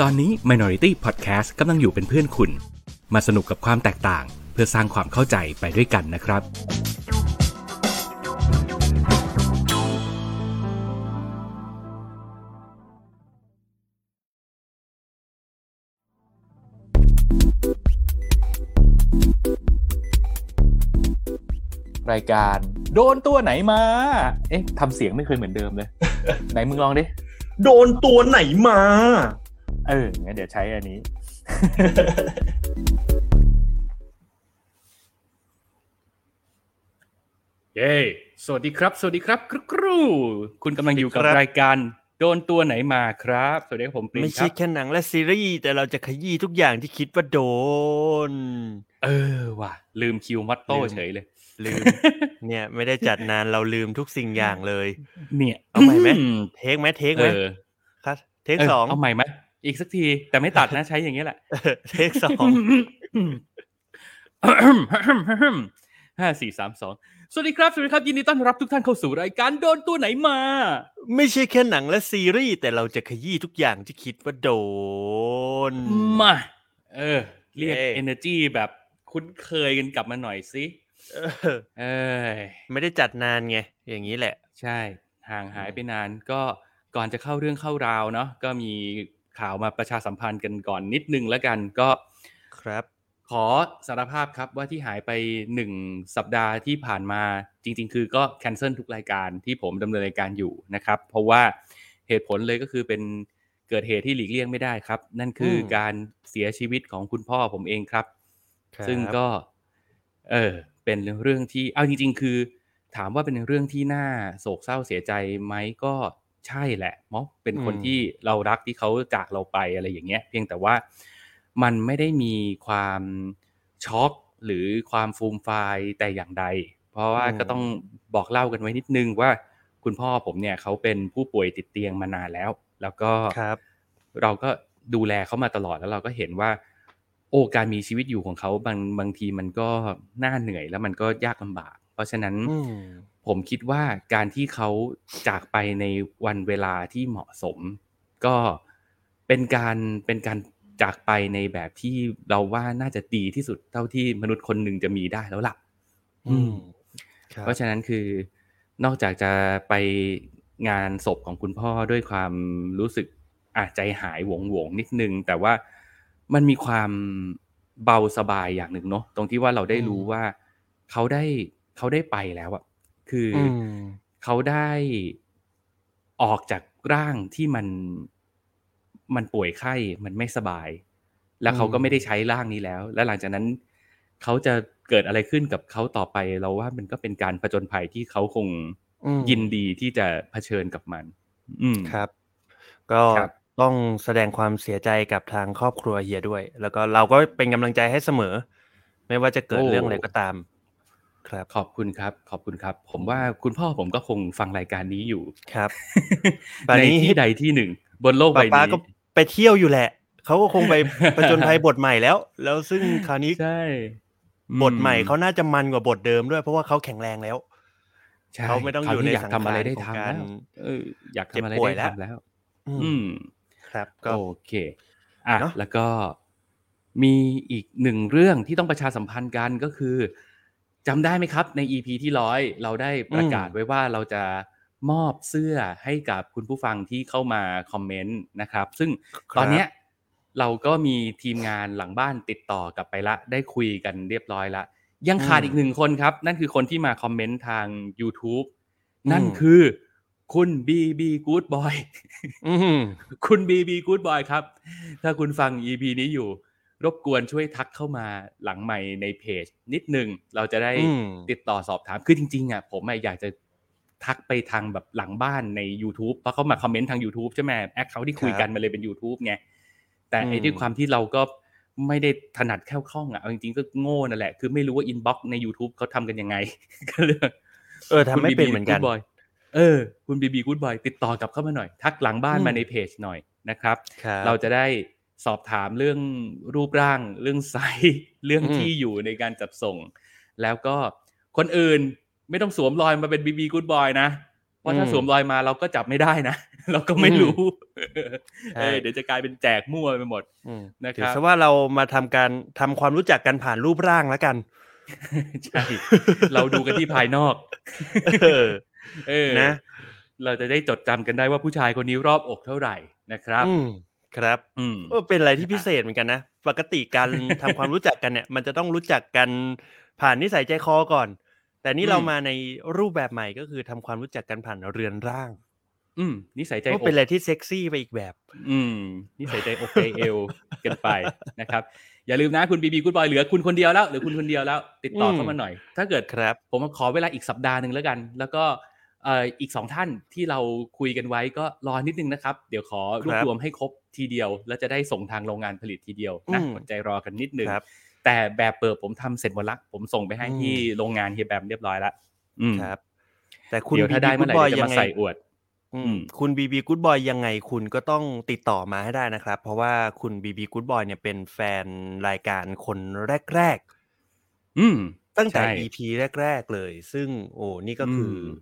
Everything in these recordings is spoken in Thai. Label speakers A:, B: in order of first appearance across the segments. A: ตอนนี้ Minority Podcast กำลังอยู่เป็นเพื่อนคุณ มาสนุกกับความแตกต่าง เพื่อสร้างความเข้าใจไปด้วยกันนะครับ รายการโดนตัวไหนมา เอ๊ะทำเสียงไม่เคยเหมือนเดิมเลย ไหนมึงลองดิ
B: โดนตัวไหนมา
A: เอองั้นเดี๋ยวใช้อันนี้ เย้ สวัสดีครับ สวัสดีครับ ครูครูคุณกำลังอยู่กับ
B: สวัสดีครับ
A: รายการโดนตัวไหนมาครับ สวัสดีครับผมปรีน
C: ไม่
A: ครั
C: ใช่
A: บ
C: แค่หนังและซีรีส์แต่เราจะขยี้ทุกอย่างที่คิดว่าโดน
A: เออว่ะ ลืมคิวมอตโต้
C: ลืม
A: เฉยเลย
C: ลื ม เนี่ยไม่ได้จัดนานเราลืมทุกสิ่งอย่างเลย
A: เนี่ย
C: เอาใหม่ไหม
A: อื
C: เทคไหมเทค
A: เอ
C: ไหม
A: อ
C: ครับเทค
A: เออ
C: สอง
A: เอาใหม่ไหมอีกสักที แต่ไม่ตัดนะ ใช้อย่างนี้ยแหละ
C: เทคส อง
A: ห้าสี่สามสองสวัสดีครับ สวัสดีครับ ยินดีต้อนรับทุกท่านเข้าสู่รายการโดนตัวไหนมา
C: ไม่ใช่แค่หนังและซีรีส์แต่เราจะขยี้ทุกอย่างที่คิดว่าโดน
A: มา เออ เรียก
C: เย้
A: energy แบบคุ้นเคยกันกลับมาหน่อยสิ
C: เออ
A: เอย
C: ไม่ได้จัดนานไง อย่างนี้แหละ
A: ใช่ ห่างหายไปนานก็ก่อนจะเข้าเรื่องเข้าราวเนาะก็มีข่าวมาประชาสัมพันธ์กันก่อนนิดนึงแล้วกันก็
C: ครับ
A: ขอสารภาพครับว่าที่หายไปหนึ่งสัปดาห์ที่ผ่านมาจริง ๆ คือก็แคนเซิลทุกรายการที่ผมดำเนินรายการอยู่นะครับ เพราะว่าเหตุผลเลยก็คือเป็นเกิดเหตุที่หลีกเลี่ยงไม่ได้ครับ นั่นคืออ
C: ม
A: การเสียชีวิตของคุณพ่อผมเองครับ
C: ครับ
A: ซึ่งก็เออเป็นเรื่องที่เอาจริง ๆ คือ ถามว่าเป็นเรื่องที่น่าโศกเศร้าเสียใจไหมก็ใช่แหละเนาะเป็นคน
C: อืม
A: ที่เรารักที่เขาจากเราไปอะไรอย่างเงี้ย เพียงแต่ว่ามันไม่ได้มีความช็อกหรือความฟูมไฟายแต่อย่างใด เพราะว่า
C: อืม
A: ก็ต้องบอกเล่ากันไว้นิดนึงว่าคุณพ่อผมเนี่ยเขาเป็นผู้ป่วยติดเตียงมานานแล้ว แล้วก็
C: ครับ
A: เราก็ดูแลเขามาตลอดแล้วเราก็เห็นว่า โอ้การมีชีวิตอยู่ของเขาบางบางทีมันก็น่าเหนื่อยแล้วมันก็ยากลำบาก เพราะฉะนั้น
C: อืม
A: ผมคิดว่าการที่เขาจากไปในวันเวลาที่เหมาะสม ก็เป็นการเป็นการจากไปในแบบที่เราว่าน่าจะดีที่สุดเท่าที่มนุษย์คนหนึ่งจะมีได้แล้วล่ะ
C: อืมครับ
A: เพราะฉะนั้นคือนอกจากจะไปงานศพของคุณพ่อด้วยความรู้สึกอาจใจหายหวงหวงๆนิดนึง แต่ว่ามันมีความเบาสบายอย่างหนึ่งเนาะตรงที่ว่าเราได้รู้
C: อืม
A: ว่าเขาได้เขาได้ไปแล้วอะคืออ
C: ม
A: เขาได้ออกจากร่างที่มันมันป่วยไข้มันไม่สบาย แล้วเขาก็ไม่ได้ใช้ร่างนี้แล้ว และหลังจากนั้นเขาจะเกิดอะไรขึ้นกับเขาต่อไปเราว่ามันก็เป็นการผจญภัยที่เขาคง
C: อืม
A: ยินดีที่จะเผชิญกับมัน อืม
C: ครับ ก็
A: ครับ
C: ต้องแสดงความเสียใจกับทางครอบครัวเฮียด้วย แล้วก็เราก็เป็นกำลังใจให้เสมอ ไม่ว่าจะเกิด
A: โอ้
C: เรื่องอะไรก็ตาม ครับ
A: ขอบคุณครับ ขอบคุณครับ ผมว่าคุณพ่อผมก็คงฟังรายการนี้อยู่
C: ครับ ตอ น
A: ใน
C: นี้
A: ที่ใดที่หนึ่ง บนโลก
C: ป้า
A: ใบ
C: ป้า
A: นี้
C: ก็ไปเที่ยวอยู่แหละ เขาก็คงไป ประจนภัยบทใหม่แล้ว แล้ว ซึ่งคราวนี้
A: ใช่
C: บทใหม่เขาน่าจะมันกว่าบทเดิมด้วย เพราะว่าเขาแข็งแรงแล้ว
A: ใช่
C: เขาไม่ต้อง
A: ครว
C: อยู่ใน
A: อยาก
C: สัง
A: ทำอะไร
C: ขาร
A: ได้
C: ของ
A: ทำ
C: กา
A: แล้
C: ร
A: วเอออยาก
C: เจ็บ
A: ทำอะไร
C: ป่วย
A: ได้
C: แล้ว
A: ทำแล้ว
C: อืม
A: อืม
C: ครับก็
A: โอเค อ่ะ
C: เนอะ
A: แล้วก็มีอีกหนึ่งเรื่องที่ต้องประชาสัมพันธ์กันก็คือจำได้ไหมครับ ใน EP ที่ร้อยเราได้ประกาศไว้ว่าเราจะมอบเสื้อให้กับคุณผู้ฟังที่เข้ามาคอมเมนต์นะครับ ซึ่งตอนเนี้ยเราก็มีทีมงานหลังบ้านติดต่อกลับไปละ ได้คุยกันเรียบร้อยละ ยังขาดอีกหนึ่งคนครับ นั่นคือคนที่มาคอมเมนต์ทาง YouTube นั่น
C: อืม
A: คือคุณบีบีกู๊ดบอย
C: อืม
A: คุณบีบีกู๊ดบอยครับ ถ้าคุณฟัง EP นี้อยู่ รบกวนช่วยทักเข้ามาหลังใหม่ในเพจ นิดนึง เราจะได้
C: อืม
A: ติดต่อสอบถาม คือจริงๆอ่ะผมอะอยากจะทักไปทางแบบหลังบ้านใน YouTube เพราะเขามาคอมเมนต์ทาง YouTube ใช่ไหมแอคเขาที่คุยกันมันเลยเป็น YouTube ไง แต่ไอ้
C: อืม
A: ด้วยความที่เราก็ไม่ได้ถนัดแค่วคล่องอ่ะเอาจริงๆก็โง่นั่นแหละ คือไม่รู้ว่าอินบ็อกใน YouTube เขาทำกันยังไง ก็เลย
C: เออทำไม่เป็นเหมือนกั
A: คุณ
C: น
A: BB Good Boy เออ คุณบีบีกูดบอยติดต่อกลับเข้ามาหน่อย ทักหลังบ้าน
C: อืม
A: มาในเพจหน่อยนะครับ
C: คบ
A: เราจะได้สอบถามเรื่องรูปร่าง เรื่องไซส์เรื่อง
C: อืม
A: ที่อยู่ในการจัดส่ง แล้วก็คนอื่นไม่ต้องสวมรอยมาเป็นบีบีกูดบอยนะเพราะถ้าสวมรอยมาเราก็จับไม่ได้นะ เราก็ไม่รู้
C: ใช่
A: เออเดี๋ยวจะกลายเป็นแจกมั่วไปหมด
C: อืม
A: นะครับ
C: ถือซะว่าเรามาทำการทำความรู้จักกันผ่านรูปร่างแล้วกัน
A: ใช่ เราดูกันที่ภายนอก
C: เออ
A: เออ
C: นะ
A: เราจะได้จดจำกันได้ว่าผู้ชายคนนี้รอบอกเท่าไหร่นะครับ
C: อืมครับ
A: อืม
C: เออเป็นอะไรที่พิเศษเหมือนกันนะ ปกติ การ ทำความรู้จักกันเนี่ย มันจะต้องรู้จักกันผ่านนิสัยใจคอก่อน แต่นี่
A: อืม
C: เรามาในรูปแบบใหม่ก็คือทำความรู้จักกันผ่านเรือนร่าง
A: อืมนิสัยใจ
C: ก็
A: อก
C: เป็นอะไรที่เซ็กซี่ไปอีกแบบ
A: อืมนิสัยใจอกใจ เอวกันไปนะครับ อย่าลืมนะคุณบีบีคุณบอยเหลือคุณคนเดียวแล้วเหลือคุณคนเดียวแล้ว ติดต่ออ
C: ม
A: เข้ามาหน่อย ถ้าเกิด
C: ครับ
A: ผมขอเวลาอีกสัปดาห์หนึ่งแล้วกัน แล้วก็เอ่ออีกสองท่านที่เราคุยกันไว้ก็รอนิดนึงนะครับ เดี๋ยวขอรวบรวมให้ครบทีเดียว แล้วจะได้ส่งทางโรงงานผลิตทีเดียวนะ
C: อืม
A: อดใจรอกันนิดนึง
C: ครับ
A: แต่แบบเปิดผมทำเสร็จหมดละผมส่งไปให้
C: อืม
A: ที่โรงงานเฮียแบมเรียบร้อยละอืม
C: ครับ แต่คุณ
A: เดี๋ยวถ้าได้เมื่อไหร่
C: บอย
A: เดี๋ยวจะ
C: ยั
A: มาง
C: ไง
A: ใส่อวด
C: อื
A: อื
C: ม
A: ม
C: คุณบีบีกู๊ดบอยยังไงคุณก็ต้องติดต่อมาให้ได้นะครับ เพราะว่าคุณบีบีกู๊ดบอยเนี่ยเป็นแฟนรายการคนแรก ๆ
A: อืม
C: ตั้งแต่
A: ใช่
C: EP แรก ๆ เลย ซึ่งโอ้นี่ก็คืออ
A: ม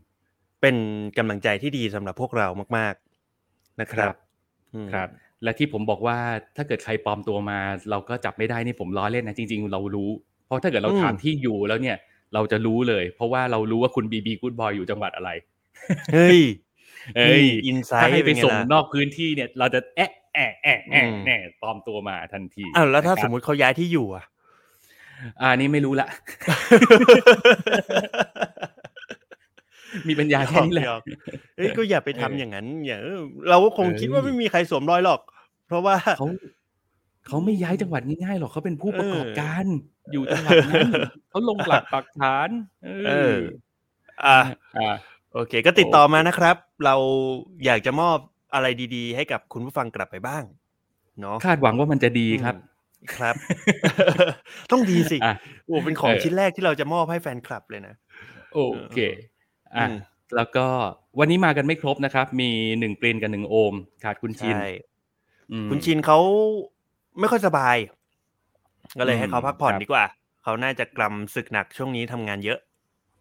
C: เป็นกำลังใจที่ดีสำหรับพวกเรามาก ๆ นะครั
A: ครั
C: บ
A: บ
C: อืม
A: ครับ และที่ผมบอกว่าถ้าเกิดใครปลอมตัวมา เราก็จับไม่ได้นี่ผมล้อเล่นนะจริง ๆ เรารู้ เพราะถ้าเกิดเราถามที่อยู่แล้วเนี่ย เราจะรู้เลย เพราะว่าเรารู้ว่าคุณบีบีกูดบอยอยู่จังหวัดอะไร
C: เฮ้ย
A: เอ้ย
C: อินไซ
A: ถ้า
C: ต์
A: ให้
C: เป็
A: ไป
C: นไง
A: ส่ง
C: ล่ะ
A: นอกพื้นที่เนี่ย เราจะแอะแอะแอะแอะ
C: อืม
A: แน่ปลอมตัวมาทันที
C: อ้าวแล้วถ้า
A: นะค
C: ส
A: รับ
C: มมติเขาย้ายที่อยู่ อ่ะ
A: อาอันนี้ไม่รู้ละ มีปัญญาแค่นี้แหละ
C: หยอกๆเอ้ยก็อย่าไปทำอย่างนั้น อย่าเออเราก็คงคิดว่า
A: เอ้ย
C: ไม่มีใครสวมรอยหรอก เพราะว่า
A: เขาเขาไม่ย้ายจังหวัดง่ายๆหรอกเขาเป็นผู้ประกอบ
C: เออ
A: การ อยู่จังหวัดนั้นเขาลงหลักปักฐานเอ
C: เอ
A: อ
C: อ อ่ะ
A: อ่า
C: โอเค ก็ติดต่อมานะครับ เราอยากจะมอบอะไรดี ๆ ให้กับคุณผู้ฟังกลับไปบ้างเนาะ
A: คาดหวังว่ามันจะดีครับ
C: อืมครับ ต้องดีสิ
A: อ่ะ
C: โอ้เป็นของ
A: เออ
C: ชิ้นแรกที่เราจะมอบให้แฟนคลับเลยนะ
A: โอเคอ่ะ
C: อืม
A: แล้วก็วันนี้มากันไม่ครบนะครับ มีหนึ่งปลินกับหนึ่งโอม ขาดคุณชิน
C: ใช่
A: อืม
C: คุณชินเขาไม่ค่อยสบาย ก็เลยให้เขาพักผ่อน
A: ครับ
C: ดีกว่า เขาน่าจะกลัมศึกหนักช่วงนี้ทำงานเยอะ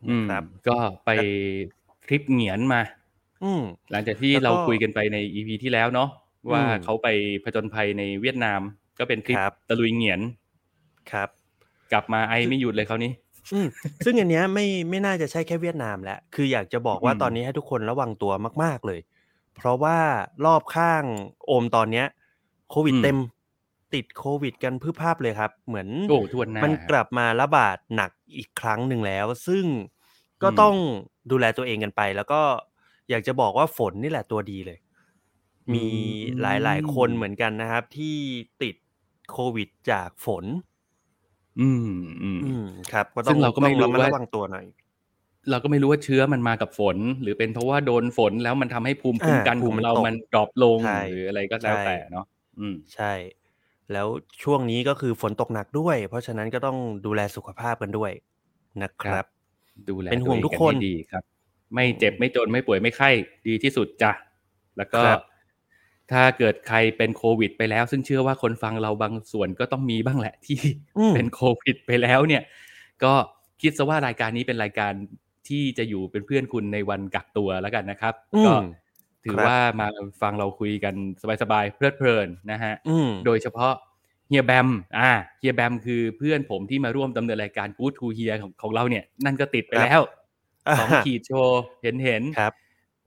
A: อืม
C: ครับ
A: ก็ไปทริปเหงียนมา
C: อืม
A: หลังจากที่
C: แล้วก็
A: เราคุยกันไปในอีพีที่แล้วเนาะว่า
C: อืม
A: เขาไปผจญภัยในเวียดนาม ก็เป็นทริป
C: ครับ
A: ตะลุยเหงียน
C: ครับ
A: กลับมาไอไม่หยุดเลยคราวนี้
C: อืม ซึ่งอันเนี้ยไม่ไม่น่าจะใช่แค่เวียดนามแหละ คืออยากจะบอกว่า
A: อืม
C: ตอนนี้ให้ทุกคนระวังตัวมาก ๆเลย เพราะว่ารอบข้างโอมตอนเนี้ย โควิดเต็ม ติดโควิด กันพืบพราบเลยครับ เหมือน
A: โอ้ทวนหน้า
C: มั
A: มั
C: นกลับมาระบาดหนักอีกครั้งหนึ่งแล้ว ซึ่งก็
A: อืม
C: ต้องดูแลตัวเองกันไป แล้วก็อยากจะบอกว่าฝนนี่แหละตัวดีเลย มีหลายๆ คนเหมือนกันนะครับ ที่ติดโควิดจากฝน
A: อืมอืม
C: อืมครับก็ต้
A: ซึ่
C: อง
A: งเราก็ไม่รู้
C: ต้องะด
A: ว่า
C: ระวังตัวหน่อย
A: เราก็ไม่รู้ว่าเชื้อมันมากับฝน หรือเป็นเพราะว่าโดนฝนแล้วมันทำให้ภูมิคุ้มกัน
C: อ่า
A: ของเรามัน
C: ภูมิมัน
A: ด
C: ตก
A: รอปลง
C: ใช่
A: หรืออะไรก็แล้ว
C: ใช่
A: แต่เนาะอืม
C: ใช่ แล้วช่วงนี้ก็คือฝนตกหนักด้วย เพราะฉะนั้นก็ต้องดูแลสุขภาพกันด้วยนะ
A: ค
C: ค
A: รั
C: รับ
A: บ ดูแล
C: เป็นห่วงทุก
A: ตั
C: คน
A: เอให้ดีครับ ไม่เจ็บไม่จนไม่ป่วยไม่ไข้ดีที่สุดจ้ะแล้วก็
C: ครับ
A: ถ้าเกิดใครเป็นโควิด ไปแล้ว ซึ่งเชื่อว่าคนฟังเราบางส่วนก็ต้องมีบ้างแหละ ที่
C: อืม
A: เป็นโควิดไปแล้วเนี่ย ก็คิดซะว่ารายการนี้เป็นรายการที่จะอยู่เป็นเพื่อนคุณในวันกักตัวแล้วกันนะครับ
C: อืม
A: ก็ถือ
C: ครับ
A: ว่ามาฟังเราคุยกันสบายๆเพลิดเพลินนะฮะ
C: อืม
A: โดยเฉพาะเฮียแบม อ่า เฮียแบมคือเพื่อนผมที่มาร่วมดำเนินรายการ Good to Hear ของของเราเนี่ย นั่นก็ติดไปแล้วสองขีดโชว์ เห็นเห็นๆ
C: ครับ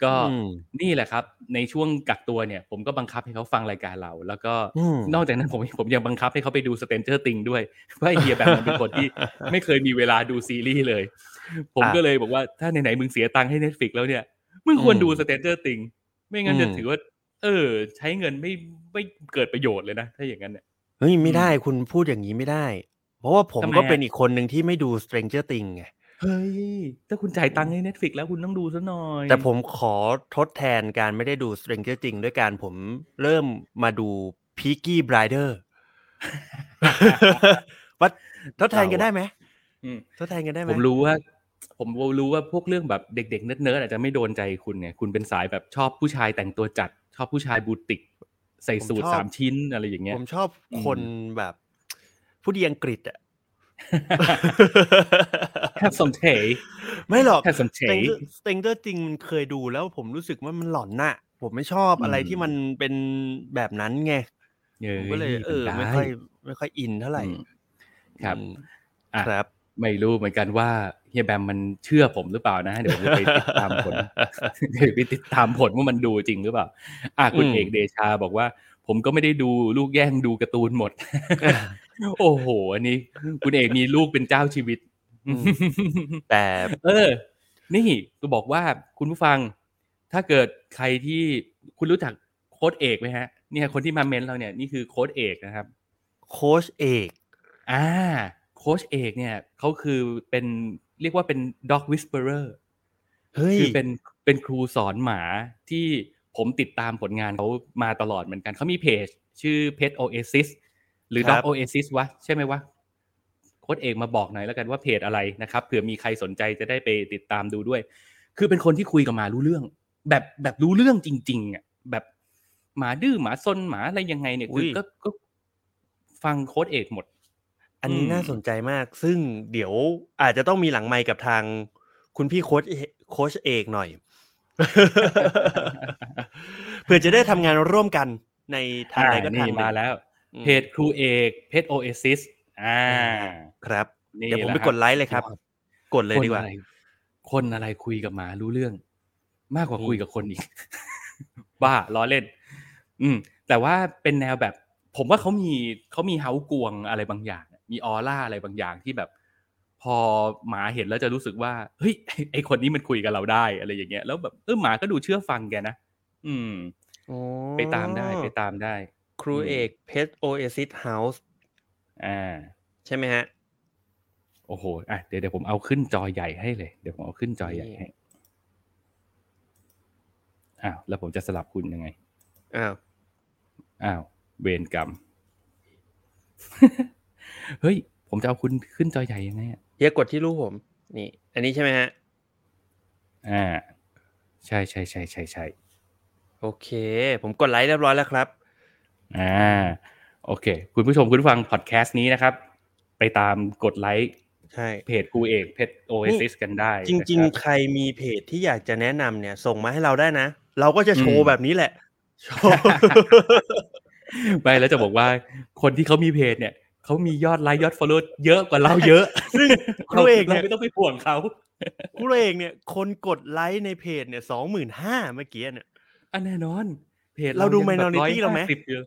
A: ก็
C: อืม
A: นี่แหละครับ ในช่วงกักตัวเนี่ย ผมก็บังคับให้เขาฟังรายการเรา แล้วก็
C: อืม
A: นอกจากนั้นผมผมยังบังคับให้เขาไปดูสเตนเจอร์ติงด้วย เพราะไอ้เฮียแบมมันเป็นคนที่ ไม่เคยมีเวลาดูซีรีส์เลย ผม
C: อ่ะ
A: ก็เลยบอกว่าถ้าไหนๆมึงเสียตังค์ให้ Netflix แล้วเนี่ย มึงควร
C: อืม
A: ดูสเตนเจอร์ติงไม่งั้นจะ
C: อืม
A: ถือว่า เออ ใช้เงินไม่ไม่เกิดประโยชน์เลยนะ ถ้าอย่างนั้นเนี่ย
C: เฮ้ยไม่
A: อืม
C: ได้คุณพูดอย่างนี้ไม่ได้ เพราะว่าผม
A: ทำไม
C: ก็
A: อะ
C: เป็นอีกคนหนึ่งที่ไม่ดู Stranger Things ไง
A: เฮ้ย ถ้าคุณจ่ายตังค์ให้ Netflix แล้วคุณต้องดูซะหน่อย
C: แต่ผมขอทดแทนการไม่ได้ดู Stranger Things ด้วยการผมเริ่มมาดู Peaky Blinder ว่าทดแทนกันได้ไหม
A: อืม
C: ทดแทนกันได้ไหม
A: ผมรู้ว่า ผมรู้ว่าพวกเรื่องแบบเด็กๆเนิร์ดๆอาจจะไม่โดนใจคุณเนี่ย คุณเป็นสายแบบชอบผู้ชายแต่งตัวจัด ชอบผู้ชายบูติก ใส่สูทสามชิ้นอะไรอย่างเงี้ย
C: ผมชอบ
A: อืม
C: คนแบบ ผู้ดีอังกฤษอะ
A: have some tea
C: ไม่หรอก
A: have some
C: สเตง
A: tea
C: เกอร์สเตงเกอร์จริงมันเคยดูแล้วผมรู้สึกว่ามันหลอนน่ะ ผมไม่ชอบอะไร
A: อืม
C: ที่มันเป็นแบบนั้นไงผมก็เลยเออ
A: ป็นด้
C: ไม่ค่อยไม่ค่อยอินเท่าไหร่
A: อืมครับ
C: อืม
A: อ่ะ
C: ครับ
A: ไม่รู้เหมือนกันว่าเฮียแบมมันเชื่อผมหรือเปล่านะ เดี๋ยวผมจะไปติดตามผล เดี๋ยวไปติด ตามผลว่ามันดูจริงหรือเปล่า อ่ะคุณ
C: อืม
A: เอกเดชาบอกว่า ผมก็ไม่ได้ดูลูกแย่งดูการ์ตูนหมด โอ้โห อันนี้ คุณเอกมีลูกเป็นเจ้าชีวิต
C: อืม แต่
A: เออ นี่จะบอกว่าคุณผู้ฟัง ถ้าเกิดใครที่คุณรู้จักโค้ดเอกไหมฮะ เนี่ยคนที่มาเมนเราเนี่ยนี่คือโค้ดเอกนะครับ
C: โค้ชเอก
A: อ่าโค้ชเอกเนี่ยเขาคือเป็นเรียกว่าเป็น dog whisperer
C: เฮ้ย
A: คือเป็นเป็นครูสอนหมาที่ผมติดตามผลงานเขามาตลอดเหมือนกัน เขามีเพจ ชื่อ Pet Oasis หรือ Dog Oasis วะ ใช่ไหมวะ โค้ดเอกมาบอกหน่อยแล้วกันว่าเพจอะไรนะครับเผื่อมีใครสนใจจะได้ไปติดตามดูด้วย คือเป็นคนที่คุยกับหมารู้เรื่อง แบบแบบรู้เรื่องจริงๆอ่ะแบบหมาดื้อหมาซนหมาอะไรยังไงเนี่ยคือก็ก็ฟังโค้ดเอกหมด
C: อันนี้
A: อืม
C: น่าสนใจมาก ซึ่งเดี๋ยวอาจจะต้องมีหลังไมค์กับทาง คุณพี่โค้ชเอกโค้ชเอก หน่อย เพื่อจะได้ทำงานร่วมกันในทางใดก็ทางห
A: อ่
C: นึ่ง
A: มาแล้ว
C: อืม
A: เพจครูเอกเพจโอเอซิสอ่า
C: ครับ
A: นี่
C: เดี๋ยวผม
A: แหละ
C: ไป
A: ครับ
C: กดไลค์เลยครับ
A: สุดยอด
C: กดเลยดีกว่า
A: คนอะไรคนอะไรคุยกับหมารู้เรื่อง มากกว่า
C: อืม
A: คุยกับคนอีก บ้าล้อเล่น อืม แต่ว่าเป็นแนวแบบ ผมว่าเขามีเขามีเฮากวงอะไรบางอย่าง มีออร่าอะไรบางอย่างที่แบบ พอหมาเห็นแล้วจะรู้สึกว่าเฮ้ย ไอ้ไอคนนี้มันคุยกับเราได้อะไรอย่างเงี้ยแล้วแบบเออหมาก็ดูเชื่อฟังแกนะอืม ไปตามได้ไปตามได้
C: ครู
A: อืม
C: เอกเพชรโอเอซิสเฮาส์
A: อ่า
C: ใช่ไหมฮะ
A: โอ้โห อ่ะ เดี๋ยวเดี๋ยวผมเอาขึ้นจอใหญ่ให้เลย เดี๋ยวผมเอาขึ้นจอใหญ่
C: นี่
A: ให้ อ้าว แล้วผมจะสลับคุณยังไง
C: อ้าว
A: อ้าว เวรกร รม เฮ้ย ผมจะเอาคุณขึ้นจอใหญ่ยังไงอะ
C: เฮียกดที่รูปผม นี่ อันนี้ใช่ไหมฮะ
A: อ่า ใช่ใช่ใช่ใช่ใช่
C: โอเค ผมกดไลค์เรียบร้อยแล้วครับ
A: อ่าโอเค คุณผู้ชมคุณผู้ฟังพอดแคสต์นี้นะครับ ไปตามกดไลค์
C: ใช่
A: เพจกูเอกเพจโอเอซิสกันได้
C: จริง
A: นะคบ
C: ๆใครมีเพจที่อยากจะแนะนำเนี่ย ส่งมาให้เราได้นะ เราก็จะโชว์
A: อืม
C: แบบนี้ แหละ โชว์
A: ไปแล้วจะบอกว่าคนที่เขามีเพจเนี่ยเขามียอดไลค์ยอดฟอลโล่เยอะกว่าเรา เยอะ
C: ซึ่งครูเอกเนี่ย
A: ไม่ต้องไปห่วงเขา
C: ครูเอกเนี่ย คนกดไลค์ในเพจเนี่ยสองหมื่นห้าเมื่อกี้เนี่ย
A: อันแน่นอน เพจ
C: เราดู
A: ยังแบบ
C: minority เราไหม
A: 150อยู่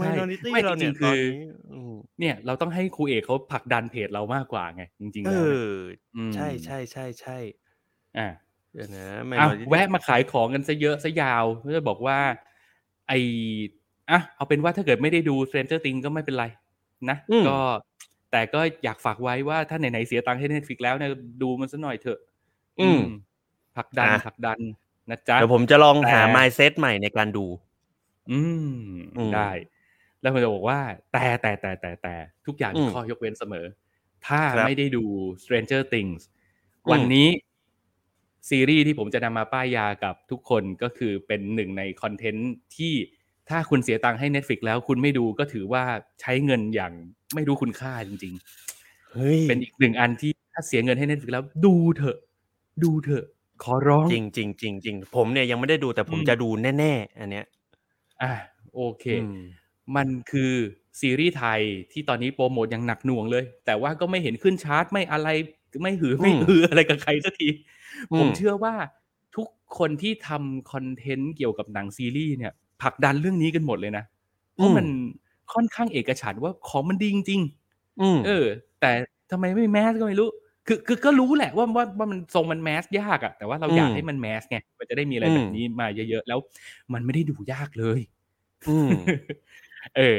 C: มานอนิตี้
A: ใช่ไม่
C: เรา
A: จ
C: เนี่
A: ริงๆ
C: ยต
A: คือ
C: อนนี้อืม
A: เนี่ย เราต้องให้ครูเอกเขาผลักดันเพจเรามากกว่าไง จริงๆ
C: เอ
A: แล้ว
C: อ
A: ม
C: ใช่ใช่ใช่ใช่
A: อ่ะ
C: เดี๋ยวนะ
A: อ่ะ
C: minority
A: แวะมาขายของกันซะเยอะซะยาวเพื่อบอกว่า ไออ่ะเอาเป็นว่าถ้าเกิดไม่ได้ดู Stranger Things ก็ไม่เป็นไร นะ
C: อืม
A: ก็ แต่ก็อยากฝากไว้ว่าถ้าไหนๆเสียตังค์ให้ Netflix แล้วเนี่ยดูมันซะหน่อยเถอะ
C: อืม
A: อืมผลักดัน
C: อ่ะ
A: ผลักดันนะจ๊ะ
C: เดี๋ยวผมจะลองหา
A: แต่
C: mindset ใหม่ในการดู
A: อืม
C: อืม
A: ได้ แล้วผมจะบอกว่าแต่แต่แต่แต่แต่ทุกอย่าง
C: อื
A: มี
C: ม
A: ข้อยกเว้นเสมอ ถ้า
C: ครับ
A: ไม่ได้ดู Stranger Things
C: อืม
A: วันนี้ซีรีส์ที่ผมจะนำมาป้ายยากับทุกคนก็คือเป็นหนึ่งในคอนเทนต์ที่ถ้าคุณเสียตังค์ให้ Netflix แล้วคุณไม่ดูก็ถือว่าใช้เงินอย่างไม่รู้คุณค่าจริง
C: เฮ้ย
A: ๆ เป็นอีกหนึ่งอันที่ถ้าเสียเงินให้ Netflix แล้วดูเถอะ ดูเถอะ ขอร้อง
C: จริงจริงจริงจริงผมเนี่ยยังไม่ได้ดูแต่ผม
A: อืม
C: จะดูแน่ๆ อันเนี้ย
A: อ่ะโอเค
C: อืม
A: มันคือซีรีส์ไทยที่ตอนนี้โปรโมทอย่างหนักหน่วงเลย แต่ว่าก็ไม่เห็นขึ้นชาร์ตไม่อะไรไม่หือไม่อืออะไรกับใครสักที ผมเชื่อว่าทุกคนที่ทำคอนเทนต์เกี่ยวกับหนังซีรีส์เนี่ยผลักดันเรื่องนี้กันหมดเลยนะ เพราะมันค่อนข้างเอกฉันท์ว่าของมันดีจริง
C: อืม
A: ๆเออ แต่ทำไมไม่แมสก็ไม่รู้ คือคือก็รู้แหละว่าว่าว่ามันทรงมันแมสยากอะแต่ว่าเราอยากให้มันแมสไงมันจะได้มีอะไรแบบนี้มาเยอะๆแล้ว มันไม่ได้ดูยากเลย
C: อืม
A: เออ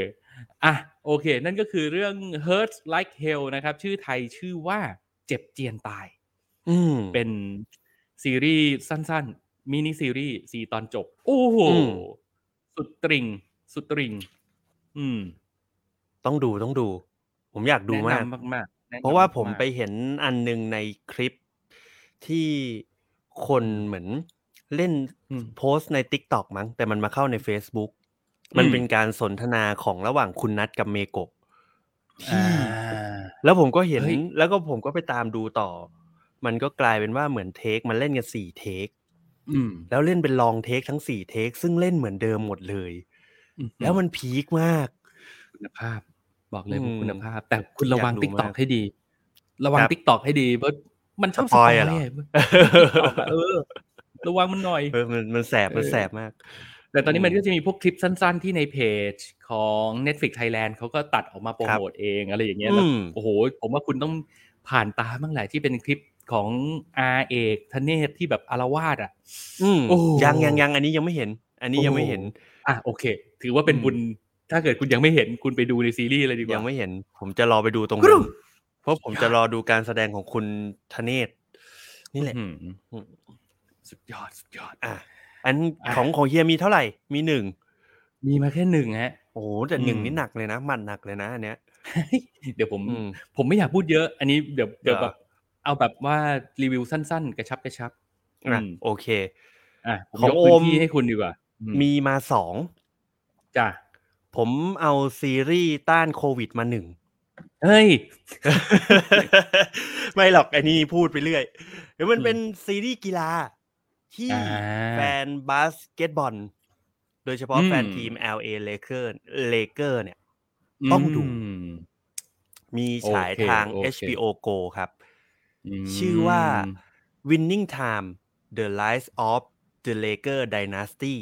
A: อ่ะ โอเค นั่นก็คือเรื่อง Hurt Like Hell นะครับ ชื่อไทยชื่อว่าเจ็บเจียนตาย
C: อืม
A: เป็นซีรีส์สั้นๆ มินิซีรีส์สีตอนจบ โอ้โห
C: อืม
A: สุดตริง สุดตริง อืม
C: ต้องดูต้องดู ผมอยากดูมาก
A: แนะนำมากๆแนนำ
C: เพราะว่าผม
A: กๆ
C: ไปเห็นอันหนึ่งในคลิปที่คนเหมือนเล่น
A: อืม
C: โพสต์ใน t ิ k t o k มั้งแต่มันมาเข้าใน Facebook มัน
A: อืม
C: เป็นการสนทนาของระหว่างคุณนัทกับเมโกะ
A: อ่า
C: แล้วผมก็เห็น
A: เฮ้ย
C: แล้วก็ผมก็ไปตามดูต่อ มันก็กลายเป็นว่าเหมือนเทคมันเล่นกันสี่เทค
A: อืม
C: แล้วเล่นเป็นลองเทคทั้งสี่เทค ซึ่งเล่นเหมือนเดิมหมดเลย แล้วมันพีค มาก
A: คุณภาพ บอกเลยว่า
C: อืม
A: คุณภาพ แต่คุณระวัง
C: อยากรู้
A: ติ๊กตอก
C: มาก
A: ให้ดี ระวัง
C: ครับ
A: ติ๊กตอกให้ดีเพราะมันชอบ
C: สปอยอะ
A: สป
C: เหรอ
A: ยะเออ ระวังมันหน่อย
C: เออมันมันแสบมันแสบมาก
A: แต่ตอนนี้มันก็จะมีพวกคลิปสั้นๆ ที่ในเพจของ Netflix Thailand เขาก็ตัดออกมาโปรโมทเองอะไรอย่างเงี้ยแล้ว
C: อืม
A: โอ้โห ผมว่าคุณต้องผ่านตาบ้างแหละที่เป็นคลิปของอาเอกธเนศที่แบบอารวาสอ่ะ
C: อืม
A: โอ้
C: ยังยังยังอันนี้ยังไม่เห็น อันนี้ยังไม่เห็น
A: โอ้ อ่ะโอเค ถือว่าเป็นบุญ ถ้าเกิดคุณยังไม่เห็นคุณไปดูในซีรีส์เลยดีกว่า
C: ยังไม่เห็น ผมจะรอไปดูตรง
A: กรุ๊
C: นั้น
A: ป
C: เพราะผมจะรอดูการแสดงของคุณธเนศนี่แหละ
A: อืม
C: อืม
A: สุดยอดสุดยอด
C: อ่ะอัน
A: อ่ะ
C: ของของเฮียมีเท่าไหร่ มีหนึ่ง
A: มีมาแค่หนึ่งฮะ
C: โอ้โหแต่หนึ่ง
A: อืม
C: นี่หนักเลยนะหมัดหนักเลยนะอันเนี้ย
A: เดี๋ยวผม
C: อืม
A: ผมไม่อยากพูดเยอะ อันนี้เดี๋ยวเดี๋ยว
C: เหรอ
A: แบบเอาแบบว่ารีวิวสั้นๆ กระชับกระชับ
C: อ่ะ
A: อืม
C: โอเค
A: อ่ะผม
C: ของ
A: ยกพื้
C: โอน ม
A: ที่ให้คุณดีกว่ามี
C: มีมาสอง
A: จ้ะ
C: ผมเอาซีรีส์ต้านโควิดมาหนึ่ง
A: เฮ้ย
C: ไม่หรอกไอ้นี่พูดไปเรื่อยเดี๋ยวมันเป็นซีรีส์กีฬา ที่
A: อ่า
C: แฟนบาสเกตบอล โดยเฉพาะ
A: อืม
C: แฟนทีม LA Lakers Laker เนี่ย ต้องดู
A: ม
C: มีฉาย
A: โอเค
C: ทาง
A: โอเค
C: HBO Go ครับ
A: ม
C: ชื่อว่า Winning Time The Lives of the Laker Dynasty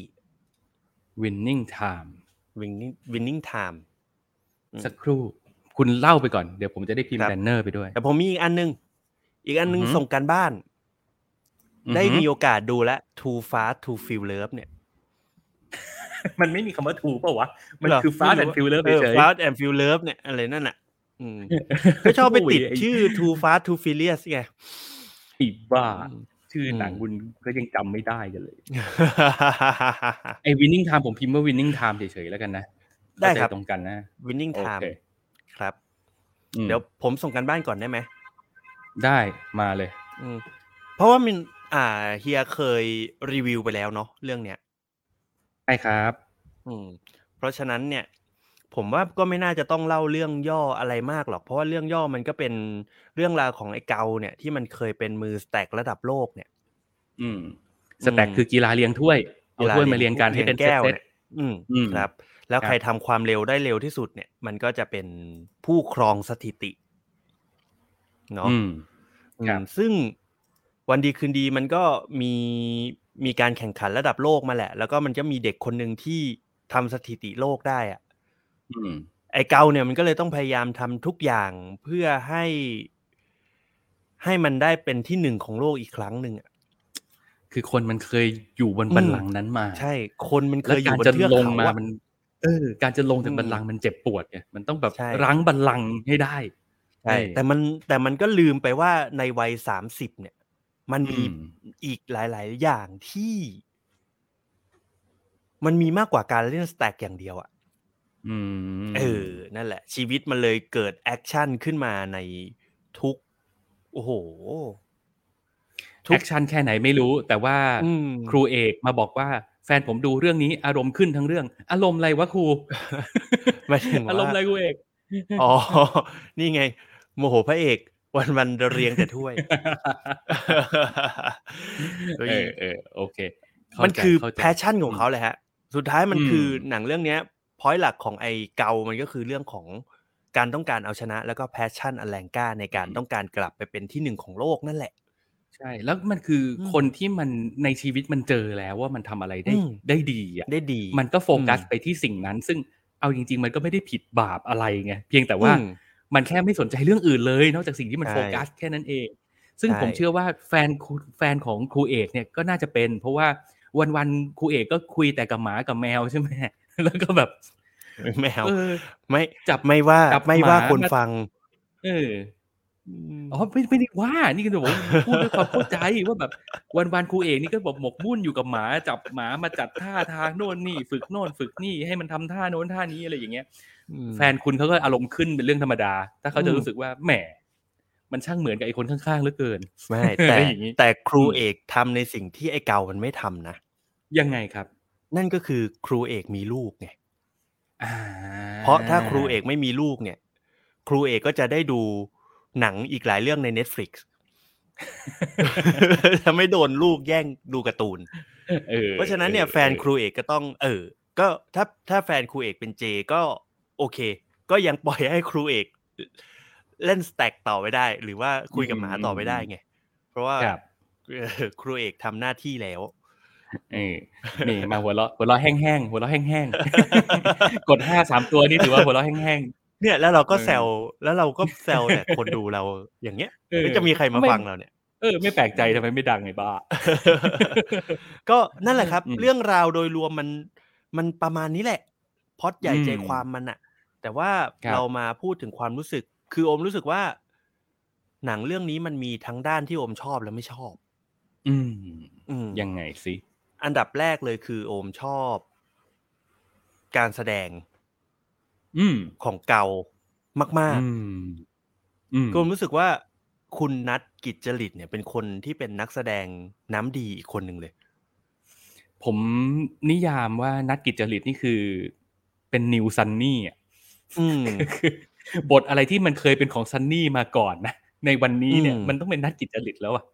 A: Winning Time
C: Winning Winning Time อืม
A: สักครู่ คุณเล่าไปก่อน เดี๋ยวผมจะได้พิม
C: ครั
A: พ์
C: บ
A: แบนเนอร์ไปด้วย
C: แต่ผมมีอีกอันหนึง อีกอันหนึง
A: อือหือ
C: ส่งการบ้าน ได้
A: อือหื
C: มี
A: อ
C: โอกาสดูและ Too Fast to Feel Love เนี่ย
A: มันไม่มีคำว่าถูกเปล่าวะ มัน
C: เหร
A: คือ Fast and
C: ไม่รู้
A: Furious
C: เออ
A: เฉย
C: Fast and Furious เนี่ยอะไรนั่นน่ะอืมก็ชอบไปติด
A: โอ้ยไอ้
C: ชื่อ Too Fast to Furious ไง
A: ๆอีบ้า ชื่อหนังคุณก็ยังจำไม่ได้กันเลย ไอ้ Winning Time ผมพิมพ์ว่า Winning Time เฉยๆแล้วกันนะ
C: ได้ครับ
A: เข้าใจตรงกันนะ
C: Winning
A: โอ
C: Time
A: เค
C: ครับ
A: อืม
C: เดี๋ยวผมส่งกันบ้านก่อนได้ไหม
A: ได้มาเลย
C: อืมเพราะว่ามันอ่าเฮียเคยรีวิวไปแล้วเนาะเรื่องเนี้ย
A: ได้ครับ
C: อืมเพราะฉะนั้นเนี่ย ผมว่าก็ไม่น่าจะต้องเล่าเรื่องย่ออะไรมากหรอก เพราะว่าเรื่องย่อมันก็เป็นเรื่องราวของไอ้เกาเนี่ยที่มันเคยเป็นมือสแต็กระดับโลกเนี่ย
A: อืมสแต็กคือกีฬาเรียงถ้วย เอาถ้วยมาเรียงกันให้เป็นเซ
C: แก้ว
A: ต
C: เนี่ยอืม
A: อืม
C: ครับ แล้ว
A: ครับ
C: ใครทำความเร็วได้เร็วที่สุดเนี่ย มันก็จะเป็นผู้ครองสถิติ
A: ๆ
C: เนาะ
A: อืม
C: อืม
A: ครับ
C: ซึ่งวันดีคืนดีมันก็มีมีการแข่งขันระดับโลกมาแหละ แล้วก็มันจะมีเด็กคนหนึ่งที่ทำสถิติโลกได้อะ
A: อืม
C: ไอ้เกาเนี่ยมันก็เลยต้องพยายามทำทุกอย่างเพื่อให้ ให้มันได้เป็นที่หนึ่งของโลกอีกครั้งหนึ่งอะ
A: คือคนมันเคยอยู่บนบัลลังก์นั้นมา
C: ใช่ คนมันเค
A: แล้ว
C: ยอ
A: การ
C: ยู่บน
A: จะ
C: เทือก
A: ลง
C: เขา
A: มา
C: อะ
A: มัน เออ การจะลงจาก
C: อืม
A: บัลลังก์มันเจ็บปวดไงมันต้องแบบ
C: ใช่
A: รั้งบัลลังก์ให้ได้
C: ใช่
A: ใช่
C: แต่มันแต่มันก็ลืมไปว่าในวัยสามสิบเนี่ย มันมี
A: อืม
C: อีกหลาย ๆ อย่างที่ มันมีมากกว่าการเล่นสแต็กอย่างเดียวอะ่ะ
A: อืม
C: เออนั่นแหละ ชีวิตมันเลยเกิดแอคชั่นขึ้นมาในทุก โอ้โห ทุก
A: แอคชั่นแค่ไหนไม่รู้ แต่ว่า
C: อืม
A: ครูเอกมาบอกว่า แฟนผมดูเรื่องนี้อารมณ์ขึ้นทั้งเรื่อง อารมณ์อะไรวะครู
C: หมายถึง
A: อารมณ์
C: ว่า
A: อะไรครูเอก
C: อ๋อ นี่ไง โมโหพระเอก วันวันๆเรียงแต่ ถ้วย
A: เออเออโอเคเข้าใจ
C: มันคือ
A: เข้าใจ
C: แพชชั่นของเขาเลยฮะ สุดท้ายมัน
A: อืม
C: คือหนังเรื่องเนี้ยพอยหลักของไอ้เกา มันก็คือเรื่องของการต้องการเอาชนะ แล้วก็แพชชั่นอันแรงกล้าในการต้องการกลับไปเป็นที่หนึ่งของโลกนั่นแหละ
A: ใช่ แล้วมันคืออ
C: ม
A: คนที่มันในชีวิตมันเจอแล้วว่ามันทำอะไรได้
C: อืม
A: ได้ดีอ่ะ
C: ได้ดี
A: มันก็โฟกัส
C: อืม
A: ไปที่สิ่งนั้น ซึ่งเอาจริง ๆ มันก็ไม่ได้ผิดบาปอะไรไงเพียงแต่ว่า
C: อืม
A: มันแค่ไม่สนใจเรื่องอื่นเลย นอกจากสิ่งที่มัน
C: ใช่
A: โฟกัสแค่นั้นเอง ซึ่ง
C: ใช่
A: ผมเชื่อว่าแฟนครูแฟนของครูเอกเนี่ยก็น่าจะเป็น เพราะว่าวันๆครูเอกก็คุยแต่กับหมากับแมวใช่ไหม แล้วก็แบบ
C: ไม่เอา
A: เออ
C: ไม่
A: จับ
C: ไม่ว่า
A: จับ
C: ไม่ว่า
A: หมา
C: คน
A: มา
C: ฟัง
A: เออ
C: ม
A: อ๋อไม่ไม่ได้ว่า นี่ก็จะบอกว่าพูดด้วยความเข้าใจว่าแบบวันวันๆครูเอกนี่ก็แบบหมกมุ่นอยู่กับหมาจับหมามาจัดท่าทางโน่นนี่ฝึกโน่นฝึกนี่ให้มันทำท่าโน้นท่านี้อะไรอย่างเงี้ย แฟนคุณเขาก็อารมณ์ขึ้นเป็นเรื่องธรรมดา ถ้าเขาจะ
C: อืม
A: รู้สึกว่าแหมมันช่างเหมือนกับไอ้คนข้างๆเหลือเกิน
C: ไม่แต่
A: อะไรอย่างงี้
C: แต่ครูเอกทำในสิ่งที่ไอ้เกา มันไม่ทำนะ
A: ยังไงครับ
C: นั่นก็คือครูเอกมีลูกไง
A: อ่
C: เพราะถ้าครูเอกไม่มีลูกเนี่ย ครูเอกก็จะได้ดูหนังอีกหลายเรื่องใน Netflix จะไม่โดนลูกแย่งดูการ์ตูน
A: ออ
C: เพราะฉะนั้นเนี่ย
A: ออ
C: แฟนครูเอกก็ต้อง เออ ก็ถ้าถ้าแฟนครูเอกเป็นเจก็โอเค ก็ยังปล่อยให้ครูเอกเล่นสแต็กต่อไปได้ หรือว่าคุยกับหมาต่อไปได้ไง เพราะว่า
A: ครับ
C: เออครูเอกทำหน้าที่แล้ว
A: เออนี่มาหัวเราะหัวเราะแห้งๆหัวเราะแห้งๆ กดห้าสามตัวนี่ถือว่าหัวเราะแห้ง
C: เนี่ยแล้วเราก็แซวแล้วเราก็แซวแต่คนดูเราอย่างเงี้ย
A: ๆเออ
C: ไม่จะมีใครมาฟังเราเนี่ย
A: เออไม่แปลกใจทำไมไม่ดังไงบ้า
C: ก็นั่นแหละครับ
A: อืม
C: เรื่องราวโดยรวมมันมันประมาณนี้แหละพล็อดใหญ่
A: อืม
C: ใจความมันอะแต่ว่า
A: ครับ
C: เรามาพูดถึงความรู้สึก คือโอมรู้สึกว่า หนังเรื่องนี้มันมีทั้งด้านที่โอมชอบและไม่ชอบ
A: อืม
C: อืม
A: ยังไงสิ
C: อันดับแรกเลยคือโอมชอบ การแสดง
A: อืม
C: ของเกามาก
A: อืมอืม
C: ๆ ก็รู้สึกว่าคุณนัทกิจจริตเนี่ย เป็นคนที่เป็นนักแสดงน้ำดีอีกคนหนึ่งเลย
A: ผมนิยามว่านัดกิจจริตนี่คือเป็นนิวซันนี่อ่ะ
C: อืม
A: คือบทอะไรที่มันเคยเป็นของซันนี่มาก่อนนะ ในวันนี้เนี่ย
C: อืม
A: มันต้องเป็นนัดกิจจริตแล้วอะ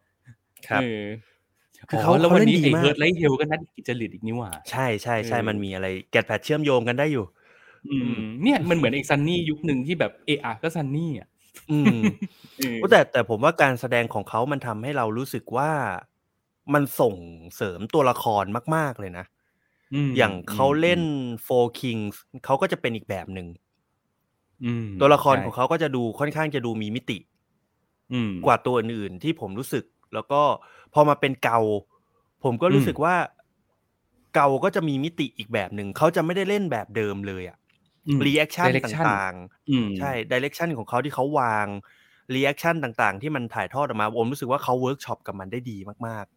C: ครับ
A: เออ
C: คือเขา
A: แล้ววันนี้ไอ้
C: เขาเล่นดีมาก
A: เฮิร์ตไลท์เฮลก็นัดกิจจริตอีกนี่หว่า
C: ใช่ใช่ใช่
A: เออ
C: มันมีอะไรแกดแพดเชื่อมโยงกันได้อยู่
A: อืมเนี่ยมันเหมือนไอ้ซันนี่ยุคหนึ่งที่แบบเออะก็ซันนี่อ่ะ
C: อืม
A: เออ
C: แต่แต่ผมว่าการแสดงของเขามันทำให้เรารู้สึกว่ามันส่งเสริมตัวละครมาก ๆ เลยนะ
A: ม
C: อย่างเขาเล่น Four Kings เขาก็จะเป็นอีกแบบหนึ่ง
A: อืม
C: ตัวละครของ
A: ใช่
C: เขาก็จะดูค่อนข้างจะดูมีมิติ
A: อืม
C: กว่าตัวอื่นๆที่ผมรู้สึก แล้วก็พอมาเป็นเกา ผมก็รู้สึกว่าเกาก็จะมีมิติอีกแบบหนึ่ง เขาจะไม่ได้เล่นแบบเดิมเลยอะรีแอคชั่น
A: Direction
C: ต่างๆ
A: อืม
C: ใช่ดิเรกชันของเขาที่เขาวางรีแอคชั่นต่างๆ ที่มันถ่ายทอดออกมาผมรู้สึกว่าเขาเวิร์กช็อปกับมันได้ดีมาก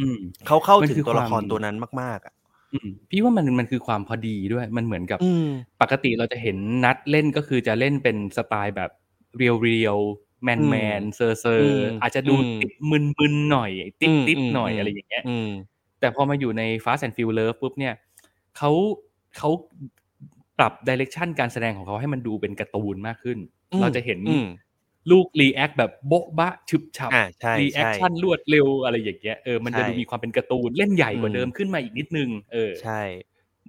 A: อืม
C: ๆ เขาเข้า
A: มัน
C: ถึง
A: คือ
C: ตัวละ
A: ค
C: คร
A: วาม
C: ตัวนั้นมากๆอ่ะ
A: อืมพี่ว่ามันมันคือความพอดีด้วย มันเหมือนกับ
C: อืม
A: ปกติเราจะเห็นนัดเล่นก็คือจะเล่นเป็นสไตล์แบบเรียวเรียวแมนแมนเซอร์เซอ
C: อื
A: ร์
C: ม
A: อาจจะดู
C: อืม
A: ติดมึนมึนๆหน่อย ติด
C: อืม
A: ติด
C: อืม
A: หน่อย
C: อืม
A: อะไรอย่างเงี้ย
C: อืม
A: แต่พอมาอยู่ใน Fast and Feel Love ปุ๊บเนี่ยเขาเขาปรับดิเรกชันการแสดงของเขาให้มันดูเป็นการ์ตูนมากขึ้น
C: อืม
A: เราจะเห็น
C: อืม
A: ลูกรีแอคแบบโบ๊ะบะฉึบฉับ
C: อ่าใช่
A: รีแอค
C: ใช่
A: ชั่นรวดเร็วอะไรอย่างเงี้ยเออมันจะ
C: ใช่
A: ดูมีความเป็นการ์ตูนเล่นใหญ่กว่า
C: อืม
A: เดิมขึ้นมาอีกนิดนึงเออ
C: ใช่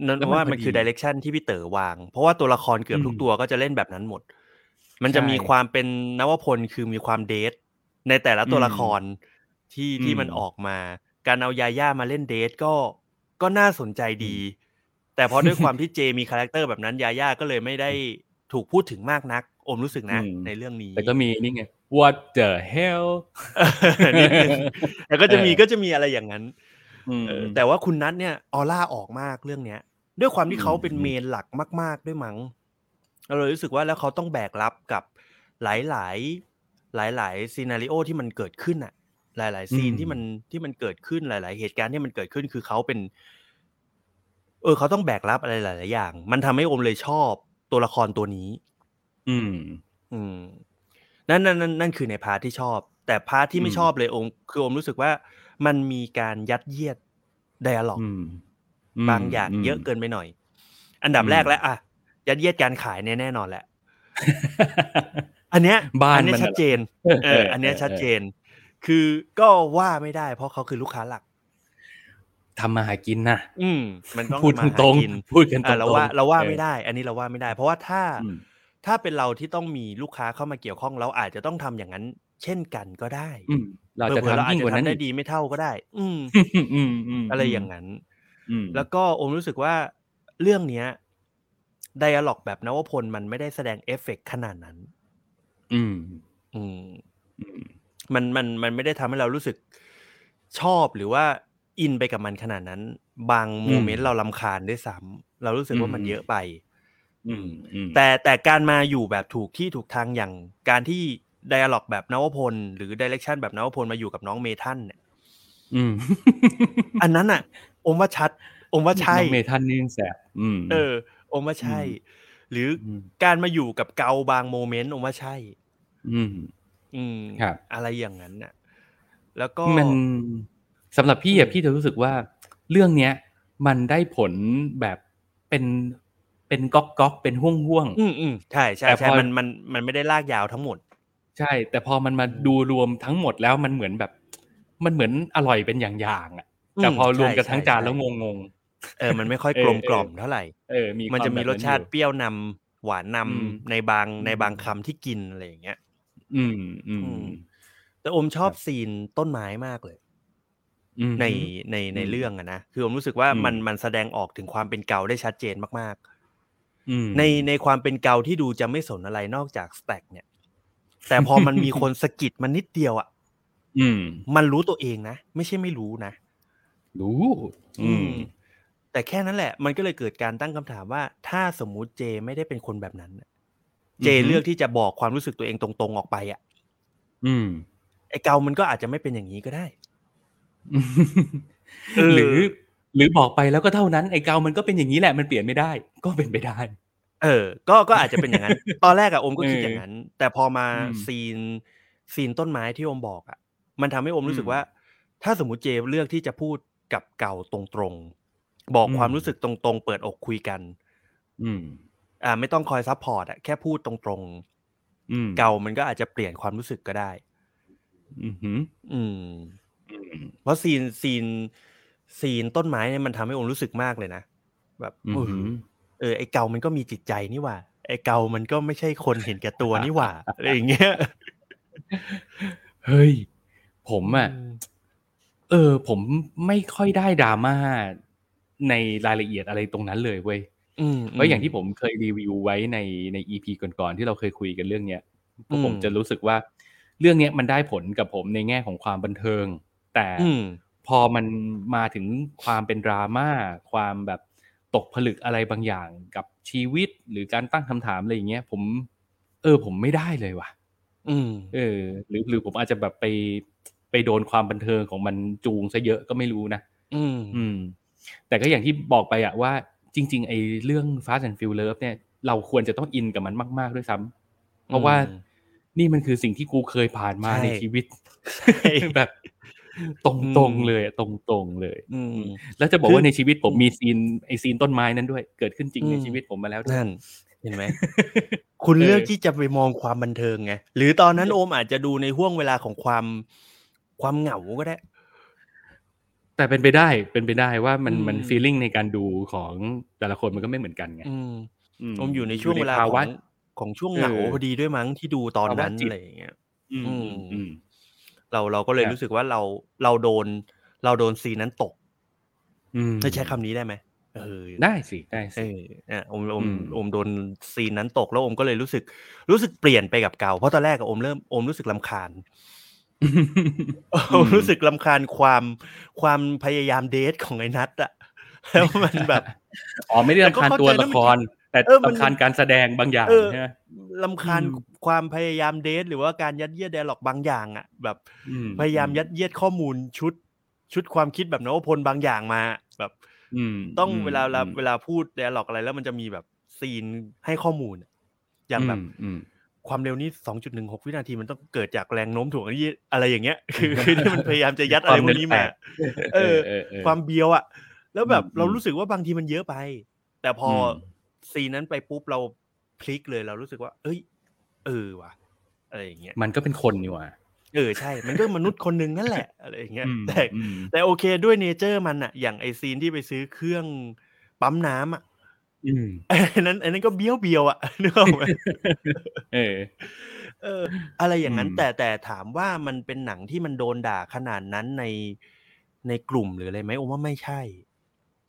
C: นั่น
A: แล้วมัน
C: ว่า
A: พอ
C: มันคือ
A: ดี
C: ดิเรกชันที่พี่เต๋อวาง เพราะว่าตัวละครเกือบ
A: อืม
C: ทุกตัวก็จะเล่นแบบนั้นหมด มันจะ
A: ใช่
C: มีความเป็นนวพลคือมีความเดท ในแต่ละตัวละครที่
A: อืม
C: ที่มันออกมา การเอายาย่ามาเล่นเดทก็ก็น่าสนใจดี แต่พอด้วยความที่เจมีคาแรคเตอร์แบบนั้นยาย่าก็เลยไม่ได้ถูกพูดถึงมากนัก อมรู้สึกนะ
A: อืม
C: ในเรื่องนี้
A: แต่ก็มีนี่ไง what the hell
C: นิดนึงแต่ก็จะมี
A: เออ
C: ก็จะมีอะไรอย่างนั้น
A: อืม
C: เออแต่ว่าคุณนัทเนี่ยออร่าออกมากเรื่องเนี้ย ด้วยความที่เขาเป็น
A: อืม
C: เมนหลักมาก ๆ ด้วยมั้งเราเลยรู้สึกว่าแล้วเขาต้องแบกรับกับหลายหลายหลายหลายซีนารีโอที่มันเกิดขึ้นอะหลายหลายซีนที่มันที่มันเกิดขึ้นหลาย ๆ เหตุการณ์ที่มันเกิดขึ้นคือเขาเป็น เออ เขาต้องแบกรับอะไรหลาย ๆ อย่าง มันทำให้โอมเลยชอบตัวละครตัวนี้
A: อืม
C: อืมนั่นนั่นนั่นนั่นคือในพาร์ทที่ชอบ แต่พาร์ทที่ไม่
A: อืม
C: ชอบเลยองค์คืออมรู้สึกว่ามันมีการยัดเยียดไดอะล็อก
A: อืม
C: บางอย่างเยอะ
A: น
C: เกินไปหน่อย อันดับ
A: อืม
C: แรกแล้วอ่ะยัดเยียดการขายเนี่ยแน่นอนแหละ อันเนี้ย
A: บ้าน
C: อันเนี้
A: มั
C: ย
A: น
C: ชัดเจนเอออันเนี้ยชัดเจน คือก็ว่าไม่ได้ เพราะเขาคือลูกค้าหลัก
A: ทำมาหากินนะ
C: อืม มันต้อง
A: พูด
C: ทำมา
A: ตรง
C: หากิน
A: ๆพูดกันตร
C: อ่ะ
A: งๆ
C: เราว่าเราว่าไม่
A: เ
C: ได้ อันนี้เราว่าไม่ได้ เพราะว่าถ้า
A: อออืม
C: ถ้าเป็นเราที่ต้องมีลูกค้าเข้ามาเกี่ยวข้องเราอาจจะต้องทำอย่างนั้น เช่นกันก็ได้
A: อืมเราจะ
C: เผื่อๆเรา
A: ทำ
C: อาจ
A: ยิ่ง
C: จะ
A: กว่านั้น
C: ทำได้
A: อีก
C: ดีไม่เท่าก็ได้ อืม
A: อืมม
C: อะไรอย่างนั้น
A: อืม
C: แล้วก็โอมรู้สึกว่าเรื่องเนี้ยไดอะล็อกแบบนวพลมันไม่ได้แสดงเอฟเฟกต์ขนาดนั้น
A: อืม
C: อืม
A: อืม
C: มันมันมันไม่ได้ทำให้เรารู้สึกชอบหรือว่าอินไปกับมันขนาดนั้น บางโมเมน
A: อื
C: ต์
A: ม
C: เราลำคาญด้วยซ้ำเรารู้สึกว่ามัน
A: อืม
C: เยอะไป
A: อืมอืม
C: แต่แต่การมาอยู่แบบถูกที่ถูกทางอย่างการที่ไดอะล็อกแบบนวพล หรือดิเรกชันแบบนวพลมาอยู่กับน้องเมทัน เนี่ย
A: อืม
C: อันนั้นอ่ะ อมว่าชัด อมว่าใช่
A: น้องเมทันนี่ยังแสบอืม
C: เออ อมว่าใช่
A: อืม
C: หรืออ
A: ม
C: การมาอยู่กับเกาบางโมเมนต์ผมว่าใช่
A: อืม
C: อืม
A: ครับ
C: อะไรอย่างนั้นน่ะ แล้วก็
A: มันสำหรับพี่
C: อื
A: อะ
C: ม
A: พี่จะรู้สึกว่าเรื่องเนี้ย มันได้ผลแบบเป็น เป็นก๊อกก๊อกๆเป็นห่วงห่วงๆ
C: อืมอืมใช่ใช่
A: แต่
C: ใช่
A: พอ
C: มันมันมันไม่ได้ลากยาวทั้งหมด
A: ใช่ แต่พอมันมาดูรวมทั้งหมดแล้วมันเหมือนแบบ มันเหมือนอร่อยเป็นอย่างๆอ่ะแต่พอรวมกันทั้งจานแล้วงง
C: เออ มันไม่ค่อย
A: เออก
C: ลมกล่อม
A: เออ
C: เท่าไหร่
A: ๆเออ มี
C: มันจะ
A: ค
C: มี
A: วแบบ
C: รส
A: อยู่
C: ชาติเปรี้ยวนำหวานนำ
A: อืม
C: ในบางใน
A: อืม
C: บางคำที่กินอะไรอย่างเงี้ย
A: อืมอืม
C: อืม แต่อมชอบ
B: ครับ
C: ซีนต้นไม้มากเลย
A: อืม
C: ในในใน
A: อืม
C: เรื่องอะนะ คือผมรู้สึกว่า
A: อืม
C: มันมันแสดงออกถึงความเป็นเกาได้ชัดเจนมาก
A: อืม
C: ๆ ในในความเป็นเกาที่ดูจะไม่สนอะไรนอกจากสแต็กเนี่ย แต่พอมันมีคนสะกิดมันนิดเดียวอะ
A: อืม
C: มันรู้ตัวเองนะ ไม่ใช่ไม่รู้นะ
A: รู้ อืม
C: แต่แค่นั้นแหละ มันก็เลยเกิดการตั้งคำถามว่า ถ้าสมมุติเจไม่ได้เป็นคนแบบนั้นน่ะเจ
A: อือฮึ
C: เลือกที่จะบอกความรู้สึกตัวเองตรงๆออกไปอ่ะ
A: อืม
C: ไอ้เกามันก็อาจจะไม่เป็นอย่างนี้ก็ได้ เออ
A: หรือ หรือบอกไปแล้วก็เท่านั้นไอ้เกามันก็เป็นอย่างนี้แหละมันเปลี่ยนไม่ได้ ก็เป็นไปได้
C: เออ ก็ก็อาจจะเป็นอย่างนั้น ตอนแรกอะอมก็คิด
A: เออ
C: อ
A: อย่าง
C: นั้น แต่พอมา
A: อืม
C: ซีนซีนต้นไม้ที่อมบอกอะมันทำให้อมรู้สึก
A: อืม
C: ว่า ถ้าสมมติเจเลือกที่จะพูดกับเกาตรงๆบอก
A: อืม
C: ความรู้สึกตรงๆ เปิดอกคุยกัน
A: อืม
C: อ่าไม่ต้องคอยซัพพอร์ตอะแค่พูดตรง
A: อืม
C: ๆ เกามันก็อาจจะเปลี่ยนความรู้สึกก็ได้
A: อืมหืม
C: อืม
A: อืม
C: เพราะซีนซีนซีนต้นไม้เนี่ยมันทำให้อมรู้สึกมากเลยนะแบบ
A: อืมหืม
C: เออไอเกามันก็มีจิตใจนี่หว่า ไอเกามันก็ไม่ใช่คนเห็นแก่ตัวนี่หว่า อะไรอย่างเงี้ย
A: เฮ้ย ผมอ่ะ
C: อืม
A: เออ ผมไม่ค่อยได้ดราม่าในรายละเอียดอะไรตรงนั้นเลยเว้ย
C: อืม
A: เพราะอย่างที่ผมเคยรีวิวไว้ในในอีพีก่อนๆที่เราเคยคุยกันเรื่องเนี้ยพวกผมจะรู้สึกว่า เรื่องเนี้ยมันได้ผลกับผมในแง่ของความบันเทิง แต่
C: อืม
A: พอมันมาถึงความเป็นดราม่าความแบบตกผลึกอะไรบางอย่างกับชีวิตหรือการตั้งคำถามอะไรอย่างเงี้ยผม เออ ผมไม่ได้เลยว่ะ
C: อืม
A: เออ หรือหรือผมอาจจะแบบไปไปโดนความบันเทิงของมันจูงซะเยอะก็ไม่รู้นะ
C: อืม
A: อืมแต่ก็อย่างที่บอกไปอะว่าจริง ๆ ไอ้เรื่อง Fast and Furious เนี่ยเราควรจะต้องอินกับมันมาก ๆ ด้วยซ้ำเพราะว่า
C: อืม
A: นี่มันคือสิ่งที่กูเคยผ่านมา
C: ใช่
A: ในชีวิต
C: ใช่
A: แบบ ตรงๆเลยอะตรงๆเลย
C: อืม
A: แล้วจะบอก
C: คือ
A: ว่าในชีวิตผม
C: อืม
A: มีซีนไอซีนต้นไม้นั้นด้วย เกิดขึ้นจริงใน
C: อืม
A: ชีวิตผมมาแล้วด้วย
C: นั่น เห็นไหม คุณ
A: เออ
C: เลือกที่จะไปมองความบันเทิงไงหรือตอนนั้นโอมอาจจะดูในห่วงเวลาของความความเหงาก็ได้
A: แต่เป็นไปได้เป็นไปได้ว่ามัน
C: อืม
A: มันฟีลลิ่งในการดูของแต่ละคนมันก็ไม่เหมือนกันไง
C: อืม
A: ม
C: อมอยู่ในช่วงเวลา
A: ภ
C: ขอ
A: วะ
C: งของช่วงเหงา
A: เออ
C: พอดีด้วยมั้งที่ดูตอนนั้น
A: ภาวะจิต
C: อะไรอย่างเงี้ย
A: อืมอืมอืม
C: เราเราก็เลย
A: ครับ
C: รู้สึกว่าเราเราโดน เราโดนซีนนั้นตก
A: อืม
C: ได้ใช้คำนี้ได้ไหมเออ
A: ได้สิได้
C: เอ
A: สิ
C: ออ่ะอมอม
A: อืม
C: อมโดนซีนนั้นตกแล้วอมก็เลยรู้สึกรู้สึกเปลี่ยนไปกับเก่าเพราะตอนแรกอะอมเริ่มอมรู้สึกลำคาญอมรู้สึกลำคาญความความพยายามเดทของไอ้นัทอะ แล้วมันแบบ
A: อ๋อไม่ได้
C: แต่ก็
A: รำคาญ
C: เข้าใจ
A: ตัวละคร แต่
C: เออมัน
A: รำคาญการแสดงบางอย่าง
C: เออ
A: ใช่ไหม
C: ลำคาญ
A: อืม
C: ความพยายามเดทหรือว่าการยัดเยียดแดร์ล็อกบางอย่างอะแบบ
A: อื
C: พยายามยัดเยียดข้อมูลชุดชุดความคิดแบบนวพลบางอย่างมาแบบ
A: อืม
C: ต้องเวลาเวลา
A: อืม
C: เวลาพูดแดร์ล็อกอะไรแล้วมันจะมีแบบซีนให้ข้อมูลอะอย่างแบบ
A: อืม
C: ความเร็วนี้สองจุดหนึ่งหกวินาทีมันต้องเกิดจากแรงโน้มถ่วงนี่อะไรอย่างเงี้ย คือ คือที่มันพยายามจะยัดอะไรพวกนี้มา เออ ความเบียวอะแล้วแบบ
A: อืม
C: เรารู้สึกว่าบางทีมันเยอะไป แต่พออ
A: ม
C: ซีนนั้นไปปุ๊บเราพลิกเลยเรารู้สึกว่า เอ้ย เออว่ะอะไรอย่างเงี้ย
A: มันก็เป็นคนนี่หว่า
C: เออใช่ มันก็มนุษย์คนหนึงนั่นแหละอะไรอย่างเงี้ย
A: อืม
C: แต่
A: อืม
C: แต่โอเคด้วยเนเจอร์มันอะอย่างไอซีนที่ไปซื้อเครื่องปั๊มน้ำอะ
A: อืม
C: อันนั้นอันนั้นก็เบี้ยวเบียวๆอะ นึกออกไหม
A: เออ
C: เออ อะไรอย่างนั้น
A: อืม
C: แต่แต่ถามว่ามันเป็นหนังที่มันโดนด่าขนาดนั้นในในกลุ่มหรืออะไรไหมโอ้ว่าไม่ใช่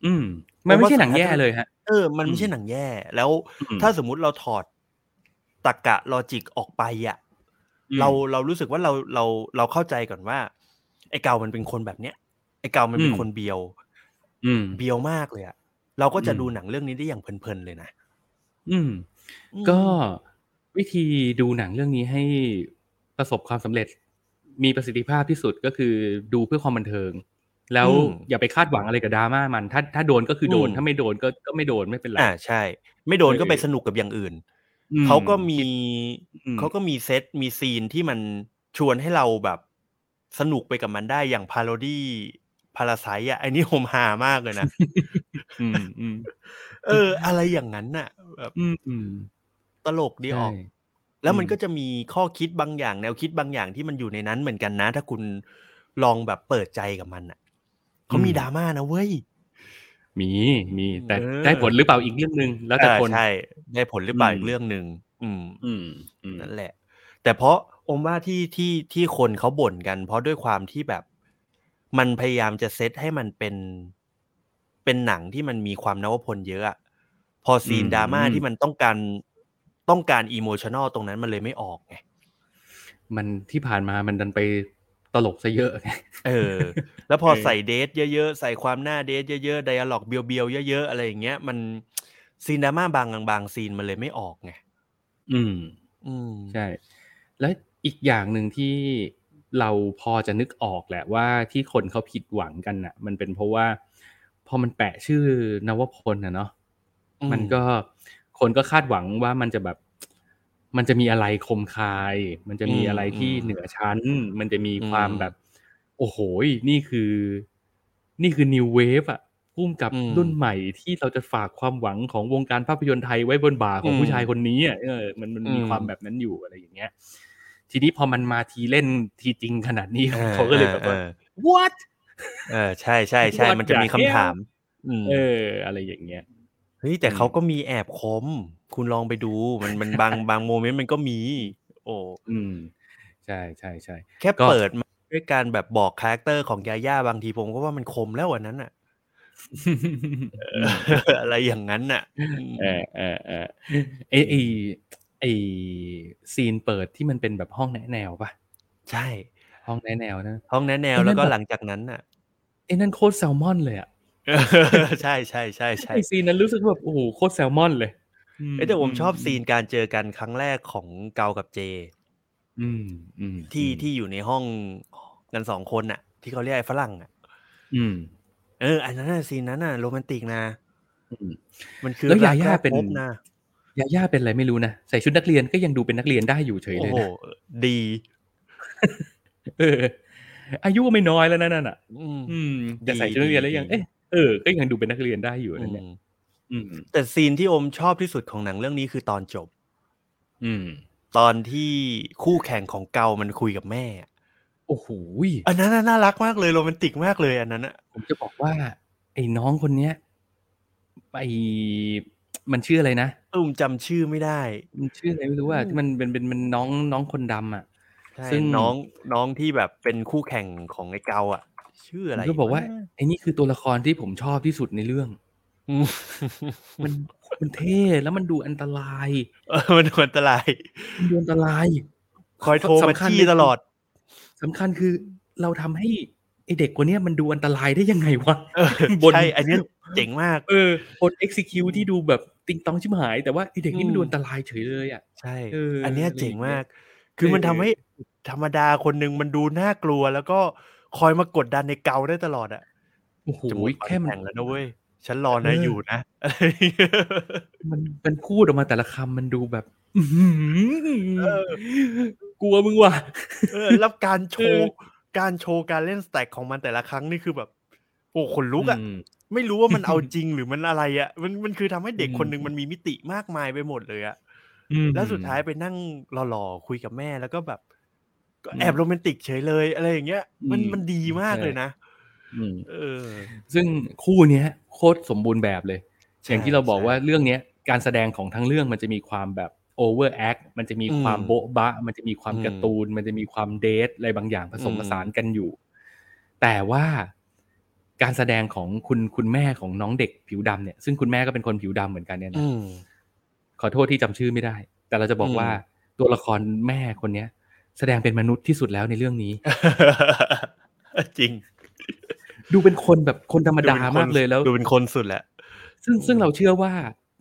A: อืมมันไม่ใช่หนังแย่เลยฮะ
C: เออ มันไม่ใช่หนังแย่ แล้ว
A: อืม
C: ถ้าสมมุติเราถอดตรรกะลอจิกออกไปอะ
A: อืม
C: เราเรารู้สึกว่าเราเราเราเข้าใจก่อนว่า ไอเก่ามันเป็นคนแบบเนี้ยไอเก่ามันเป็น
A: อืม
C: คนเบียว
A: อืม
C: เบียวมากเลยอะเราก็จะ
A: อืม
C: ดูหนังเรื่องนี้ได้อย่างเพลินๆเลยนะ
A: อืม ก็วิธีดูหนังเรื่องนี้ให้ประสบความสำเร็จ มีประสิทธิภาพที่สุดก็คือดูเพื่อความบันเทิง แล้ว
C: อืม
A: อย่าไปคาดหวังอะไรกับดราม่ามัน ถ้าถ้าโดนก็คือโดน
C: อืม
A: ถ้าไม่โดนก็ก็ไม่โดนไม่เป็นไร
C: อ่าใช่ ไม่โดนก็
A: เออ
C: ไปสนุกกับอย่างอื่น
A: อืม
C: เขาก็มี
A: อืม
C: เขาก็มีเซตมีซีนที่มันชวนให้เราแบบสนุกไปกับมันได้อย่างพาโรดี้พ พาราไซอะไอ้นี่ผมหามาก เลยนะ
A: อืมอืม
C: เออ อะไรอย่างนั้นน่ะแบบ
A: อืมอืม
C: ตลกดีออก
A: ใช่
C: แล้วมัน
A: อืม
C: ก็จะมีข้อคิดบางอย่าง แนวคิดบางอย่างที่มันอยู่ในนั้นเหมือนกันนะ ถ้าคุณลองแบบเปิดใจกับมันอ่ะเขามีดราม่านะเว้ย
A: มีมีแต่
C: เออ
A: ได้ผลหรือเปล่าอีกเรื่องหนึ่งแล้วแต่
C: เออ
A: คน
C: ใช่ได้ผลหรือเปล่า
A: อืม
C: อีกเรื่องหนึ่งอืม
A: อืมอืม
C: นั่นแหละ แต่เพราะอมว่าที่ที่ที่คนเขาบ่นกัน เพราะด้วยความที่แบบ มันพยายามจะเซตให้มันเป็นเป็นหนังที่มันมีความนวพลเยอะอะพอซีนดราม่าที่มันต้องการต้องการอีโมชันอลตรงนั้นมันเลยไม่ออกไง
A: มันที่ผ่านมามันดันไปตลกซะเยอะไง
C: เออ แล้วพอ
A: เออ
C: ใส่เดทเยอะๆ ใส่ความหน้าเดทเยอะๆ ไดอะล็อกเบียวๆ เยอะๆ อะไรอย่างเงี้ย มันซีนดราม่าบางบางซีนมันเลยไม่ออกไง
A: อืม
C: อืม
A: ใช่ และอีกอย่างหนึ่งที่เราพอจะนึกออกแหละว่าที่คนเขาผิดหวังกันน่ะ มันเป็นเพราะว่า พอมันแปะชื่อนวพลนะเนาะ
C: อืม
A: มันก็คนก็คาดหวังว่ามันจะแบบ มันจะมีอะไรคมคาย มันจะมีอะไรที่เหนือชั้น มันจะมีความแบบ โอ้โหนี่คือ นี่คือนิวเวฟอะพุ่มกับ
C: อืม
A: รุ่นใหม่ที่เราจะฝากความหวังของวงการภาพยนตร์ไทยไว้บนบ่าของ
C: อืม
A: ผู้ชายคนนี้อะเออ มันมันมี
C: อืม
A: ความแบบนั้นอยู่อะไรอย่างเงี้ย ทีนี้พอมันมาทีเล่นทีจริงขนาดนี้
C: ออ
A: เขาก็เลยแบบว่า
C: ออ
A: what
C: เออ ใช่ใช่ใช่
A: What
C: มันจะมี
A: the
C: คำ
A: hell?
C: ถาม อืม
A: เออ อะไรอย่างเงี้ย
C: เฮ้ย แต่เขาก็มีแอบคม คุณลองไปดู มันมัน บางบางโมเมนต์มันก็มี โอ้
A: อืม ใช่ใช่ใช่
C: แค่
A: ก็
C: เปิดมาด้วยการแบบบอกคาแรคเตอร์ของยาย่าบางทีผมก็ว่ามันคมแล้วอันนั้นอ่ะ อะไรอย่างนั้นอ่ะม
A: เออเออเออไอไอไอซีนเปิดที่มันเป็นแบบห้องแนะแนวปะ
C: ใช่
A: ห้องแนะแนวนะ
C: ห้องแนะแนว
A: เอ้ย
C: แล้วก็
A: นั่นแบบ
C: หลังจากนั้นน่ะ
A: ไอ้นั่นโคตรแซลมอนเลยอะ
C: ใช่ใช่ใช่ใช่
A: ไอซีนนั้นรู้สึกแบบโอ้โหโคตรแซลมอนเลย
C: เอ้ยแต่ผมชอบซีนการเจอกันครั้งแรกของเกากับเจ
A: อืมอืม
C: ที่ที่อยู่ในห้องกันสองคนน่ะ ที่เขาเรียกไอ้ฝรั่งอ่ะ
A: อืม
C: เอออันนั้นน่ะซีนนั้นน่ะโรแมนติกนะ
A: อืม
C: มันคือ
A: แล้ว
C: รัก
A: ยาย่า
C: แรก
A: เป็น
C: พบนะ
A: ยาย่าเป็นอะไรไม่รู้นะใส่ชุดนักเรียนก็ยังดูเป็นนักเรียนได้อยู่เฉย
C: โอ้
A: เลย
C: โห
A: นะ
C: ดี
A: เออ อายุก็ไม่น้อยแล้วนะนั่นอ่ะ
C: อืม
A: อืม
C: ดี
A: แต่ใส่ชุดนักเรียนแล้วยัง
C: ดี
A: เอ๊ะเออก็ยังดูเป็นนักเรียนได้อยู่นะเนี่ย
C: อืม
A: อืม
C: แต่ซีนที่อมชอบที่สุดของหนังเรื่องนี้คือตอนจบ
A: อืม
C: ตอนที่คู่แข่งของเกามันคุยกับแม่อะ
A: โอ้โห
C: อันนั้นน่ะน่ารักมากเลยโรแมนติกมากเลยอันนั้นอ่ะ
A: ผมจะบอกว่า ไอ้น้องคนเนี้ยไอมันชื่ออะไรนะ
C: เออผมจำชื่อไม่ได้
A: มันชื่ออะไรไม่รู้อ่ะที่มันเป็นเป็นมันน้องน้องคนดำอ่ะ
C: ใช่
A: ซึ่ง
C: น้องน้องที่แบบเป็นคู่แข่งของไอ้เกาอ่ะ ชื่ออะไร
A: ผมก็บอกว่าไอ้นี่คือตัวละครที่ผมชอบที่สุดในเรื่อง
C: อืม
A: มันมันเท่แล้วมันดูอันตราย
C: เออมันอันตราย
A: มันดูอันตราย
C: คอยโทรมา
A: สำคัญ
C: จี้
A: เลย
C: ตลอด
A: สำคัญคือเราทำให้ไอเด็กคนเนี้ยมันดูอันตรายได้ยังไงวะ
C: เออบ
A: น
C: ใช่อันเนี้ยเจ๋งมาก
A: เออคน execute ที่ดูแบบติงตองชิบหาย แต่ว่าไอเด็กนี่มันดูอันตรายเฉยเลยอ่ะ
C: ใช่
A: เอออั
C: อันเนี้ยเจ๋งมาก คือ
A: เออ
C: มันทำให้ธรรมดาคนหนึ่งมันดูน่ากลัว แล้วก็คอยมากดดันในเกาได้ตลอดอ่ะ
A: โอ้โห
C: จะหมด
A: แค่มัน
C: ข่งแล้วนะเว้ย ฉันรอนะ
A: เอออ
C: อยู่นะ
A: มันมันพูดออกมาแต่ละคำมันดูแบบอื้อหือกลัวมึงว่ะ
C: เออแล้วการโช
A: เอ
C: ว์
A: อ
C: การโชว์การเล่นสแต็กของมันแต่ละครั้งนี่คือแบบ โอ้ขนลุกอ่ะ
A: อืม
C: ไม่รู้ว่ามัน เอาจริงหรือมันอะไรอ่ะ มันมันคือทำให้เด็ก
A: อืม
C: คนหนึ่งมันมีมิติมากมายไปหมดเลยอ่ะ
A: อืม
C: แล้วสุดท้ายไปนั่งหล่อๆคุยกับแม่แล้วก็แบบก็
A: อืม
C: แอบโรแมนติกเฉยเลยอะไรอย่างเงี้ย มัน
A: อืม
C: มันดีมาก
A: ใช่
C: เลยนะ
A: อืม
C: เออ
A: ซึ่งคู่เนี้ยโคตรสมบูรณ์แบบเลย
C: ใช่
A: อย่างที่เราบอก
C: ใช่
A: ว่าเรื่องเนี้ยการแสดงของทั้งเรื่องมันจะมีความแบบโอเวอร์แอค มันจะมีความ
C: อืม
A: โบ๊ะบะ มันจะมีความ
C: อืม
A: การ์ตูน มันจะมีความเดทอะไรบางอย่างผสม
C: อืม
A: ผสานกันอยู่ แต่ว่าการแสดงของคุณคุณแม่ของน้องเด็กผิวดำเนี่ย ซึ่งคุณแม่ก็เป็นคนผิวดำเหมือนกันเนี่ยนะ
C: อืม
A: ขอโทษที่จำชื่อไม่ได้ แต่เราจะบอก
C: อืม
A: ว่าตัวละครแม่คนเนี้ย แสดงเป็นมนุษย์ที่สุดแล้วในเรื่องนี้
C: จริง
A: ดูเป็นคนแบบคนธรรมดามากเลยแล้ว
C: ดูเป็นคนสุดแหละ
A: ซึ่งซึ่งเราเชื่อว่า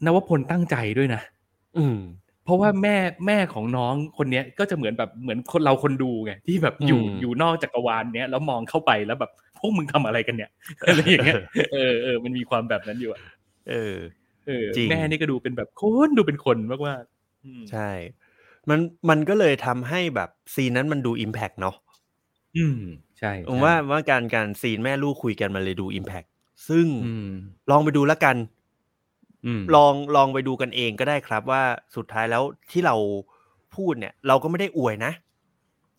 A: นวพลตั้งใจด้วยนะ
C: อืม
A: เพราะว่าแม่แม่ของน้องคนเนี้ยก็จะเหมือนแบบเหมือนคนเราคนดูไงที่แบบอยู่
C: อืม
A: อยู่นอกจักรวาลเนี้ยแล้วมองเข้าไปแล้วแบบพวกมึงทำอะไรกันเนี่ยอะไรอย่างเงี้ยเออเออมันมีความแบบนั้นอยู่อะ
C: เออ
A: เออ
C: จริง
A: แม่นี่ก็ดูเป็นแบบคนดูเป็นคนมากว่าอืม
C: ใช่ มันมันก็เลยทำให้แบบซีนนั้นมันดูอิมแพกเนาะ
A: อืม ใช่
C: ผมว่าว่าการการซีนแม่ลูกคุยกันมันเลยดู Impact ซึ่ง
A: อืม
C: ลองไปดูแล้วกัน
A: ม
C: ลองลองไปดูกันเองก็ได้ครับว่าสุดท้ายแล้วที่เราพูดเนี่ย เราก็ไม่ได้อวยนะ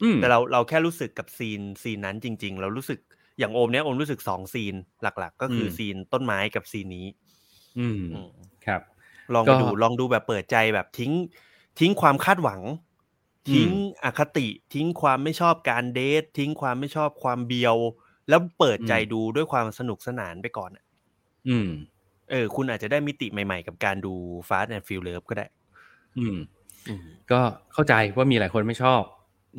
A: อืม
C: แต่เราเราแค่รู้สึกกับซีนซีนนั้นจริง ๆ เรารู้สึกอย่างโอมเนี่ยโอมรู้สึกสองซีนหลัก ๆ ก็คืออ
A: ม
C: ซีนต้นไม้กับซีนนี้
A: อืม
C: อืม
A: ครับ
C: ลองไปดู
A: ก็
C: ลองดูแบบเปิดใจแบบทิ้ง ทิ้งความคาดหวัง ทิ้ง
A: อืม
C: อคติ ทิ้งความไม่ชอบการเดททิ้งความไม่ชอบความเบียว แล้วเปิดใจ
A: อืม
C: ดูด้วยความสนุกสนานไปก่อนอะ
A: อืม
C: เออคุณอาจจะได้มิติใหม่ๆ กับการดู Fast and f u l e ก็ได้
A: อืม ก็เข้าใจว่ามีหลายคนไม่ชอบ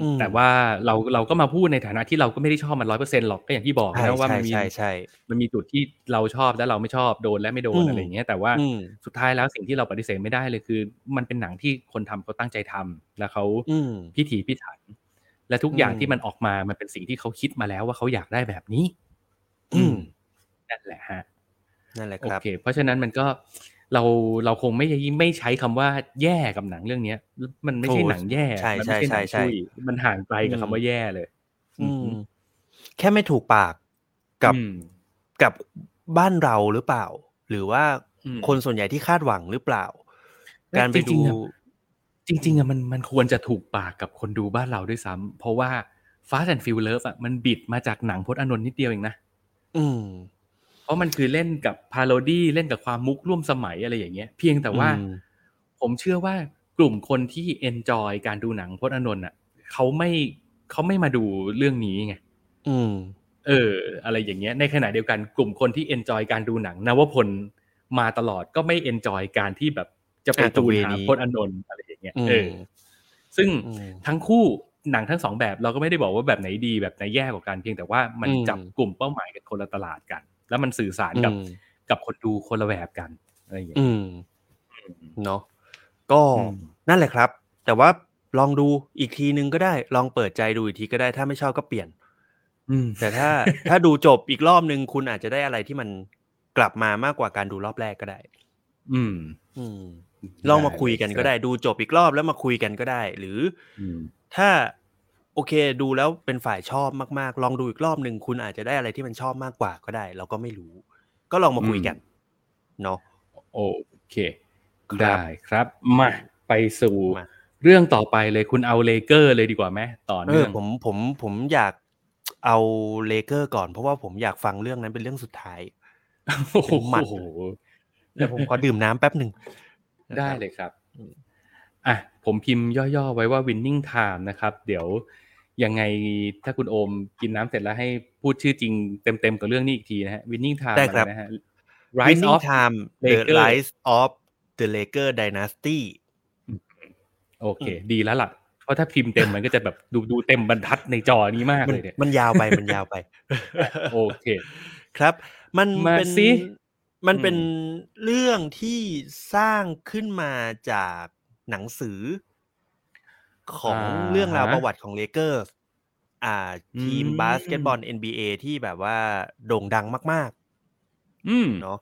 C: อืม
A: แต่ว่าเราเราก็มาพูดในฐานะที่เราก็ไม่ได้ชอบมันร้อยเปอร์เซ็นต์หรอกก็อย่างที่บอก
C: ใช่
A: นะว่ามันมี
C: ใช่ใช่
A: มันมีจุดที่เราชอบและเราไม่ชอบโดนและไม่โด
C: อื
A: น
C: ม
A: อะไรอย่างเงี้ยแต่ว่า
C: อืม
A: สุดท้ายแล้วสิ่งที่เราปฏิเสธไม่ได้เลยคือ มันเป็นหนังที่คนทำเขาตั้งใจทำและเขา
C: อืม
A: พิถีพิถัน และทุกอย่าง
C: อืม
A: ที่มันออกมามันเป็นสิ่งที่เขาคิดมาแล้วว่าเขาอยากได้แบบนี้
C: อืม
A: นั่นแหละฮะ
C: นั่นแหละ
A: โอ
C: ครับ
A: เค เพราะฉะนั้นมันก็เราเราคงไม่ไม่ใช้คำว่าแย่กับหนังเรื่องเนี้ย มันไม่ใช่
C: ถูก
A: หนังแย่
C: ใช่
A: มัไม่ใช่หนัง
C: ใช่
A: ช่วย
C: ใช่
A: มันห่างไกลกับ
C: อืม
A: คำว่าแย่เลย
C: อืม แค่ไม่ถูกปากกับ
A: อืม
C: กับบ้านเราหรือเปล่า หรือว่า
A: อืม
C: คนส่วนใหญ่ที่คาดหวังหรือเปล่า การไป
A: จริ
C: ดู
A: งๆอะ จริง ๆอะมันมันควรจะถูกปากกับคนดูบ้านเราด้วยซ้ำเพราะว่า Fast and f u l o v e อะมันบิดมาจากหนังพจน์อานนท์นิดเดียวเองนะ
C: อืม
A: เพราะมันคือเล่นกับพาโรดี้เล่นกับความมุกร่วมสมัยอะไรอย่างเงี้ย เพียงแต่ว่า
C: อืม
A: ผมเชื่อว่ากลุ่มคนที่ enjoy การดูหนังพจน์อานนท์อ่ะเขาไม่เขาไม่มาดูเรื่องนี้ไง
C: อืม
A: เอออะไรอย่างเงี้ยในขณะเดียวกันกลุ่มคนที่เอนจอยการดูหนังนวพลมาตลอดก็ไม่เอนจอยการที่แบบจะไป
C: อ่ะ
A: จูนหา
C: ตรงเวนี้
A: พจน์อานนท์อะไรอย่างเงี้ย
C: อืม
A: เออซึ่ง
C: อืม
A: ทั้งคู่หนังทั้งสองแบบเราก็ไม่ได้บอกว่าแบบไหนดีแบบไหนแย่กว่ากันเพียงแต่ว่ามัน
C: อืม
A: จับกลุ่มเป้าหมายกันคนละตลาดกัน แล้วมันสื่อสารกับ
C: อืม
A: กับคนดูคนละแบบกันอะไรอย่างเงี้ย
C: อืมเนาะก็
A: อืม
C: นั่นแหละครับ แต่ว่าลองดูอีกทีนึงก็ได้ ลองเปิดใจดูอีกทีก็ได้ ถ้าไม่ชอบก็เปลี่ยน
A: อืม
C: แต่ ถ้า ถ้าดูจบอีกรอบนึงคุณอาจจะได้อะไรที่มันกลับมามากกว่าการดูรอบแรกก็ได้
A: อืม
C: อืม ลองมาคุยกันก็ได้ดูจบอีกรอบแล้วมาคุยกันก็ได้ หรือ
A: อืม
C: ถ้าโอเคดูแล้วเป็นฝ่ายชอบมากๆ ลองดูอีกรอบหนึ่งคุณอาจจะได้อะไรที่มันชอบมากกว่าก็ได้ เราก็ไม่รู้ ก็ลองมาคุยกันเนาะ
A: โอเค
C: ครับ
A: ได้ครับมาไปสู่
C: มา
A: เรื่องต่อไปเลยคุณเอาเลเกอร์เลยดีกว่าไหมต่อ
C: เอ
A: เนื่
C: อ
A: อง
C: ผมผมผมอยากเอาเลเกอร์ก่อนเพราะว่าผมอยากฟังเรื่องนั้นเป็นเรื่องสุดท้าย
A: โอ้โห
C: เป็นหมัด เดี๋ยวผมขอดื่มน้ำแป๊บหนึ่ง
A: ได้เล
C: นะครับ
A: ยครับอ่ะผมพิมพ์ย่อๆไว้ว่า winning time นะครับ เดี๋ยวยังไงถ้าคุณโอมกินน้ำเสร็จแล้วให้พูดชื่อจริงเต็มๆกับเรื่องนี้อีกทีนะฮะ winning time
C: ได้ครับ
A: อะนะฮะ rise
C: Winning
A: of
C: Time The
A: Laker
C: Rise of the Laker Dynasty
A: โอเค ดีแล้วล่ะ เพราะถ้าพิมพ์เต็มมันก็จะแบบดูดูเต็มบรรทัดในจอนี้มาก
C: มัน
A: เลยเนี่ย
C: มันยาวไปมันยาวไป
A: โอเค
C: ครับ มัน
A: มา
C: เป็น
A: สิ
C: มันเป็น
A: อื
C: เรื่องที่สร้างขึ้นมาจากหนังสือ ของเรื่องราวประวัติของเลเกอร์สอ่า ทีมบาสเกตบอล NBA ที่แบบว่าโด่งดังมาก
A: อืม
C: ๆ เนาะ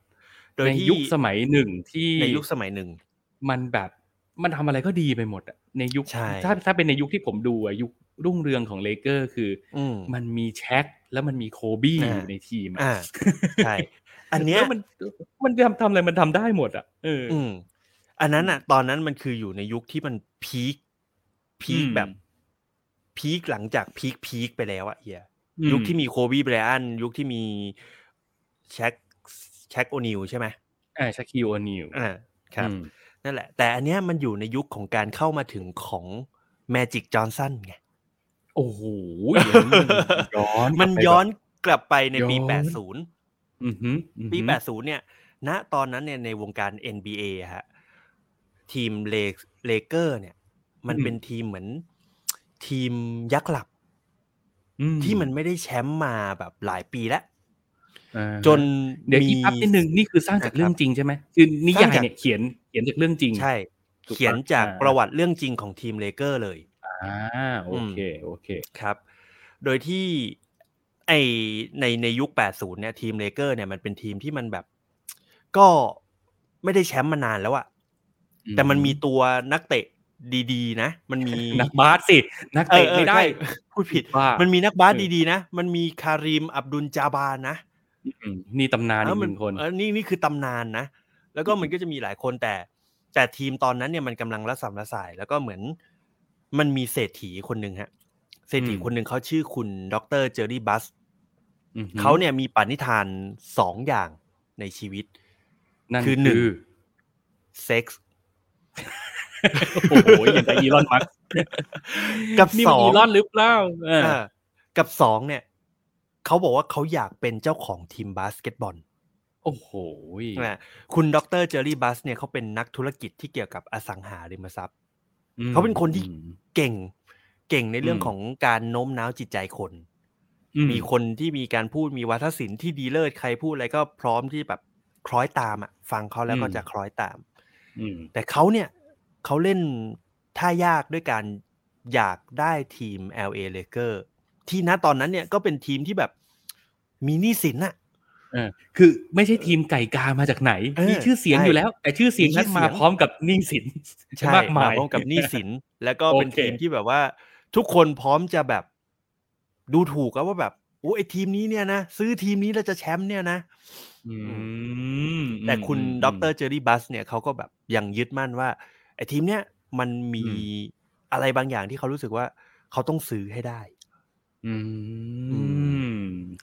C: โดย
A: ใน
C: ที่
A: ยุคสมัยหนึ่งที่
C: ในยุคสมัยหนึ่ง
A: มันแบบมันทำอะไรก็ดีไปหมดอะในยุค
C: ใช่
A: ถ้าถ้าเป็นในยุคที่ผมดูอะยุครุ่งเรืองของเลเกอร์คืออ
C: อืม
A: มันมีแช็คแล้วมันมีโคบี้
C: อ่า
A: อยู่ในทีมะ
C: อ่า ใช่ อันเนี้ย
A: แล้วมันมันทำทำอะไรมันทำได้หมดอ่ะเอออ
C: อืมอันนั้นอ่ะ ตอนนั้นมันคืออยู่ในยุคที่มันพีคพีค
A: อืม
C: แบบพีคหลังจากพีคพีคไปแล้วอะเฮีย
A: อื
C: ยุคที่มีโคบีไบรอันยุคที่มีแช็คแช็คโอนิวใช่ไหม
A: อ่าชาคิวโอนิว
C: อ่าครับ
A: อืม
C: นั่นแหละ แต่อันเนี้ยมันอยู่ในยุคของการเข้ามาถึงของแมจิกจอห์นสันไง
A: โอ้โหอย่างนี้มันย้อน
C: มัน
A: กลับไปแบบ
C: ย้อนกลับไปในปี
A: ย้อน
C: 80
A: อือหืออือหือ
C: ปี 80 เนี่ย ณ ตอนนั้นเนี่ยในวงการ NBA ฮะ ทีมเลเลเกอร์เนี่ย มันเป็นทีมเหมือนทีมยักษ์หลับ
A: อื
C: ที่มันไม่ได้แชมป์มาแบบหลายปีแล้ว
A: อ่าฮะ
C: จน
A: เดี๋ยว
C: มี
A: อีกอัพนิดนึงนี่คือสร้างจากเรื่องจริงใช่ไหมคือนิยายเนี่ยเขียนเขียนจากเรื่องจริง
C: ใช่
A: ถูกปะ
C: เขียนจาก
A: อ่า
C: ประวัติเรื่องจริงของทีมเลเกอร์เลย
A: อ่าโอเคโอเค
C: ครับ โดยที่ไอในในยุค 80 เนี่ย ทีมเลเกอร์เนี่ยมันเป็นทีมที่มันแบบ ก็ไม่ได้แชมป์มานานแล้วอะ
A: อืม
C: แต่มันมีตัวนักเตะ ดีๆ นะ มันมี
A: นักบาสสิ นักเตะไม่ได้
C: เออเออใช่พูดผิด
A: ว่า
C: มันมีนักบาส
A: เออ
C: ดีๆนะ มันมีคารีมอับดุลจาบานะ
A: อืมนี่ตำนานอีกห
C: เมั
A: นึ่งคน
C: เออนี่นี่คือตำนานนะ แล้วก็มันก็จะมีหลายคนแต่ แต่ทีมตอนนั้นเนี่ยมันกำลังระสำระสาย แล้วก็เหมือนมันมีเศรษฐีคนหนึ่งฮะ เศรษฐี
A: อืม
C: คนหนึ่งเขาชื่อคุณดรเจอรี่บัส
A: อือหือ
C: เขาเนี่ยมีปณิธานสองอย่างในชีวิต
A: นั่น
C: คือหนึ่
A: คื
C: ง
A: อ
C: เซ็กส์
A: โอ้โหอย่างกับอีลอนมัสก์
C: กับ
A: นี่
C: ส
A: มัน
C: อง
A: อีลอนหรือเปล่าเออ
C: เออกับสองเนี่ยเขาบอกว่าเขาอยากเป็นเจ้าของทีมบาสเกตบอล
A: โอ้โห
C: นะคุณดรเจอรี่บัสเนี่ยเขาเป็นนักธุรกิจที่เกี่ยวกับอสังหาริมทรัพย์
A: อืม
C: เขาเป็นคนที่
A: อืม
C: เก่งเก่งในเรื่อง
A: อืม
C: ของการโน้มน้าวจิตใจคน
A: อื
C: มีคนที่มีการพูดมีวัฒนศิลป์ที่ดีเลิศใครพูดอะไรก็พร้อมที่แบบคล้อยตามอ่ะฟังเขาแล้วก็จะคล้อยตาม
A: อืม
C: แต่เขาเนี่ยเขาเล่นท่ายากด้วยการอยากได้ทีม LA l a k e r ที่ณตอนนั้นเนี่ยก็เป็นทีมที่แบบมีหนี้สินอะ
A: เออคือไม่ใช่ทีมไก่กามาจากไหน
C: เออ
A: มีชื่อเสียง
C: ใช่
A: อยู่แล้ว แต่ชื่อเสียงนั้น
C: มีชื่อ
A: มา
C: เสียง
A: พร้อมกับหนี้สิน
C: ใช่
A: มากมาย
C: พร้อมกับหนี้สิ น แล้วก็เป็น
A: โอเค
C: ทีมที่แบบว่า ทุกคนพร้อมจะแบบดูถูกกันว่าแบบโอ้ไอทีมนี้เนี่ยนะซื้อทีมนี้แล้วจะแชมป์เนี่ยนะ
A: อืม
C: แต่คุณ
A: ม
C: ดรเจอรี่บัสเนี่ยเขาก็แบบยังยึดมั่นว่าไอทีมเนี่ยมันมีอะไรบางอย่างที่เขารู้สึกว่าเขาต้องซื้อให้ได้
A: อืม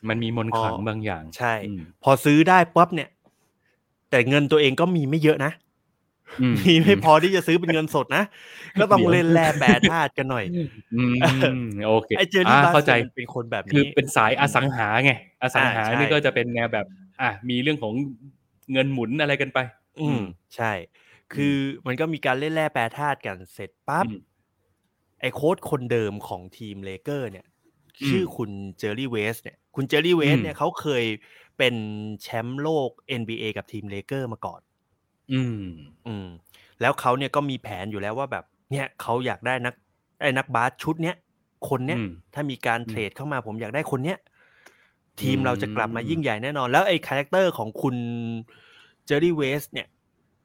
A: มันมีมนต์ขลังบางอย่าง
C: ใช่
A: อืม
C: พอซื้อได้ปั๊บเนี่ย แต่เงินตัวเองก็มีไม่เยอะนะ
A: อื
C: มีไม่พอที่จะซื้อเป็นเงินสดนะ ก็ต้องเล่นแร่แปรธาตุกันหน่อย
A: อืมโอเค
C: ไอเจอรี่
A: า
C: บัส
A: เข้าใจ
C: นี่ยเป็นคนแบบนี้
A: คือเป็นสายอสังหาไง อสังหา
C: อ่าใช่
A: นี่ก็จะเป็นแนวแบบ อ่ะมีเรื่องของเงินหมุนอะไรกันไป
C: อืมใช่ คือมันก็มีการเล่นแร่แปรธาตุกันเสร็จปั๊บ
A: อืม
C: ไอ้โค้ชคนเดิมของทีมเลเกอร์ เนี่ย
A: อืม
C: ชื่อคุณเจอร์รี่เวสเนี่ย คุณเจอร์รี่เวส
A: อืม
C: เนี่ยเขาเคยเป็นแชมป์โลก NBA กับทีมเลเกอร์มาก่อน
A: อืม
C: อืม แล้วเขาเนี่ยก็มีแผนอยู่แล้วว่าแบบ เนี่ยเขาอยากได้นักไอ้นักบาสชุดเนี้ยคนเนี้ย
A: อืม
C: ถ้ามีการเทรดเข้ามาผมอยากได้คนเนี้ยทีม
A: อืม
C: เราจะกลับมายิ่งใหญ่แน่นอน แล้วไอ้คาแรคเตอร์ของคุณเจอร์รี่เวสเนี่ย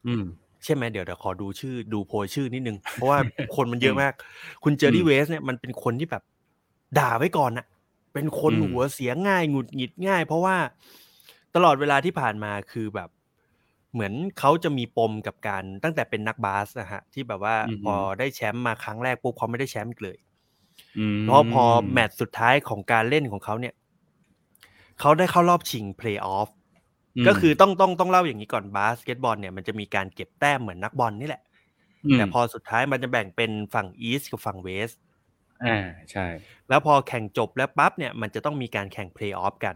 A: อืม
C: ใช่ไหมเดี๋ยวเดี๋ยวขอดูชื่อดูโพยชื่อนิดนึง เพราะว่า คนมันเยอะมาก คุณเจอ
A: อื
C: รี่
A: ม
C: เวสเนี่ยมันเป็นคนที่แบบด่าไว้ก่อนน่ะ เป็นคน
A: อืม
C: หัวเสียง่ายหงุดหงิดง่าย เพราะว่าตลอดเวลาที่ผ่านมาคือแบบ เหมือนเขาจะมีปมกับการตั้งแต่เป็นนักบาสนะฮะ ที่แบบว่าพอได้แชมป์มาครั้งแรกปุ๊บเขาไม่ได้แชมป์อีกเลย
A: อืม
C: เพราะพอแมตช์สุดท้ายของการเล่นของเขาเนี่ยเขาได้เข้ารอบชิงเพลย์ออฟ
A: ม
C: ก็คือต้องต้องต้องเล่าอย่างนี้ก่อนบาสเกตบอลเนี่ยมันจะมีการเก็บแต้มเหมือนนักบอลนี่แหละ
A: ม
C: แต่พอสุดท้ายมันจะแบ่งเป็นฝั่งอีสต์กับฝั่งเวสต์
A: อ่าใช่
C: แล้วพอแข่งจบแล้วปั๊บเนี่ยมันจะต้องมีการแข่งเพลย์ออฟกัน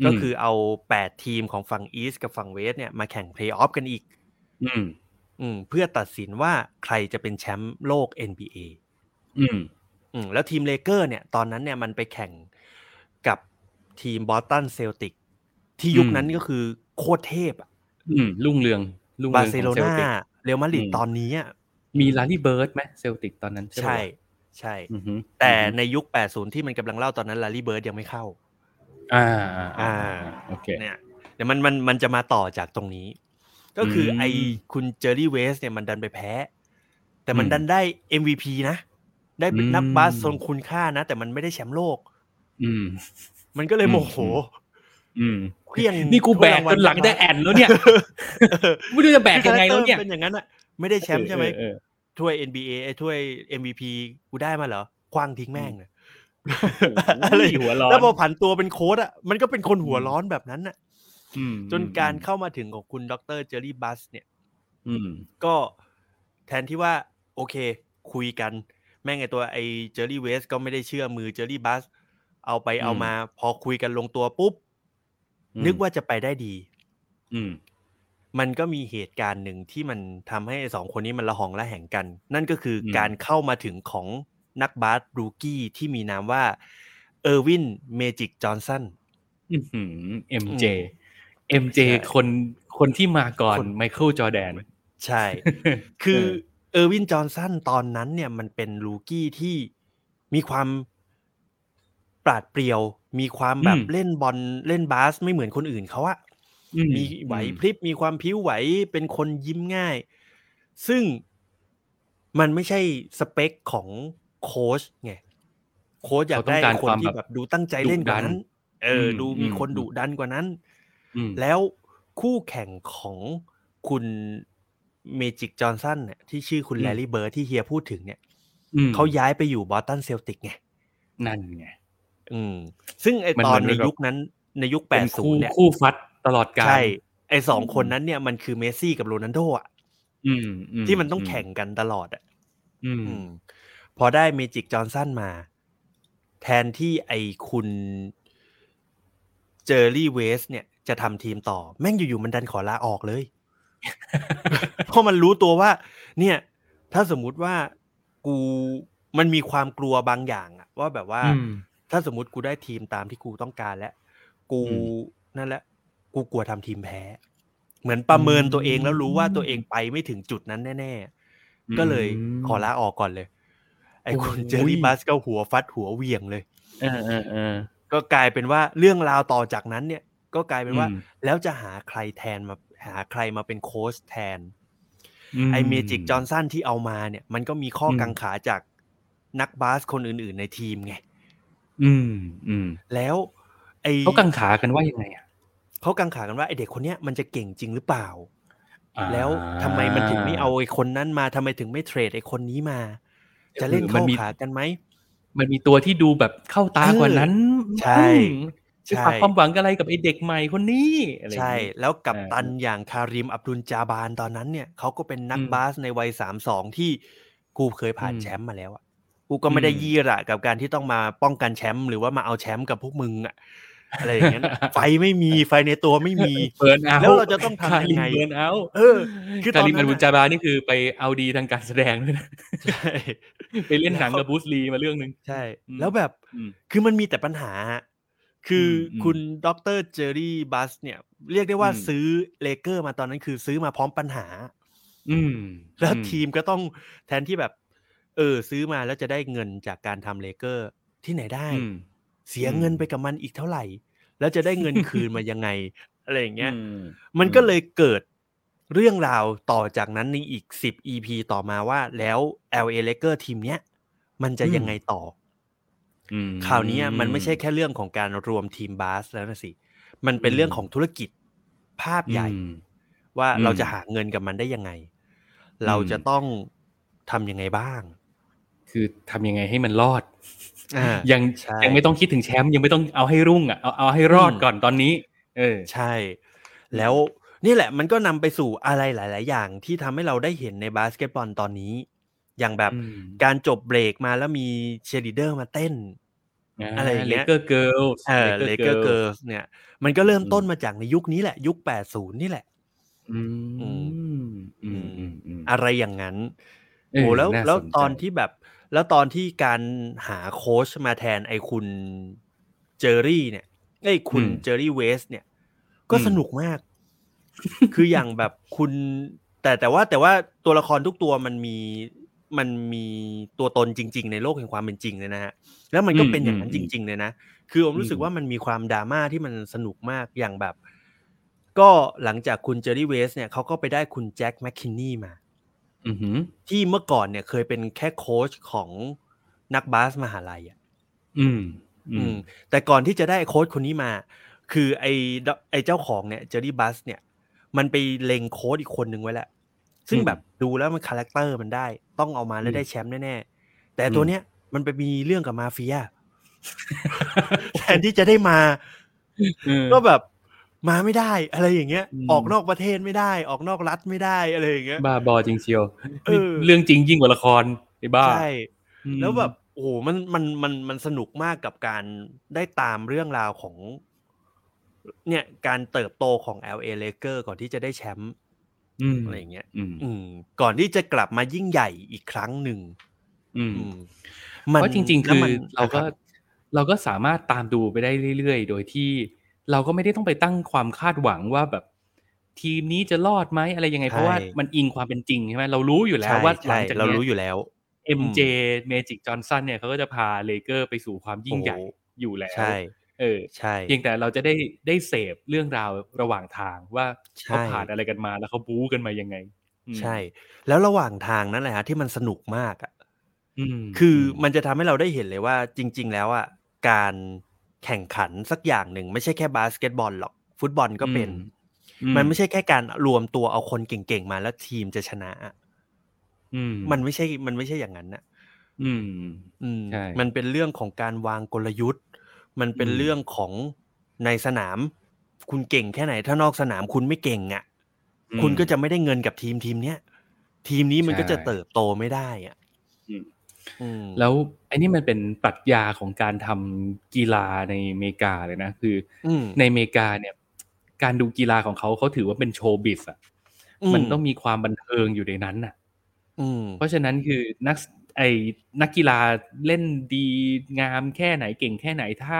A: อืม
C: ก็คือเอา 8 ทีมของฝั่งอีสต์กับฝั่งเวสต์เนี่ยมาแข่งเพลย์ออฟกันอีก
A: อืม
C: อืมเพื่อตัดสินว่าใครจะเป็นแชมป์โลก NBA
A: อืม
C: อืมแล้วทีมเลเกอร์เนี่ยตอนนั้นเนี่ยมันไปแข่งกับทีมบอสตันเซลติกที่ยุคนั้นก็คือโคตรเทพอะ
A: อืมรุ่งเรืองรุ่ง
C: บา
A: เรือง
C: ร์เซ
A: ข
C: โล
A: องเซล
C: นา
A: ติก
C: เรอัลมาดริด
A: อืม
C: ตอนนี้อะ
A: มีลารี่เบิร์ดไหมเซลติกตอนนั้นใช่ปะ
C: ใช่ใช่
A: อือฮึ
C: แต่ในยุค 80 ที่มันกำลังเล่าตอนนั้นลารี่เบิร์ดยังไม่เข้า
A: อ่าอ่าอ่า
C: อ่า
A: โอเค
C: เนี่ยเดี๋ยวมันมันมันจะมาต่อจากตรงนี้ ก็คืออ
A: ม
C: ไอคุณเจอรี่เวสเนี่ยมันดันไปแพ้ แต่มัน
A: อืม
C: ดันได้ MVP นะ ได้เป็น
A: อืม
C: นักบาสทรงคุณค่านะ แต่มันไม่ได้แชมป์โลก
A: อืม
C: มันก็เลย
A: อืม
C: โมโห
A: อืม
C: เครื่อง
A: นี่กูแบกจนหลัง
C: ถ้วย
A: ได้
C: รางวั
A: แอนแล้วเนี่ย ไม่รู้จะแบกยังไงแล้วเนี่ย
C: เป็นอย่างนั้นอะไม่ได้แชมป์ใช่ไหม
A: เออเออ
C: ถ้วย NBA ไอ้ถ้วย MVP กูได้มาเหรอคว้างทิ้งแม่งเลย
A: โอ้ยหัวร้อน
C: แล้วพอผันตัวเป็นโค้ดอ่ะมันก็เป็นคนหัวร้อนแบบนั้นอ่ะ
A: อืม
C: จนการเข้ามาถึงของคุณดรเจอรี่บัสเนี่ย
A: อืม
C: ก็แทนที่ว่า โอเค คุยกัน แม่งไอตัวไอเจอรี่เวสก็ไม่ได้เชื่อมือเจอรี่บัสเอาไปเอามา พอคุยกันลงตัวปุ๊บ
A: อืม
C: นึกว่าจะไปได้ดี
A: อืม
C: มันก็มีเหตุการณ์หนึ่งที่มันทำให้ไอ้สองคนนี้มันละหองละแหงกัน นั่นก็คืออ
A: ม
C: การเข้ามาถึงของนักบาสรูกี้ที่มีนามว่าเออร์วินเมจิกจอห์นสัน
A: อื้อหือ MJ
C: อืม
A: MJ
C: ใช่
A: คนคนที่มาก่อน
C: คน
A: ไมเคิลจอแดน
C: ใช่ คือเออร์วินจอห์นสันตอนนั้นเนี่ยมันเป็นลูกี้ที่มีความปราดเปรียว มีความแบบ
A: อืม
C: เล่นบอลเล่นบาสไม่เหมือนคนอื่นเขาอะมีไหวพริบมีความพริ้วไหวเป็นคนยิ้มง่าย ซึ่ง มันไม่ใช่สเปคของโค้ชไงโค้ชอยาก
A: เขาต้อ
C: ได้
A: งการ
C: คน
A: ความ
C: ที่
A: แบบ
C: แบบดูตั้งใจเล่นกว่านั้น
A: ดุดั
C: เอออ
A: ม
C: ดูมี
A: อืม
C: คนดุดันกว่านั้น
A: อืม
C: แล้วคู่แข่งของคุณเมจิกจอห์นสันเนี่ยที่ชื่อคุณ
A: อืม
C: แลรี่เบิร์ดที่เฮียพูดถึงเนี่ย
A: อืม
C: เขาย้ายไปอยู่บอสตันเซลติกไง
A: นั่นไง
C: อืม ซึ่งไอ
A: มัน
C: ตอน
A: เหมื
C: ใน
A: อนแบบ
C: ยุคนั้นในยุคแป
A: เป็
C: ด
A: น
C: ศู
A: คู่
C: นย์เนี่ย
A: คู่ฟัดตลอดกาล
C: ใช่ไอสองคนนั้นเนี่ยมันคือเมสซี่กับโรนัลโดอ่ะ
A: อืมอื
C: ที่มันต้องแข่งกันตลอดอ่ะ
A: อืม
C: อืมพอได้เมจิกจอห์นสันมา แทนที่ไอคุณเจอร์รี่เวสเนี่ยจะทำทีมต่อ แม่งอยู่ๆมันดันขอลาออก เลย เพราะมันรู้ตัวว่า เนี่ย ถ้าสมมุติว่ากูมันมีความกลัวบางอย่างอะว่าแบบว่า
A: อืม
C: ถ้าสมมติกูได้ทีมตามที่กูต้องการแล้ว กู
A: อืม
C: นั่นแหละ กูกลัวทำทีมแพ้ เหมือนประเมินตัวเองแล้วรู้ว่าตัวเองไปไม่ถึงจุดนั้นแน่
A: อืม
C: ๆ ก็เลยขอลาออกก่อนเลย ไอ้คุณ
A: โอ้ย
C: เจอรี่บัสก็หัวฟัดหัวเหวี่ยงเลย
A: เออเออเออ
C: ก็กลายเป็นว่าเรื่องราวต่อจากนั้นเนี่ย ก็กลายเป็นว่า
A: อืม
C: แล้วจะหาใครแทนมาหาใครมาเป็นโค้ชแทน ไอเมจิกจอห์นสันที่เอามาเนี่ย มันก็มีข้ออ
A: ม
C: กังขาจากนักบาสคนอื่น ๆ ในทีมไง
A: อืมอืม
C: แล้วไอ
A: เขากังขากันว่ายังไงอ่ะ
C: เขากังขากันว่าไอเด็กคนเนี้ยมันจะเก่งจริงหรือเปล่า
A: อ่า
C: แล้วทำไมมันถึงไม่เอาไอคนนั้นมาทำไมถึงไม่เทรดไอคนนี้มา จะเล่นเข้าขากันไหม
A: มันมีตัวที่ดูแบบเข้าตากว่านั้น
C: ใช่
A: จะ
C: ใช่
A: ฝากความหวังอะไรกับไอ้เด็กใหม่คนนี้อะไรอย่าง
C: ใช่
A: งี้
C: แล้วกับ
A: เออ
C: ตันอย่างคาริมอับดุลจาบานตอนนั้นเนี่ยเขาก็เป็นนัก
A: อืม
C: บาสในวัยสามสองที่กูเคยผ่าน
A: อืม
C: แชมป์มาแล้วอะกูก็ไม่ได้
A: อืม
C: ยี่ระกับการที่ต้องมาป้องกันแชมป์หรือว่ามาเอาแชมป์กับพวกมึงอะอะไรอย่า งเงี้ยนะไฟไม่มีไฟในตัวไม่มี
A: เบิร์นเอา
C: แล้วเราจะต้องทำยังไง
A: คลิเบิร์นเอา
C: เออ คือต
A: คา
C: อน
A: ริม
C: นั้
A: อั
C: น
A: นบุญ
C: อะ
A: จาบานี่คือไปเอาดีทางการแสดงด้วยนะ
C: ใช่
A: ไปเล่นหนังกับบูสลีมาเรื่องหนึ่ง
C: ใช่
A: อืม
C: แล้วแบบ
A: อืม
C: คือมันมีแต่ปัญหาฮะคืออ
A: ม
C: คุณดรเจอรี่บัสเนี่ย เรียกได้ว่า
A: อืม
C: ซื้อเลเกอร์มาตอนนั้นคือซื้อมาพร้อมปัญหา
A: อืม
C: แล้ว
A: อืม
C: ทีมก็ต้องแทนที่แบบ เออ ซื้อมาแล้วจะได้เงินจากการทำเลเกอร์ที่ไหนได้
A: อืม
C: เสีย
A: อืม
C: เงินไปกับมันอีกเท่าไหร่ แล้วจะได้เงินคืนมายังไง อะไรอย่างเงี้ย
A: อืม
C: มันก็เลยเกิดเรื่องราวต่อจากนั้นในอีก 10 EP ต่อมาว่าแล้ว LA l a k e r ทีมเนี้ยมันจะ
A: อืม
C: ยังไงต่อ
A: อืม
C: คราวเนี้ยมันไม่ใช่แค่เรื่องของการรวมทีมบาสแล้วนะสิ มันเป็นเรื่องของธุรกิจภาพใหญ่
A: อืม
C: ว่า
A: อืม
C: เราจะหาเงินกับมันได้ยังไง เราจะต้องทำยังไงบ้าง
A: คือทำยังไงให้มันรอด
C: อ่า
A: ยัง
C: ใช่
A: ยังไม่ต้องคิดถึงแชมป์ยังไม่ต้องเอาให้รุ่งอ่ะเอาเอาให้รอด
C: อืม
A: ก่อนตอนนี้ เออ
C: ใช่ แล้วนี่แหละมันก็นำไปสู่อะไรหลาย ๆ อย่างที่ทำให้เราได้เห็นในบาสเกตบอลตอนนี้ อย่างแบบ
A: อืม
C: การจบเบรกมาแล้วมีเชียร์ลีดเดอร์มาเต้น อะไรอย่างเงี้
A: เลย เกอร์เกิล
C: เออเลเกอร์เกิร์สเนี่ย มันก็เริ่มต้นมาจากในยุคนี้แหละ ยุค 80 นี่แหละ
A: อืม
C: อื
A: อืมอื
C: ม
A: มอืมอืม
C: อะไรอย่างนั้น
A: เออ
C: โอ้แล้ว
A: น่าสนใจ
C: แล้วตอนที่แบบ แล้วตอนที่การหาโค้ชมาแทนไอ้คุณเจอรี่เนี่ยไอ้ยคุณ
A: อืม
C: เจอรี่เวสเนี่ย ก็
A: อืม
C: สนุกมาก คืออย่างแบบคุณ แต่แต่ว่าแต่ว่าตัวละครทุกตัวมันมีมันมีตัวตนจริง ๆ ในโลกแห่งความเป็นจริงเลยนะฮะ แล้วมันก็เป็นอย่างนั้นจริง ๆ เลยนะ คือผมรู้สึกว่ามันมีความดราม่าที่มันสนุกมากอย่างแบบ ก็หลังจากคุณเจอรี่เวสเนี่ยเขาก็ไปได้คุณแจ็คแมคคินนี่มา
A: อืม
C: ที่เมื่อก่อนเนี่ยเคยเป็นแค่โค้ชของนักบาสมหาลัยอ่ะ
A: อืม
C: อื
A: อื
C: ม
A: ม
C: แต่ก่อนที่จะได้โค้ชคนนี้มา คือไอดไอเจ้าของเนี่ยเจอรี่บัสเนี่ย มันไปเล็งโค้ชอีกคนนึงไว้แล้ว ซึ่งแบบดูแล้วมันคาแรคเตอร์มันได้ ต้องเอามาแล้วได้แชมป์แน่ๆ แต่ตัวเนี้ยมันไปมีเรื่องกับมาเฟี ย แทนที่จะได้มา
A: เออ
C: ก็แบบมาไม่ได้อะไรอย่างเงี้ย
A: อืม
C: ออกนอกประเทศไม่ได้ ออกนอกรัฐไม่ได้อะไรอย่างเงี้ย
A: บ้าบอจริงเชียว
C: เออ
A: เรื่องจริงยิ่งกว่าละครไอ้บ้า
C: ใช่
A: อืม
C: แล้วแบบโอ้โหมันมันมันมันสนุกมากกับการได้ตามเรื่องราวของ เนี่ยการเติบโตของ LA l a k e r ก่อนที่จะได้แชมป์
A: อืม
C: อะไรอย่างเงี้ย
A: อืม
C: อืม ก่อนที่จะกลับมายิ่งใหญ่อีกครั้งหนึ่ง
A: อืม
C: อืม
A: เพราะจริง ๆ
C: แล้ว
A: คือ
C: มัน
A: เราก็
C: คบ
A: เราก็สามารถตามดูไปได้เรื่อย ๆ โดยที่เราก็ไม่ได้ต้องไปตั้งความคาดหวังว่าแบบ ทีมนี้จะรอดไหมอะไรยังไง เพราะว่ามันอิงความเป็นจริงใช่ไหมเรารู้อยู่แล้ว
C: ใช่
A: ว่าห
C: ใช่
A: ลังจาก
C: เรา
A: เนี้
C: รู้
A: ย
C: อยู่แล้ว
A: MJ Magic Johnson เนี่ยเขาก็จะพาเลเกอร์ไปสู่ความยิ่งใหญ่
C: โอ้
A: อยู่แล้ว
C: ใช่
A: เออ
C: ใช่
A: เพียงแต่เราจะได้ได้เสพเรื่องราวระหว่างทางว่า
C: ใช่
A: เขาผ่านอะไรกันมาแล้วเขาบู๊กันมายังไง อืม
C: ใช่ แล้วระหว่างทางนั่นแหละฮะที่มันสนุกมากอ่ะ
A: อืม
C: คือมันจะทำให้เราได้เห็นเลยว่าจริง ๆ แล้วอ่ะการแข่งขันสักอย่างหนึ่งไม่ใช่แค่บาสเกตบอลหรอกฟุตบอลก็เป็น
A: อื
C: มันไม่ใช่แค่การรวมตัวเอาคนเก่งๆมาแล้วทีมจะชนะอะ
A: อืม
C: มันไม่ใช่มันไม่ใช่อย่างนั้นนะ
A: อืม
C: อืม
A: ใช่
C: มันเป็นเรื่องของการวางกลยุทธ์ มันเป็น
A: อืม
C: เรื่องของในสนาม คุณเก่งแค่ไหน ถ้านอกสนามคุณไม่เก่งอ่ะ คุณก็จะไม่ได้เงินกับทีมทีมเนี้ยทีมนี้มันก็จะเติบโตไม่ได้อ่ะ
A: อืม
C: อืม
A: แล้วไอ้นี่มันเป็นปรัชญาของการทำกีฬาในอเมริกาเลยนะ คืออ
C: ม
A: ในอเมริกาเนี่ย การดูกีฬาของเขาเขาถือว่าเป็นโชว์บิสอ่ะมันต้องมีความบันเทิงอยู่ในนั้นน่ะ
C: อืม
A: เพราะฉะนั้นคือนักไอ้นักกีฬาเล่นดีงามแค่ไหนเก่งแค่ไหนถ้า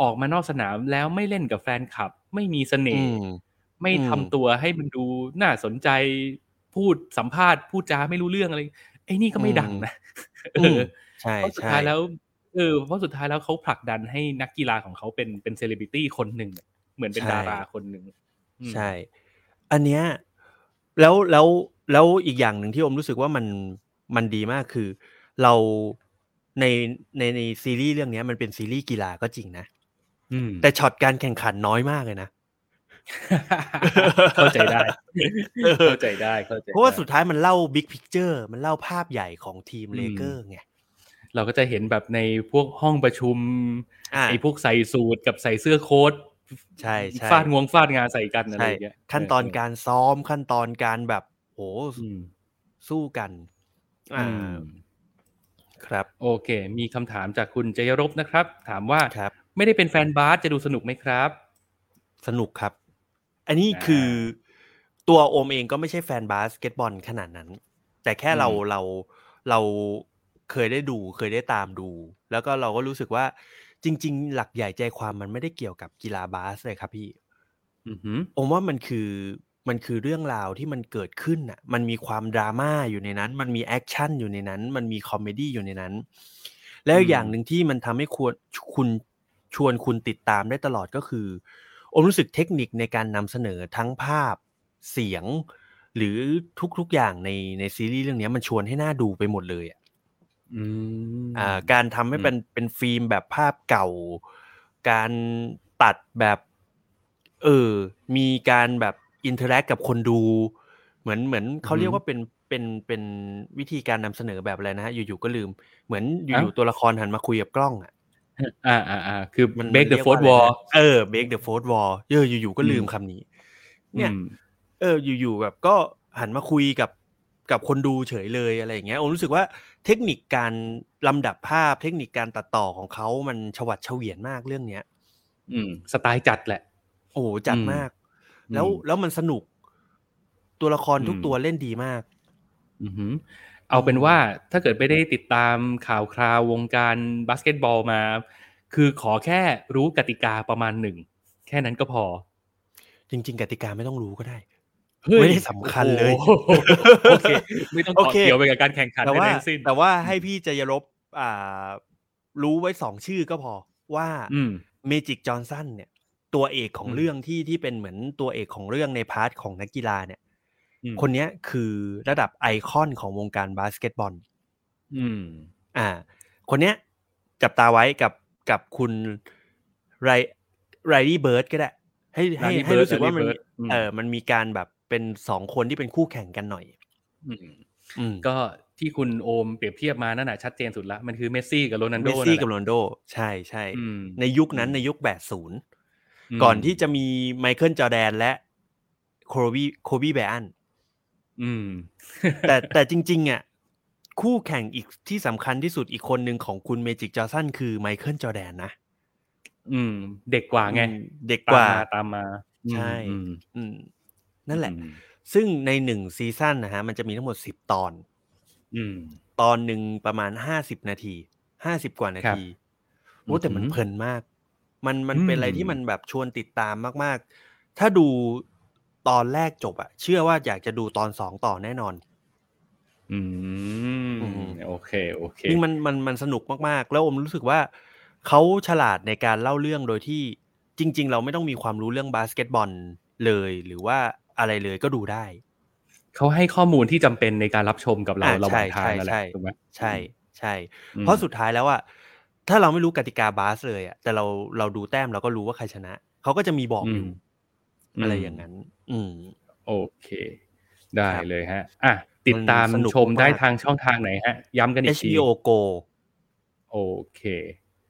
A: ออกมานอกสนามแล้วไม่เล่นกับแฟนคลับ ไม่มีเสน่ห์
C: อืม
A: ไม่ทำตัวให้มันดูน่าสนใจพูดสัมภาษณ์พูดจาไม่รู้เรื่องอะไรไอ้นี่ก็ไม่ดังนะ
C: อื
A: เอ
C: ม
A: อ
C: ใช่
A: เพราะสุด
C: ใช่
A: ท้ายแล้วเออเพราะสุดท้ายแล้วเขาผลักดันให้นักกีฬาของเขาเป็นเป็นเซเลบริตี้คนหนึ่งอะเหมือนเป็นดาราคนหนึ่งอืม
C: ใช่ อันเนี้ยแล้วแล้วแล้วอีกอย่างหนึ่งที่อมรู้สึกว่ามันมันดีมากคือ เราในในในซีรีส์เรื่องเนี้ยมันเป็นซีรีส์กีฬาก็จริงนะ
A: อืม
C: แต่ช็อตการแข่งขันน้อยมากเลยนะ
A: เข้าใจ ได้ เข้าใจได้เข้าใจได้
C: เพราะว่าสุดท้ายมันเล่าบิ๊กพิกเจอร์มันเล่าภาพใหญ่ของทีม
A: อืม
C: เลเกอร์ไง
A: เราก็จะเห็นแบบในพวกห้องประชุม
C: อ่า
A: ไอ้พวกใส่สูทกับใส่เสื้อโค้ท
C: ใช่ใช่
A: ฟาดงวงฟาดงาใส่กันอะไร
C: ใช่
A: อย่างเงี้ย
C: ขั้นตอนการซ้อมขั้นตอนการแบบโห
A: อืม
C: สู้กัน อ่า
A: อืม
C: ครับ
A: โอเค มีคำถามจากคุณจยรบนะครับ ถามว่า
C: ครับ
A: ไม่ได้เป็นแฟนบาสจะดูสนุกไหมครับ
C: สนุกครับ อันนี้
A: อ่า
C: คือตัวโอมเองก็ไม่ใช่แฟนบาสเกตบอลขนาดนั้น แต่แค่เรา
A: อืม
C: เราเราเคยได้ดูเคยได้ตามดู แล้วก็เราก็รู้สึกว่าจริง ๆ หลักใหญ่ใจความมันไม่ได้เกี่ยวกับกีฬาบาสเลยครับพี่
A: อือหือ
C: ผมว่ามันคือมันคือเรื่องราวที่มันเกิดขึ้นน่ะ มันมีความดราม่าอยู่ในนั้น มันมีแอคชั่นอยู่ในนั้น มันมีคอมเมดี้อยู่ในนั้น แล้วอย่างหนึ่งที่มันทำให้ควรคุณชวนคุณติดตามได้ตลอดก็คืออมรู้สึกเทคนิคในการนำเสนอทั้งภาพเสียง หรือทุกๆอย่างในในซีรีส์เรื่องเนี้ยมันชวนให้หน่าดูไปหมดเลยอะ
A: อืม
C: อ่าการทำให้
A: อืม
C: เป็นเป็นฟิล์มแบบภาพเก่า การตัดแบบเออมีการแบบอินเทอร์แอคกับคนดู เหมือนเหมือนเขาเรียกว่าเป็นเป็นเป็นวิธีการนำเสนอแบบอะไรนะฮะอยู่ๆก็ลืม เหมือนอยู่ๆตัวละครหันมาคุยกับกล้องอ่ะ
A: อ่าอ่าอ่าคือ
C: มัน
A: break
C: มัน
A: the
C: รียกว่า
A: fourth
C: อะไรนะ
A: wall
C: เออ break the fourth wall เอออยู่ๆก็ลืมคำนี้ เนี่ย
A: อืม
C: เอออยู่ๆแบบก็หันมาคุยกับกับคนดูเฉยเลยอะไรอย่างเงี้ยผมรู้สึกว่าเทคนิคการลำดับภาพเทคนิคการตัดต่อของเขามันฉวัดเฉวียนมากเรื่องเนี้ย
A: อืม สไตล์จัดแหละ
C: โอ้โหจัดมาก
A: อืม
C: แล้ว
A: อืม
C: แล้วมันสนุก ตัวละครทุก
A: อืม
C: ตัวเล่นดีมาก
A: อือหือ เอาเป็นว่าถ้าเกิดไม่ได้ติดตามข่าวคราววงการบาสเกตบอลมา คือขอแค่รู้กติกาประมาณหนึ่ง แค่นั้นก็พอ
C: จริง ๆ กติกาไม่ต้องรู้ก็ได้
A: เฮ้ย
C: ไม่ได้สำคัญเลย
A: โอ้โหโอเค ไม่ต้อง
C: โอ
A: ต่อ
C: เค
A: เกี่ยวไปกับการแข่งขัน
C: แต่
A: ใด
C: ว่า
A: ๆทั้งสิ้น
C: แต่ว่าให้พี่จะยรบอ่า รู้ไว้สองชื่อก็พอว่า
A: อืม
C: เมจิกจอห์นสันเนี่ย ตัวเอกของ
A: อืม
C: เรื่องที่ที่เป็นเหมือนตัวเอกของเรื่องในพาร์ทของนักกีฬาเนี่ย
A: อืม
C: คนเนี้ยคือระดับไอคอนของวงการบาสเกตบอล
A: อืม
C: อ่า คนเนี้ยจับตาไว้กับกับคุณไรไรดี้เบิร์ดก็ได้ ให้ให้
A: Larry
C: ให้
A: Bird
C: รู้สึกว่ามัน
A: Larry Bird อืม
C: เออมันมีการแบบเป็นสองคนที่เป็นคู่แข่งกันหน่อย
A: อืม
C: อืม
A: ก็ที่คุณโอมเปรียบเทียบมานั่นแหะชัดเจนสุดละมันคือเมสซี่กับโรนัลโด
C: เมส
A: นั่นแห
C: ซี่
A: ละ
C: กับโรนลโด ใช่ใช่
A: อืม
C: ในยุคนั้น
A: อืม
C: ในยุค 80
A: ม
C: ก่อนที่จะมีไมเคิลจอร์แดนและโคบีโคบีแบรน
A: อืม
C: แต่แต่จริงๆอ่ะคู่แข่งอีกที่สำคัญที่สุดอีกคนหนึ่งของคุณเมจิกจอร์สันคือไมเคิลจอร์แดนนะ
A: อืม เด็กกว่าไง
C: อืมเด็กกว่า
A: ตามมาตามมา
C: ใช่
A: อืม
C: อืมนั่นแหละ
A: อืม
C: ซึ่งในหนึ่งซีซั่นนะฮะ มันจะมีทั้งหมดสิบตอน
A: อืม
C: ตอนหนึ่งประมาณห้าสิบนาทีห้าสิบกว่านาทีโอ้แต่มัน
A: อือหือ
C: เพลินมาก มันมันเป็นอะไร
A: อืม
C: ที่มันแบบชวนติดตามมากๆ ถ้าดูตอนแรกจบอะเชื่อว่าอยากจะดูตอนสองต่อแน่นอน
A: อื
C: อื
A: ม
C: ม
A: โอเค โอเค
C: นี่มันมันมันสนุกมากๆ แล้วอมรู้สึกว่าเขาฉลาดในการเล่าเรื่องโดยที่จริง ๆ เราไม่ต้องมีความรู้เรื่องบาสเกตบอลเลย หรือว่าอะไรเลยก็ดูได้
A: เขาให้ข้อมูลที่จำเป็นในการรับชมกับเรา
C: อ่า
A: ระหว่าง
C: ใช่
A: ทางนั่นแหละ
C: ใช่
A: ถูกไหม
C: ใช่ใช่ เพราะสุดท้ายแล้วอะถ้าเราไม่รู้กติกาบาสเลยอะแต่เราเราดูแต้มเราก็รู้ว่าใครชนะ เขาก็จะมีบอกอยู่อะไรอย่างนั้น อืม
A: โอเค ได้
C: ครับ
A: เลยฮะ อ่ะติดตาม
C: มันสนุก
A: ชมได้
C: มาก
A: ทางช่องทางไหนฮะ ย้ำกันอีกที
C: HBO Go
A: โอเค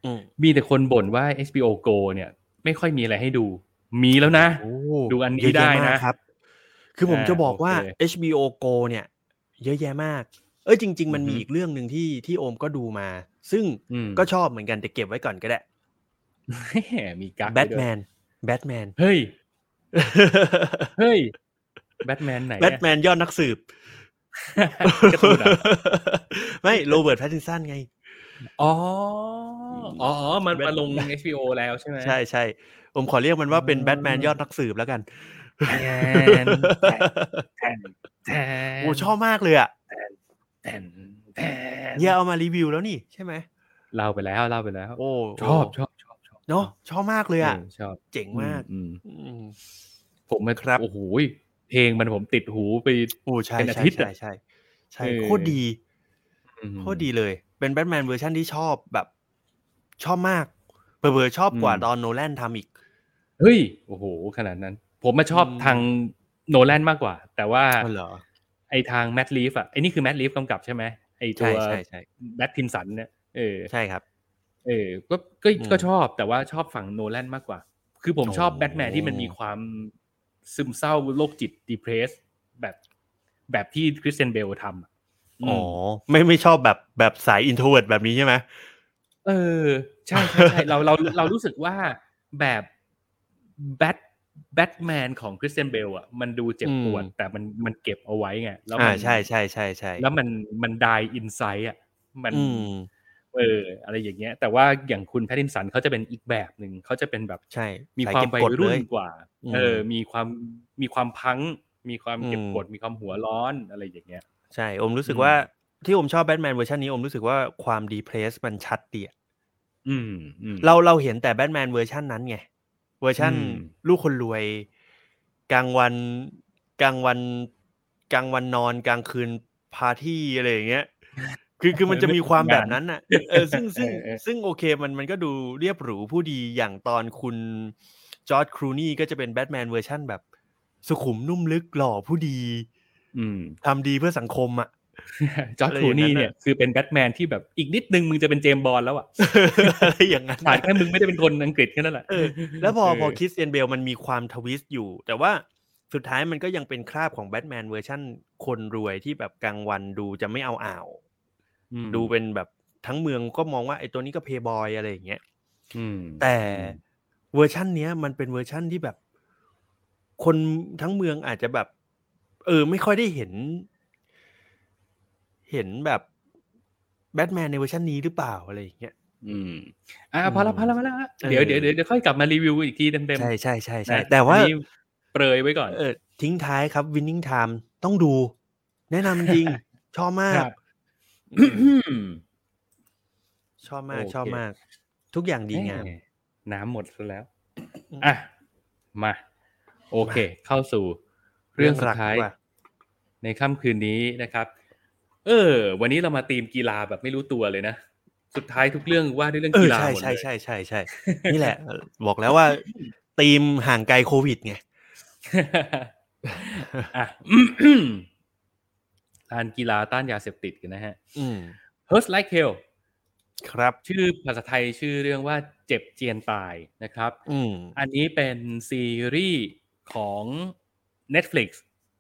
C: อืม
A: มีแต่คนบ่นว่า HBO Go เนี่ย ไม่ค่อยมีอะไรให้ดู มีแล้วนะ
C: โอ้
A: ดูอันนี้
C: เยะแย
A: ได้นะ
C: มากครับ คือผม
A: อ่า
C: จะบอกว่า
A: โอเค
C: HBO Go เนี่ย เยอะแยะมาก เอ้ยจริง ๆ มันมี
A: อือฮึ
C: อีกเรื่องหนึ่งที่ที่โอมก็ดูมา ซึ่ง
A: อืม
C: ก็ชอบเหมือนกันแต่เก็บไว้ก่อนก็ได้
A: แหมมีกั๊ก
C: แบ
A: ไว้
C: ท
A: ด้วย
C: แมนแบทแม น
A: เฮ้ย เฮ้ย แบทแมนไหนอะ
C: แบทแมนยอดนักสืบ
A: การ์ตูนอะ
C: ไม่โรเบิร์ตแพตตินสันไง
A: อ๋อ อ๋อ มันมาลง
C: Batman
A: HBO แล้วใช่ไหม
C: ใช่ใช่ผมขอเรียกมันว่าเป็น
A: อืม
C: แบทแมนยอดนักสืบแล้วกัน
A: แทนแทนแทน
C: โอ้ชอบมากเลยอ่ะ
A: แทนแทน
C: เฮียเอามารีวิวแล้วนี่ใช่ไหม
A: เล่าไปแล้วเล่าไปแล้ว
C: โอ้
A: ชอบชอบชอบชอบ
C: เนาะชอบมากเลยอ่ะ
A: เชอบ
C: เจ๋งมาก
A: อืมอืม
C: อืม
A: ผมมา
C: ครับ
A: โอ้โหยเพลงมันผมติดหูไป
C: โอ้ใช่
A: เป็นอา
C: ใช่
A: ทิตย์
C: ใช่
A: อะ
C: ใช่ใช่
A: เออ
C: โคตรดีโคตรดีเลย เป็นแบทแมนเวอร์ชันที่ชอบแบบ ชอบมากเผลอๆชอบกว่า
A: อืม
C: ตอนโนแลนทำอีก
A: เฮ้ย โอ้โห ขนาดนั้น ผมมาชอบ
C: อืม
A: ทางโนแลนมากกว่า แต่ว่า
C: มันเหรอ
A: ไอทางแม l ลีฟอ่ะไอนี่คือแม l ลีฟกำกับใช่ไหมไอตั
C: ใช่
A: ว
C: ใช่ใช่
A: แบททินสันเนี่ยเออ
C: ใช่ครับ
A: เออก็ก็
C: อืม
A: ก็ชอบแต่ว่าชอบฝั่งโนแลนมากกว่า คือผมชอบ
C: โอ้
A: แบทแมนที่มันมีความซึมเศร้าโรคจิตดีเพรสแบบแบบที่คริสเตนเบลทำอะ
C: อ๋อไม่ไม่ชอบแบบแบบสายอินโทรเวิร์ดแบบนี้ใช่ไหม
A: เออ ใช่ใช่ใช่เราเราเรารู้สึกว่าแบบแบทแบทแมนของคริสเตนเบลอ่ะมันดูเจ็บปวด
C: อืม
A: แต่มันมันเก็บเอาไว้ไงแล้ว
C: อ่า
A: มัน
C: ใช่ใช่ใช่ใช่
A: แล้วมันมันดายอินไซต์อ่ะมัน
C: อืม
A: เอออะไรอย่างเงี้ย แต่ว่าอย่างคุณแพทตินสันเขาจะเป็นอีกแบบหนึ่งเขาจะเป็นแบบ
C: ใช่
A: มี
C: สย
A: ความ
C: เก็บ
A: วัย
C: กด
A: รุ่
C: เล
A: น
C: ย
A: กว่า
C: อืม
A: เออ มีความมีความพัง มีความเก็บ
C: อืม
A: กดมีความหัวร้อนอะไรอย่างเงี้ย
C: ใช่อมรู้สึก
A: อืม
C: ว่าที่อมชอบแบทแมนเวอร์ชันนี้อมรู้สึกว่าความดีเพรสมันชัดเดีย
A: อืมอืม
C: เราเราเห็นแต่แบทแมนเวอร์ชันนั้นไง เวอร์ชัน
A: อืม
C: ลูกคนรวย กลางวันกลางวันกลางวันนอนกลางคืนปาร์ตี้อะไรอย่างเงี้ย คือคือมันจะมีความแบบนั้นอ่ะเอ อซึ่งซึ่ง
A: เออเออ
C: ซึ่งโอเคมันมันก็ดูเรียบหรูผู้ดีอย่างตอนคุณจอร์ดครูนี่ก็จะเป็นแบทแมนเวอร์ชันแบบสุขุมนุ่มลึกหล่อผู้ดี
A: อืม
C: ทำดีเพื่อสังคมอ่ะ
A: จอร์ด
C: อะไรอ
A: คลู
C: ย่างนั้
A: นี่
C: นน่ะ
A: เนี่ยคือเป็นแบทแมนที่แบบอีกนิดนึงมึงจะเป็นเจมส์บอลแล้ว อ่ะ
C: อะไรอย่างนั้น
A: ขาด
C: น่ะ
A: แค่มึงไม่ได้เป็นคนอังกฤษแค่นั้นแหละ
C: เออ แล้วพอ
A: เออ
C: พอคริสเตียนเบลมันมีความทวิสต์อยู่ แต่ว่าสุดท้ายมันก็ยังเป็นคราบของแบทแมนเวอร์ชั่นคนรวยที่แบบกลางวันดูจะไม่เอาอ่าว
A: ม
C: ดูเป็นแบบทั้งเมืองก็มองว่าไอ้ตัวนี้ก็เพย์บอยอะไรอย่างเงี้ย
A: อืม
C: แต่เวอร์ชั่นเนี้ยมันเป็นเวอร์ชั่นที่แบบ คนทั้งเมืองอาจจะแบบ เออ ไม่ค่อยได้เห็น เห็นแบบแบทแมนในเวอร์ชันนี้หรือเปล่าอะไรอย่างเงี้ย
A: อืมอ่าพอละพอละพอละ
C: เออ
A: เดี๋ยวเดี๋ยวเดี๋ยวเดี๋ยวค่อยกลับมารีวิวอีกทีเต็มๆ
C: ใช่ใช่ใช่ใช่
A: นะ
C: แต่ว่า
A: อันนี้เปรยไว้ก่อน
C: เออทิ้งท้ายครับ Winning Time ต้องดู แนะนำ จริง ชอบมาก
A: ครับ
C: ชอบมาก
A: โอเค
C: ชอบมาก ทุกอย่างดีงาม
A: แหน้ำหมดซะแล้ว
C: อืม
A: อ่ะ มา โอเค เข้าสู่เรื่องสุดท้าย
C: หลักว่ะ
A: ในค่ำคืนนี้นะครับ เออ วันนี้เรามาตีมกีฬาแบบไม่รู้ตัวเลยนะ สุดท้ายทุกเรื่องว่าด้วยเรื่อง
C: เออ
A: กีฬา
C: ใช่
A: หมด
C: ใช่
A: เลย
C: ใช่ใช่ใช่ นี่แหละ บอกแล้วว่าทีมห่างไกลโควิดไง
A: อ่ะ อ่านกีฬาต้านยาเสพติดกันนะฮะ
C: อืม
A: Hurst Like Hell
C: ครับ
A: ชื่อภาษาไทยชื่อเรื่องว่าเจ็บเจียนตายนะครับ
C: อืม
A: อันนี้เป็นซีรีส์ของ Netflix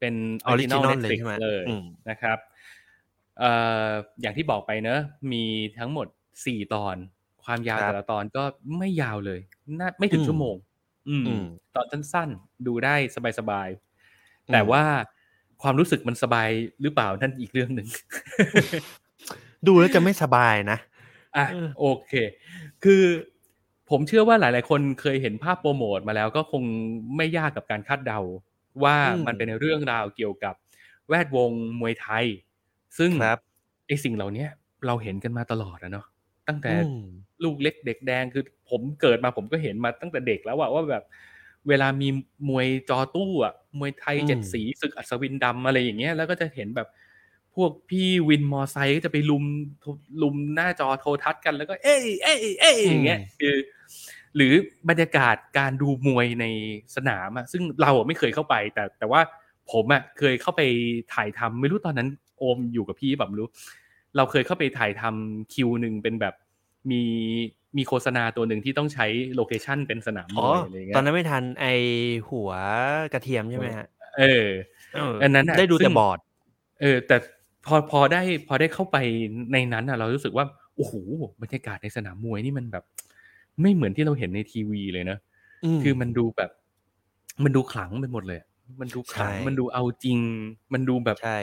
A: เป็น
C: ออริจิ
A: Original
C: นอลเลย
A: Netflix
C: ใช่ไหม
A: เลย
C: อืม
A: นะครับเอ่ออย่างที่บอกไปเนอะมีทั้งหมด 4 ตอน ความยาว
C: ครับ
A: แต่ละตอนก็ไม่ยาวเลยน่าไม่ถึง
C: อืม
A: ชั่วโมง อืม
C: อืม
A: ตอนสั้นๆ ดูได้สบายๆ แต่
C: อืม
A: ว่าความรู้สึกมันสบายหรือเปล่านั่นอีกเรื่องหนึ่ง
C: ดูแล้วจะไม่สบายนะ
A: อ่ะ
C: เออ
A: โอเค คือผมเชื่อว่าหลาย ๆ คนเคยเห็นภาพโปรโมทมาแล้วก็คงไม่ยากกับการคาดเดา ว่ามันเป็นเรื่องราวเกี่ยวกับแวดวงมวยไทย ซึ่ง
C: ครับ
A: ไอสิ่งเหล่าเนี้ยเราเห็นกันมาตลอดนะเนาะตั้งแต่
C: อืม
A: ลูกเล็กเด็กแดงคือผมเกิดมาผมก็เห็นมาตั้งแต่เด็กแล้วอะว่าแบบ เวลามีมวยจอตู้อ่ะมวยไทย
C: อืม
A: เจ็ดสีศึกอัศวินดำอะไรอย่างเงี้ยแล้วก็จะเห็นแบบพวกพี่วินมอไซค์ก็จะไปลุมลุมหน้าจอโทรทัศน์กันแล้วก็เอ้ยเอ้ยเอ้ยอย่างเงี้ยคือหรือบรรยากาศการดูมวยในสนามอะซึ่งเราอะไม่เคยเข้าไป แต่แต่ว่าผมอะเคยเข้าไปถ่ายทำไม่รู้ตอนนั้นโอมอยู่กับพี่แบบไม่รู้ เราเคยเข้าไปถ่ายทำคิวหนึ่งเป็นแบบมีมีโฆษณาตัวหนึ่งที่ต้องใช้โลเคชั่นเป็นสนามม
C: อ๋อ
A: วยอะไรอย่างเงี้
C: ตอน
A: ย
C: นั้นไม่ทันไอหัวกระเทียมใช่ไหมฮะ
A: เออ
C: เออ
A: อันนั้นน่ะ
C: ได้ดูแต่
A: ซึ่ง
C: บอร์ด
A: เออแต่พอพอได้พอได้เข้าไปในนั้นอ่ะ เรารู้สึกว่าโอ้โหบรรยากาศในสนามมวยนี่มันแบบ ไม่เหมือนที่เราเห็นในทีวีเลยนะ คือมันดูแบบ มันดูขลังไปหมดเลยอะมันดูขลัง
C: ใช่
A: มันดูเอาจริง มันดูแบบ
C: ใช่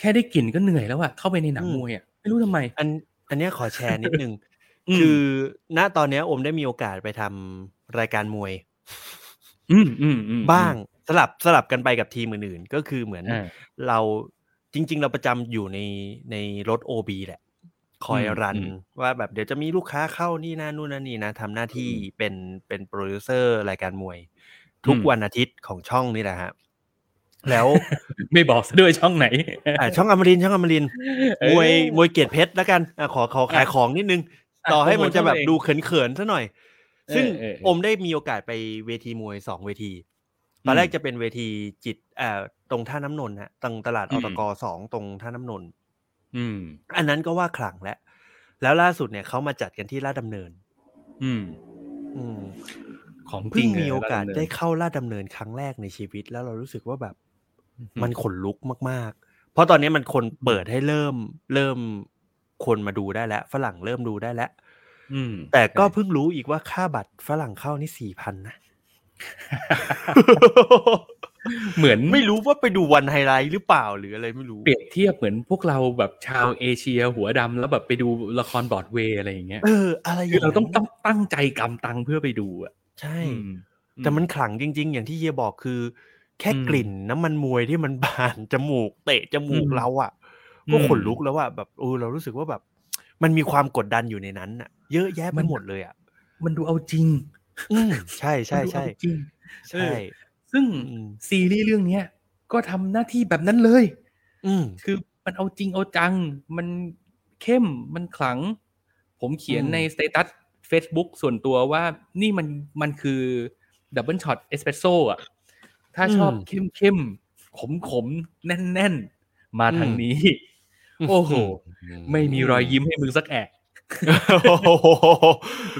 A: แค่ได้กลิ่นก็เหนื่อยแล้วอะเข้าไปในหนัง
C: อืม
A: มวยอะไม่รู้ทำไม
C: อันอันเนี้ยขอแชร์นิดนึง
A: อืม
C: คือณตอนเนี้ยโอมได้มีโอกาสไปทำรายการมวย
A: อืมอืมอืม
C: บ้างสลับสลับกันไปกับทีมอื่นๆ ก็คือเหมือน
A: อ่า
C: เราจริง ๆ เราประจำอยู่ในในรถ OB แหละ คอย
A: อืม
C: รัน
A: อืม
C: ว่าแบบเดี๋ยวจะมีลูกค้าเข้านี่นะนู่นนั่นนี่นะทำหน้าที่
A: อืม
C: เป็นเป็นโปรดิวเซอร์รายการมวย ทุก
A: อืม
C: วันอาทิตย์ของช่องนี่ แหละฮะแล้ว
A: ไม่บอกซะด้วยช่องไหน
C: อ่ะช่องอมรินทร์ช่องอมรินทร์
A: เอ้ย
C: มวยมวยเกียรติเพชรแล้วกันอ่ะขอขอขายของนิดนึง
A: อ่ะ
C: ต่อให้มันจะแบบ
A: โปรโมทช่องตัวเอง
C: ดูเขินๆซะหน่อย
A: เออ
C: ซึ่ง
A: เออเออ
C: อมได้มีโอกาสไปเวทีมวยสองเวที ตอนแรกจะเป็นเวทีจิตอ่าตรงท่าน้ำนนท์ฮะตรงตลาด
A: อื
C: อ
A: ม
C: ตกสองตรงท่าน้ำนนท์
A: อืม
C: อันนั้นก็ว่าขลังแล้วแล้วล่าสุดเนี่ยเขามาจัดกันที่ลาดดำเนิน
A: อืม
C: อืม
A: ของจ
C: เพิ่
A: ริ
C: ง
A: งเลย
C: มีโอกาส
A: ระบหนึ่ง
C: ได้เข้าลาดดำเนินครั้งแรกในชีวิต แล้วเรารู้สึกว่าแบบ มันขนลุกมาก ๆ เพราะตอนนี้มันคนเปิดให้เริ่มเริ่มคนมาดูได้แล้ว ฝรั่งเริ่มดูได้แล้ว
A: อืม
C: แต่ก็เพิ่งรู้อีกว่าค่าบัตรฝรั่งเข้านี่สี่พันนะ
A: เหมือน
C: ไม่รู้ว่าไปดูวันไฮไลท์หรือเปล่าหรืออะไรไม่รู้
A: เปรียบเทียบเหมือนพวกเราแบบชาวเอเชียหัวดำแล้วแบบไปดูละครบรอดเวย์อะไรอย่างเงี้ย
C: เออ อะไรอย่า
A: คื
C: ง
A: อเราต้อง
C: นั้น
A: ต้องตั้งใจกำตังค์เพื่อไปดูอ่ะ
C: ใช่
A: อืม
C: แต่มันขลังจริง ๆ อย่างที่เฮียบอกคือ แค่
A: อืม
C: กลิ่นน้ำมันมวยที่มัน บานจมูก เตะจมูก
A: อืม
C: เราอะ
A: อืม
C: ก็ขนลุกแล้วอะแบบเออเรารู้สึกว่าแบบ มันมีความกดดันอยู่ในนั้นอะเยอะแยะไป
A: มัน
C: หมดเลยอะ
A: มันดูเอาจริง
C: อืมใช่ ใช่
A: มันดู
C: ใช่
A: เอาจริงเอ
C: ใช่
A: อ ซึ่ง
C: อืม
A: ซีรีส์เรื่องเนี้ยก็ทำหน้าที่แบบนั้นเลย
C: อืม
A: คือมันเอาจริงเอาจัง มันเข้มมันขลัง ผมเขียน
C: อืม
A: ในสเตตัส Facebook ส่วนตัวว่านี่มันมันคือดับเบิลช็อตเอสเปรสโซ่อะถ้าชอบเข้มเข้มขมขมๆ แน่นแน่นๆ มาทางนี้ โอ้โห ไม่มีรอย ยิ้มให้มึงสักแอะ
C: โอ้โห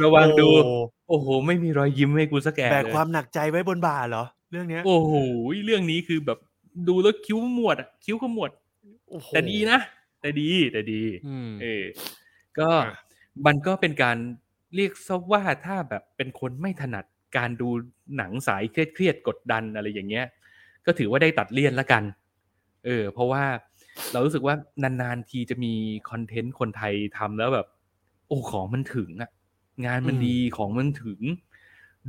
A: ระวังดู
C: โอ้โห
A: โอ้โห ไม่มีรอยยิ้มให้กูสักแอะ
C: แบก
A: เลย
C: ความหนักใจไว้บนบ่าเหรอ เรื่องเนี้ย
A: โอ้โห เรื่องนี้คือแบบดูแล้วคิ้วหมวดอะคิ้วขมวด
C: โอ้โห
A: แต่ดีนะ แต่ดีแต่ดี
C: อืม
A: เออ ก็
C: อ่ะ
A: มันก็เป็นการเรียกซะว่าถ้าแบบเป็นคนไม่ถนัดการดูหนังสายเครียดๆกดดันอะไรอย่างเงี้ย ก็ถือว่าได้ตัดเลี่ยนละกัน เออ เพราะว่าเรารู้สึกว่านานๆทีจะมีคอนเทนต์คนไทยทำแล้วแบบ โอ้ของมันถึงอะงานมันดีของมันถึง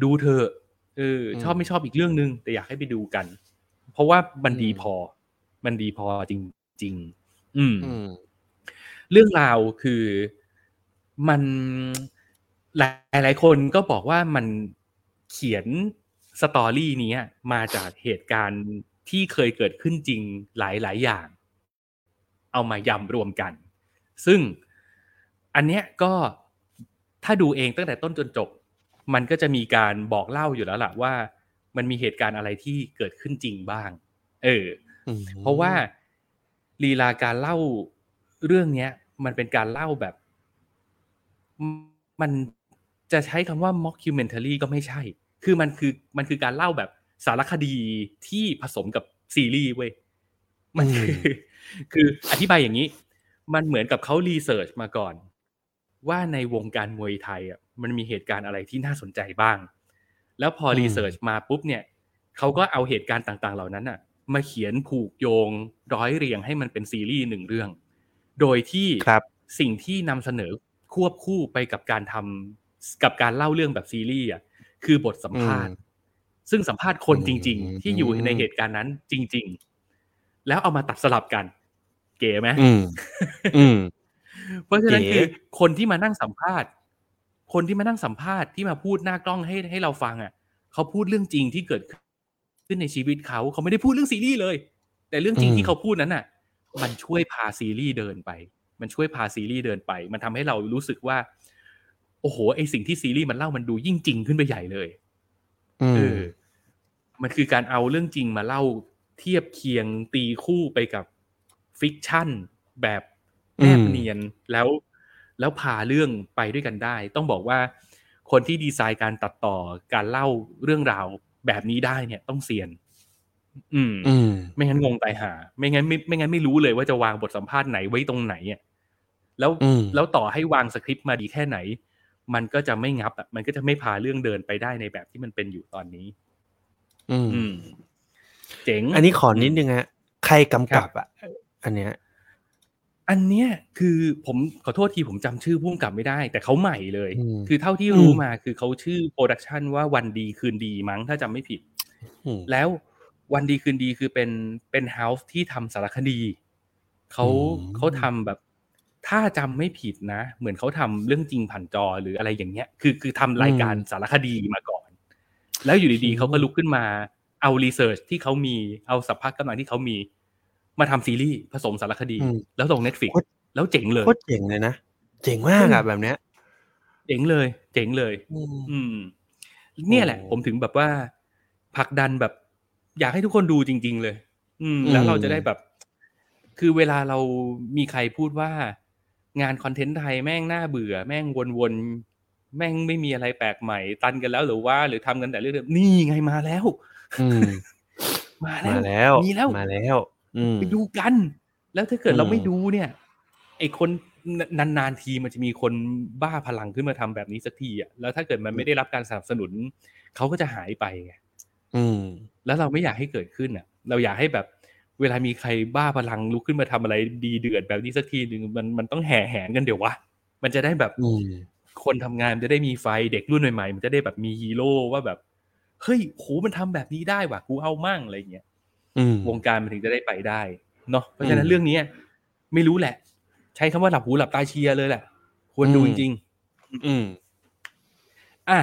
A: ดูเถอะเอออ
C: ม
A: ชอบไม่ชอบอีกเรื่องนึง แต่อยากให้ไปดูกัน เพราะว่ามันดี
C: อืม
A: พอ มันดีพอจริง ๆ อืม
C: อืม
A: เรื่องราวคือมันหลายหลายๆคนก็บอกว่ามันเขียนสตอรี่เนี้ยมาจากเหตุการณ์ที่เคยเกิดขึ้นจริงหลายหลายๆอย่าง เอามายำรวมกัน ซึ่งอันเนี้ยก็ถ้าดูเองตั้งแต่ต้นจนจบ มันก็จะมีการบอกเล่าอยู่แล้วล่ะว่า มันมีเหตุการณ์อะไรที่เกิดขึ้นจริงบ้าง เออ
C: อืม
A: เพราะว่าลีลาการเล่าเรื่องเนี้ย มันเป็นการเล่าแบบมมันจะใช้คำว่า mockumentary ก็ไม่ใช่ คือมันคือมันคือการเล่าแบบสารคดีที่ผสมกับซีรีส์เว้ย มันคืออ คืออธิบายอย่างนี้ มันเหมือนกับเขารีเสิร์ชมาก่อน ว่าในวงการมวยไทยอ่ะมันมีเหตุการณ์อะไรที่น่าสนใจบ้าง แล้วพอรีเสิร์ชมาปุ๊บเนี่ย เขาก็เอาเหตุการณ์ต่าง ๆ เหล่านั้นน่ะ มาเขียนผูกโยงร้อยเรียงให้มันเป็นซีรีส์หนึ่งเรื่อง โดยที่
C: ครับ
A: สิ่งที่นำเสนอควบคู่ไปกับการทำกับการเล่าเรื่องแบบซีรีส์อ่ะคือบทสัมภาษณ์
C: อื
A: ซึ่งสัมภาษณ์คนจริง
C: อืม
A: ๆ ที่อยู่ในเหตุการณ์นั้นจริง ๆ แล้วเอามาตัดสลับกัน เก๋ไหม
C: อืม อืม
A: เพราะฉะนั้น
C: เก๋
A: คือคนที่มานั่งสัมภาษณ์ คนที่มานั่งสัมภาษณ์ที่มาพูดหน้ากล้องให้ให้เราฟังอ่ะ เขาพูดเรื่องจริงที่เกิดขึ้นในชีวิตเขาเขาไม่ได้พูดเรื่องซีรีส์เลย แต่เรื่องจริง
C: อืม
A: ที่เขาพูดนั้นน่ะ มันช่วยพาซีรีส์เดินไป มันช่วยพาซีรีส์เดินไป มันทำให้เรารู้สึกว่า โอ้โหไอสิ่งที่ซีรีส์มันเล่ามันดูยิ่งจริงขึ้นไปใหญ่เลย
C: อื
A: เอ
C: ม
A: อ มันคือการเอาเรื่องจริงมาเล่าเทียบเคียงตีคู่ไปกับฟิกชั่นแบบแนบเนียนแล้วแล้วพาเรื่องไปด้วยกันได้ ต้องบอกว่าคนที่ดีไซน์การตัดต่อการเล่าเรื่องราวแบบนี้ได้เนี่ยต้องเซียน อืม
C: อืม
A: ไม่งั้นงงตายหา ไม่งั้นไม่ไม่งั้นไม่รู้เลยว่าจะวางบทสัมภาษณ์ไหนไว้ตรงไหนอ่ะแล้ว
C: อืม
A: แล้วต่อให้วางสคริปต์มาดีแค่ไหน มันก็จะไม่งับอ่ะมันก็จะไม่พาเรื่องเดินไปได้ในแบบที่มันเป็นอยู่ตอนนี้
C: อืม
A: อืม เจ๋ง
C: อันนี้ขอนิดนึงฮะ ใครกำ
A: ครั
C: กับ บอ่ะ อันเนี้ย
A: อันเนี้ยคือผมขอโทษทีผมจำชื่อพุ่มกลับไม่ได้ แต่เขาใหม่เลย
C: อืม
A: คือเท่าที่รู้มาคือเขาชื่อโปรดักชันว่าวันดีคืนดีมั้งถ้าจำไม่ผิด
C: อืม
A: แล้ววันดีคืนดีคือเป็นเป็นเฮาส์ที่ทำสารคดีเขา
C: อืม
A: เขาทำแบบ ถ้าจำไม่ผิดนะ เหมือนเขาทำเรื่องจริงผ่านจอหรืออะไรอย่างเงี้ย คือคือทำรายการสารคดีมาก่อน แล้วอยู่ดีๆเขาก็ลุกขึ้นมาเอารีเสิร์ชที่เขามีเอาสัพพะกำลังที่เขามี มาทำซีรีส์ผสมสารคดี
C: อืม
A: แล้วลง Netflix
C: โคตร
A: แล้วเจ๋งเลย
C: โคตรเจ๋งเลยนะ เจ๋งมากอ่ะแบบเนี้ย
A: เจ๋งเลย เจ๋งเลย อืม เนี่ยแหละ
C: โอ้
A: ผมถึงแบบว่าผลักดันแบบ อยากให้ทุกคนดูจริง ๆ เลย อืม แล้ว
C: อืม
A: เราจะได้แบบ คือเวลาเรามีใครพูดว่า งานคอนเทนต์ไทยแม่งน่าเบื่อ แม่งวนๆ แม่งไม่มีอะไรแปลกใหม่ ตันกันแล้วหรือว่าหรือทำกันแต่เรื่องเดิมนี่ไงมาแล้ว
C: อืม
A: มาแล้
C: มา
A: มา
C: แล้ว
A: มีแล้ว
C: มาแล้วอืม
A: ไปดูกัน แล้วถ้าเกิดเรา
C: อืม
A: ไม่ดูเนี่ย ไอคนนานๆทีมันจะมีคนบ้าพลังขึ้นมาทำแบบนี้สักทีอ่ะ แล้วถ้าเกิดมันไม่ได้รับการสนับสนุน เขาก็จะหายไปไง
C: อืม
A: แล้วเราไม่อยากให้เกิดขึ้นอ่ะ เราอยากให้แบบเวลามีใครบ้าพลังลุกขึ้นมาทำอะไรดีเดือดแบบนี้สักทีหนึ่งมันมันต้องแห่แหนกันเดี๋ยววะ มันจะได้แบบ
C: อืม
A: คนทำงานมันจะได้มีไฟเด็กรุ่นใหม่ๆมันจะได้แบบมีฮีโร่ว่าแบบเฮ้ยโหมันทำแบบนี้ได้ว่ะกูเอามั่งอะไรอย่างเงี้ย
C: อืม
A: วงการมันถึงจะได้ไปได้เนาะเพราะฉะนั้น
C: อืม
A: เรื่องนี้ไม่รู้แหละ ใช้คำว่าหลับหูหลับตาเชียร์เลยแหละ ควรดู
C: อื
A: จ
C: ม
A: ริง
C: อืม
A: ๆอ่ะ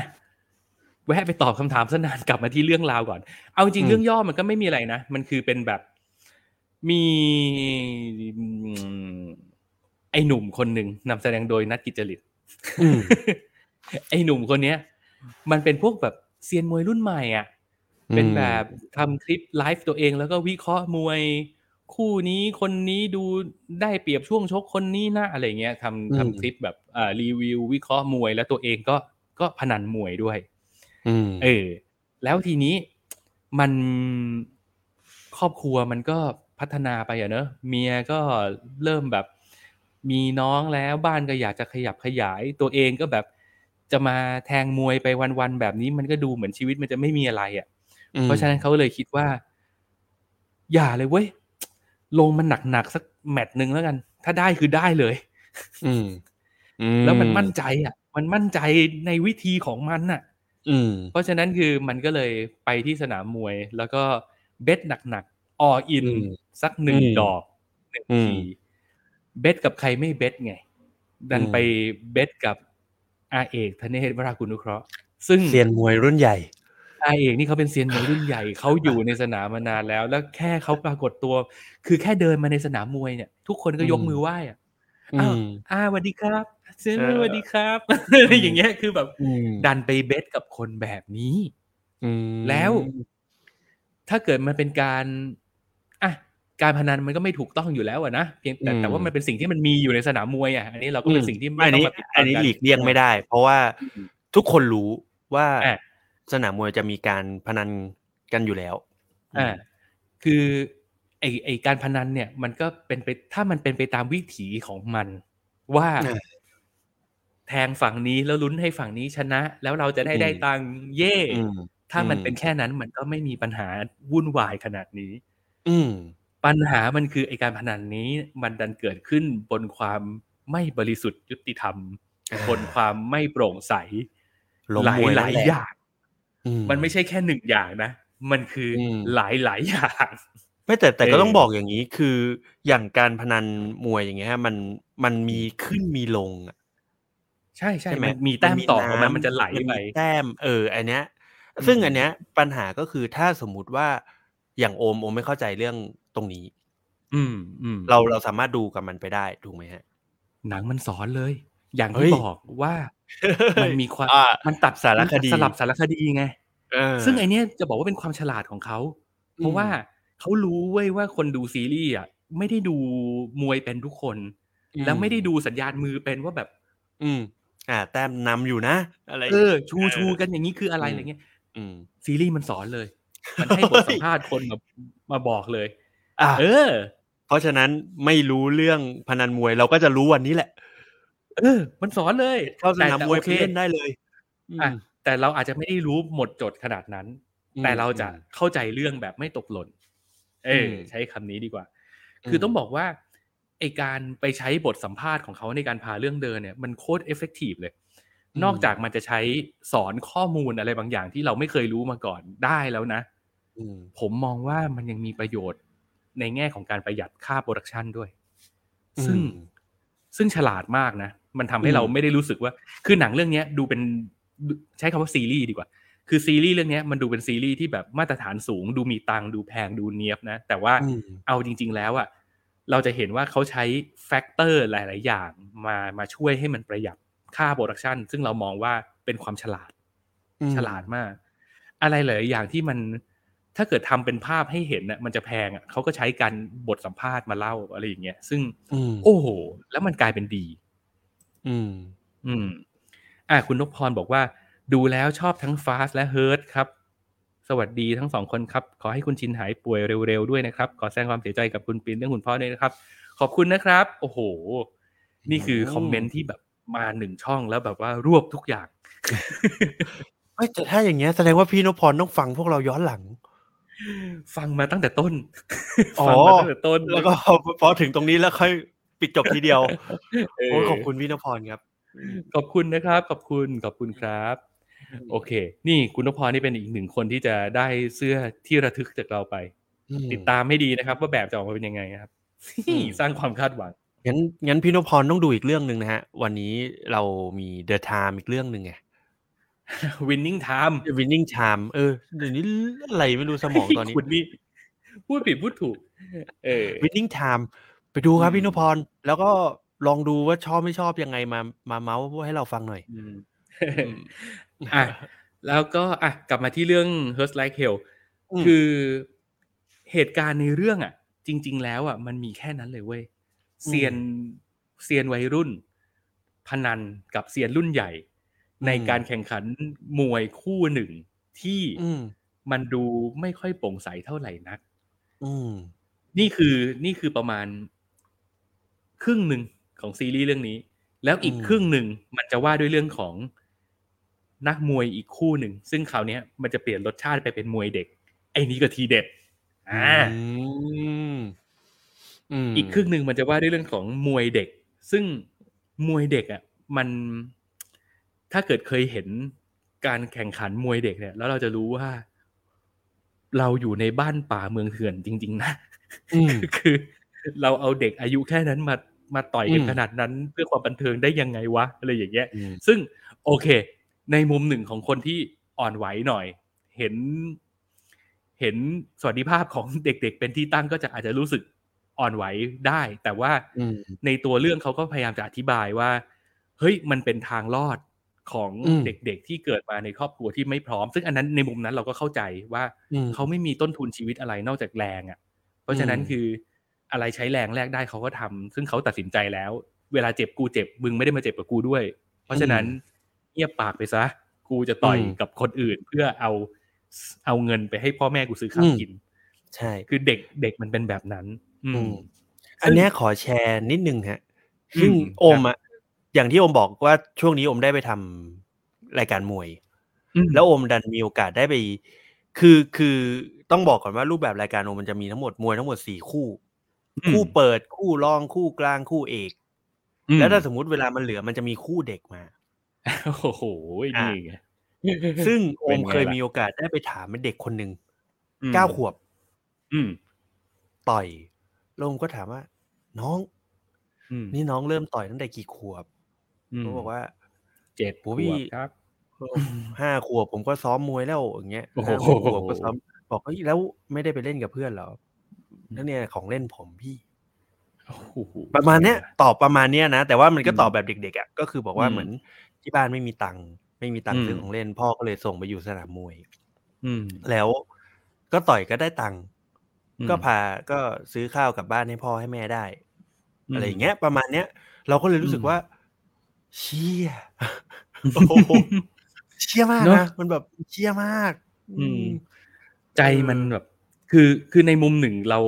A: แวะไปตอบคำถามสนานกลับมาที่เรื่องราวก่อน เอาจริ
C: อื
A: ง
C: ม
A: เรื่องย่อมันก็ไม่มีอะไรนะ มันคือเป็นแบบมีอืมไอหนุ่มคนหนึ่งนำแสดงโดยนัทกิจจริต
C: อืม
A: ไอหนุ่มคนเนี้ย มันเป็นพวกแบบเซียนมวยรุ่นใหม่อ่ะ
C: อืม
A: เป็นแบบทำคลิปไลฟ์ตัวเองแล้วก็วิเคราะห์มวย คู่นี้คนนี้ดูได้เปรียบช่วงชกคนนี้นะอะไรเงี้ยทำทำคลิปแบบอ่ารีวิววิเคราะห์มวย แล้วตัวเองก็ก็พนันมวยด้วย
C: อืม
A: เออ แล้วทีนี้มันครอบครัวมันก็พัฒนาไปอะเนอะเมียก็เริ่มแบบมีน้องแล้วบ้านก็อยากจะขยับขยาย ตัวเองก็แบบจะมาแทงมวยไปวันๆแบบนี้มันก็ดูเหมือนชีวิตมันจะไม่มีอะไรอะ่ะ
C: อืม
A: เพราะฉะนั้นเขาเลยคิดว่า อย่าเลยเว้ย ลงมันหนักๆสักแมตช์หนึ่งแล้วกัน ถ้าได้คือได้เลย
C: อืมอื
A: แล้วมันมั่นใจอ่ะ มันมั่นใจในวิธีของมันน่ะ
C: อืม
A: เพราะฉะนั้นคือมันก็เลยไปที่สนามมวย แล้วก็เบ็ดหนักๆออิน
C: อืม
A: สักหนึ่ง
C: อืม
A: ดอกหนึ่ง
C: อื
A: ที
C: ม
A: เบ็ดกับใครไม่เบ็ดไง ดัน
C: อืม
A: ไปเบ็ดกับอาเอกธเนศวรากุณุเคราะห์ ซึ่ง
C: เซียนมวยรุ่นใหญ่
A: อาเอกนี่เขาเป็นเซียนมวยรุ่นใหญ่ เขาอยู่ในสนามมานานแล้ว แล้วแค่เขาปรากฏตัว คือแค่เดินมาในสนามมวยเนี่ย ทุกคนก็ยก
C: อืม
A: มือไหว้อะ
C: อื
A: อ้าว
C: ม
A: อาสวัสดีครับเซียนมวย
C: เอ
A: ส
C: อ
A: วัสดีครับ อย่างเงี้ยคือแบบ
C: อืม
A: ดันไปเบ็ดกับคนแบบนี้
C: อืม
A: แล้วถ้าเกิดมันเป็นการอ่ะการพนันมันก็ไม่ถูกต้องอยู่แล้วอะนะเพียงแต่
C: อืม
A: แต่ว่ามันเป็นสิ่งที่มันมีอยู่ในสนามมวยอ่ะอันนี้เราก็เป็นสิ่งที่
C: อัน
A: ต้อ
C: นี้
A: งมาปิดบัง
C: อันนี้หลีกเลี่ยงไม่ได้ เพราะว่าทุกคนรู้ว่า
A: อ่ะ
C: สนามมวยจะมีการพนันกันอยู่แล้ว
A: อ่ะคือไอไอการพนันเนี่ย มันก็เป็นไปถ้ามันเป็นไปตามวิถีของมัน ว่า
C: อ่ะ
A: แทงฝั่งนี้แล้วลุ้นให้ฝั่งนี้ชนะ แล้วเราจะได้
C: อืม
A: ได้ตังค์เย่
C: อืม
A: ถ้ามัน
C: อืม
A: เป็นแค่นั้นมันก็ไม่มีปัญหาวุ่นวายขนาดนี้
C: อืม
A: ปัญหามันคือไอการพนันนี้มันดันเกิดขึ้นบนความไม่บริสุทธิ์ยุติธรรม
C: อ่า
A: บนความไม่โปร่งใส
C: ล้ม
A: หลามย
C: วย
A: ห
C: นั่
A: ลาย
C: นแหละ
A: อย่าง
C: อื
A: มันไม่ใช่แค่หนึ่งอย่างนะ มันคืออ
C: ม
A: หลายหลายอย่าง
C: ไม่แต่แต่
A: เอ
C: ก็
A: อ
C: ต้องบอกอย่างนี้คืออย่างการพนันมวยอย่างเงี้ยฮะมันมันมีขึ้นมีลงอะ
A: ใช่ใช่
C: ใช่ไหม
A: มันมีแต้มต่อของมันมันจะไหล
C: มัน
A: ไป
C: มีแต้ม เออ อันเนี้ย ซึ่งอันเนี้ยปัญหาก็คือถ้าสมมุติว่าอย่างโอมโอมไม่เข้าใจเรื่องตรงนี้
A: อืมอืม
C: เราเราสามารถดูกับมันไปได้ถูกไหมฮะ
A: หนังมันสอนเลย อย่าง
C: เฮ้
A: ที่
C: ย
A: บอกว่า มันมีความ
C: อ่า
A: มันตัด
C: สารคดี
A: มันตัสลับสารคดีไง
C: เออ
A: ซึ่งไอเนี้ยจะบอกว่าเป็นความฉลาดของเขา เพราะว่าเขารู้เว้ยว่าคนดูซีรีส์อ่ะไม่ได้ดูมวยเป็นทุกคน
C: อืม
A: แล้วไม่ได้ดูสัญญาณมือเป็นว่าแบบ
C: อืม อ่า แต้มนำอยู่นะ อะไร
A: เออ ชูชูกันอย่างนี้คืออะไรอะไรเงี้ย
C: อืม
A: ซีรีส์มันสอนเลย มันให้บทสัมภาษณ์คนมามาบอก เลย
C: อ่า
A: เออ
C: เพราะฉะนั้นไม่รู้เรื่องพนันมวย เราก็จะรู้วันนี้แหละ
A: เออ มันสอนเลย
C: เข้าสนาม
A: แต่
C: มวย
A: โอ
C: ไป
A: เค
C: เล่นได้เลย
A: อ่ะแต่เราอาจจะไม่ได้รู้หมดจดขนาดนั้น
C: อืม
A: แต่เราจะเข้าใจเรื่องแบบไม่ตกหล่น เอออ
C: ม
A: ใช้คำนี้ดีกว่า คือต้องบอกว่าไอการไปใช้บทสัมภาษณ์ของเขาในการพาเรื่องเดินเนี่ยมันโคตรเอฟเฟกตีฟเลย
C: อืม
A: นอกจากมันจะใช้สอนข้อมูลอะไรบางอย่างที่เราไม่เคยรู้มาก่อนได้แล้วนะ
C: อืม
A: ผมมองว่ามันยังมีประโยชน์ในแง่ของการประหยัดค่าโปรดักชันด้วย
C: อืม
A: ซึ่งซึ่งฉลาดมากนะ มันทำให้เรา
C: อืม
A: ไม่ได้รู้สึกว่า คือหนังเรื่องเนี้ยดูเป็นดูใช้คำว่าซีรีส์ดีกว่า คือซีรีส์เรื่องเนี้ยมันดูเป็นซีรีส์ที่แบบมาตรฐานสูง ดูมีตังค์ดูแพงดูเนียบนะ แต่ว่า
C: อืม
A: เอาจริง ๆ แล้วอะเราจะเห็นว่าเขาใช้แฟกเตอร์หลาย ๆ อย่างมามาช่วยให้มันประหยัดค่าโปรดักชันซึ่งเรามองว่าเป็นความฉลาด
C: อืม
A: ฉลาดมาก อะไรหลายๆอย่างที่มันถ้าเกิดทำเป็นภาพให้เห็นน่ะมันจะแพงอะเขาก็ใช้การบทสัมภาษณ์มาเล่าอะไรอย่างเงี้ยซึ่ง
C: อืม
A: โอ้โห แล้วมันกลายเป็นดี
C: อืม
A: อืม อ่าคุณนพพรบอกว่า ดูแล้วชอบทั้งฟาสและเฮิร์ตครับ สวัสดีทั้งสองคนครับ ขอให้คุณชินหายป่วยเร็วๆด้วยนะครับ ขอแสดงความเสียใจกับคุณปินเรื่องคุณพ่อด้วยนะครับ ขอบคุณนะครับ โอ้โห นี่คือคอมเมนต์ที่แบบมาหนึ่งช่องแล้วแบบว่ารวบทุกอย่าง
C: เอ้ยแต่ถ้าอย่างเงี้ยแสดงว่าพี่นพพรต้องฟังพวกเราย้อนหลัง
A: ฟังมาตั้งแต่ต้น
C: อ๋อ
A: ฟังมาตั้งแต่ต้น
C: แล้วก็ พอถึงตรงนี้แล้วค่อยปิดจบทีเดียว
A: เออ
C: โอ้ยขอบคุณพี่นพพรครับ
A: ขอบคุณนะครับ ขอบคุณขอบคุณครับ โอเค นี่คุณนพพรนี่เป็นอีกหนึ่งคนที่จะได้เสื้อที่ระทึกจากเราไป ติดตามให้ดีนะครับ ว่าแบบจะออกมาเป็นยังไงนะครับ
C: อืม
A: สร้างความคาดหวัง
C: งั้นงั้นพี่นพพรต้องดูอีกเรื่องหนึ่งนะฮะ วันนี้เรามี The Time อีกเรื่องหนึ่งไง
A: winning time
C: The Winning Time เออเดี๋ยวนี้อะไรไม่รู้สมองตอนนี้
A: คุณนี่ พูดผิดพูดถูก เออ
C: Winning Time ไปดูครับ
A: อืม
C: พี่นพพร แล้วก็ลองดูว่าชอบไม่ชอบยังไงมามาเมาส์ให้เราฟังหน่อย
A: อืมอ่ะ แล้วก็อ่ะกลับมาที่เรื่อง h e r s t Like Hell
C: อืม
A: คือเหตุการณ์ในเรื่องอ่ะ จริง ๆ แล้วอ่ะมันมีแค่นั้นเลยเว้ยเซียนเซียนวัยรุ่น พนันกับเซียนรุ่นใหญ่ ในการแข่งขันมวยคู่หนึ่งที่
C: อืม
A: มันดูไม่ค่อยโปร่งใสเท่าไหร่นัก
C: อืม
A: นี่คือนี่คือประมาณ ครึ่งหนึ่งของซีรีส์เรื่องนี้ แล้วอีกครึ่งหนึ่งมันจะว่าด้วยเรื่องของนักมวยอีกคู่หนึ่ง ซึ่งคราวเนี้ยมันจะเปลี่ยนรสชาติไปเป็นมวยเด็ก ไอ้นี้ก็ทีเด็ดอ่า
C: อืมม
A: อีกครึ่งหนึ่งมันจะว่าด้วยเรื่องของมวยเด็ก ซึ่งมวยเด็กอ่ะมันถ้าเกิดเคยเห็นการแข่งขันมวยเด็กเนี่ย แล้วเราจะรู้ว่า เราอยู่ในบ้านป่าเมืองเถื่อนจริง ๆ นะ
C: อืม
A: คือเราเอาเด็กอายุแค่นั้นมามาต่อยกัน
C: อืม
A: ขนาดนั้น เพื่อความบันเทิงได้ยังไงวะอะไรอย่างเงี้ย
C: อืม
A: ซึ่งโอเค ในมุมหนึ่งของคนที่อ่อนไหวหน่อย เห็น เห็นสวัสดิภาพของเด็ก ๆ เป็นที่ตั้งก็จะอาจจะรู้สึกอ่อนไหวได้ แต่ว่า
C: อืม
A: ในตัวเรื่องเขาก็พยายามจะอธิบายว่า เฮ้ยมันเป็นทางรอดของ
C: อืม
A: เด็กๆที่เกิดมาในครอบครัวที่ไม่พร้อม ซึ่งอันนั้นในมุมนั้นเราก็เข้าใจว่า
C: อืม
A: เขาไม่มีต้นทุนชีวิตอะไรนอกจากแรงอะ่ะ เพราะฉะนั้น
C: อืม
A: คืออะไรใช้แรงแรกได้เขาก็ทำซึ่งเขาตัดสินใจแล้ว เวลาเจ็บกูเจ็บมึงไม่ได้มาเจ็บกับกูด้วย เพราะฉะนั้นเงียบปากไปซะ กูจะต่อยกับคนอื่น เพื่อเอาเอาเงินไปให้พ่อแม่กูซื้อข้าวกิน
C: ใช่
A: คือเด็กเด็กมันเป็นแบบนั้น อื
C: อื
A: ม
C: มอันเนี้ยขอแชร์นิดนึง
A: อ
C: ฮะ
A: ืม
C: ซึ่งโอมอะอย่างที่โอมบอกว่าช่วงนี้โอมได้ไปทำรายการมวย
A: อืม
C: แล้วโอมดันมีโอกาสได้ไป คือคือต้องบอกก่อนว่ารูปแบบรายการโอมมันจะมีทั้งหมดมวยทั้งหมดสี่คู่ คู่เปิดคู่รองคู่กลางคู่เอก
A: อืม
C: แล้วถ้าสมมติเวลามันเหลือมันจะมีคู่เด็กมา
A: โอ้โหนี่ไง
C: ซึ่งโอ
A: เป็น
C: ม
A: ไงล่ะ
C: เคยมีโอกาสได้ไปถามเด็กคนหนึ่ง
A: อืม
C: เก้าขวบ
A: อืม
C: ต่อยแล้วโอมก็ถามว่า น้อง
A: อืม
C: นี่น้องเริ่มต่อยตั้งแต่กี่ขวบ
A: อืม
C: เขาบอกว่า
A: เจ็ด
C: โอ้พี่
A: ขวบครับ
C: ห้าขวบผมก็ซ้อมมวยแล้วอย่างเงี้ย
A: โอ้โห
C: ห้าหกขวบก็ซ้อมบอกเฮ้ยแล้วไม่ได้ไปเล่นกับเพื่อนเหรอนั่นเนี่ยของเล่นผมพี่
A: โอ้โห
C: ประมาณเนี้ยตอบประมาณเนี้ยนะ แต่ว่ามันก็
A: อืม
C: ตอบแบบเด็กๆอ่ะก็คือบอกว่า
A: อืม
C: เหมือนที่บ้านไม่มีตังค์ไม่มีตังค์
A: อืม
C: ซื้อของเล่น พ่อก็เลยส่งไปอยู่สนามมวย
A: อืม
C: แล้วก็ต่อยก็ได้ตังค์
A: อืม
C: ก็พาก็ซื้อข้าวกลับบ้านให้พ่อให้แม่ได้
A: อืม
C: อะไรอย่างเงี้ย ประมาณเนี้ย เราก็เลยรู้สึกว่า เชี่ ยโอ้โหเชี่ยมาก
A: เนอะ
C: นะมันแบบเชี่ยมาก
A: อืม ใจมันแบบคือคือในมุมหนึ่งเรา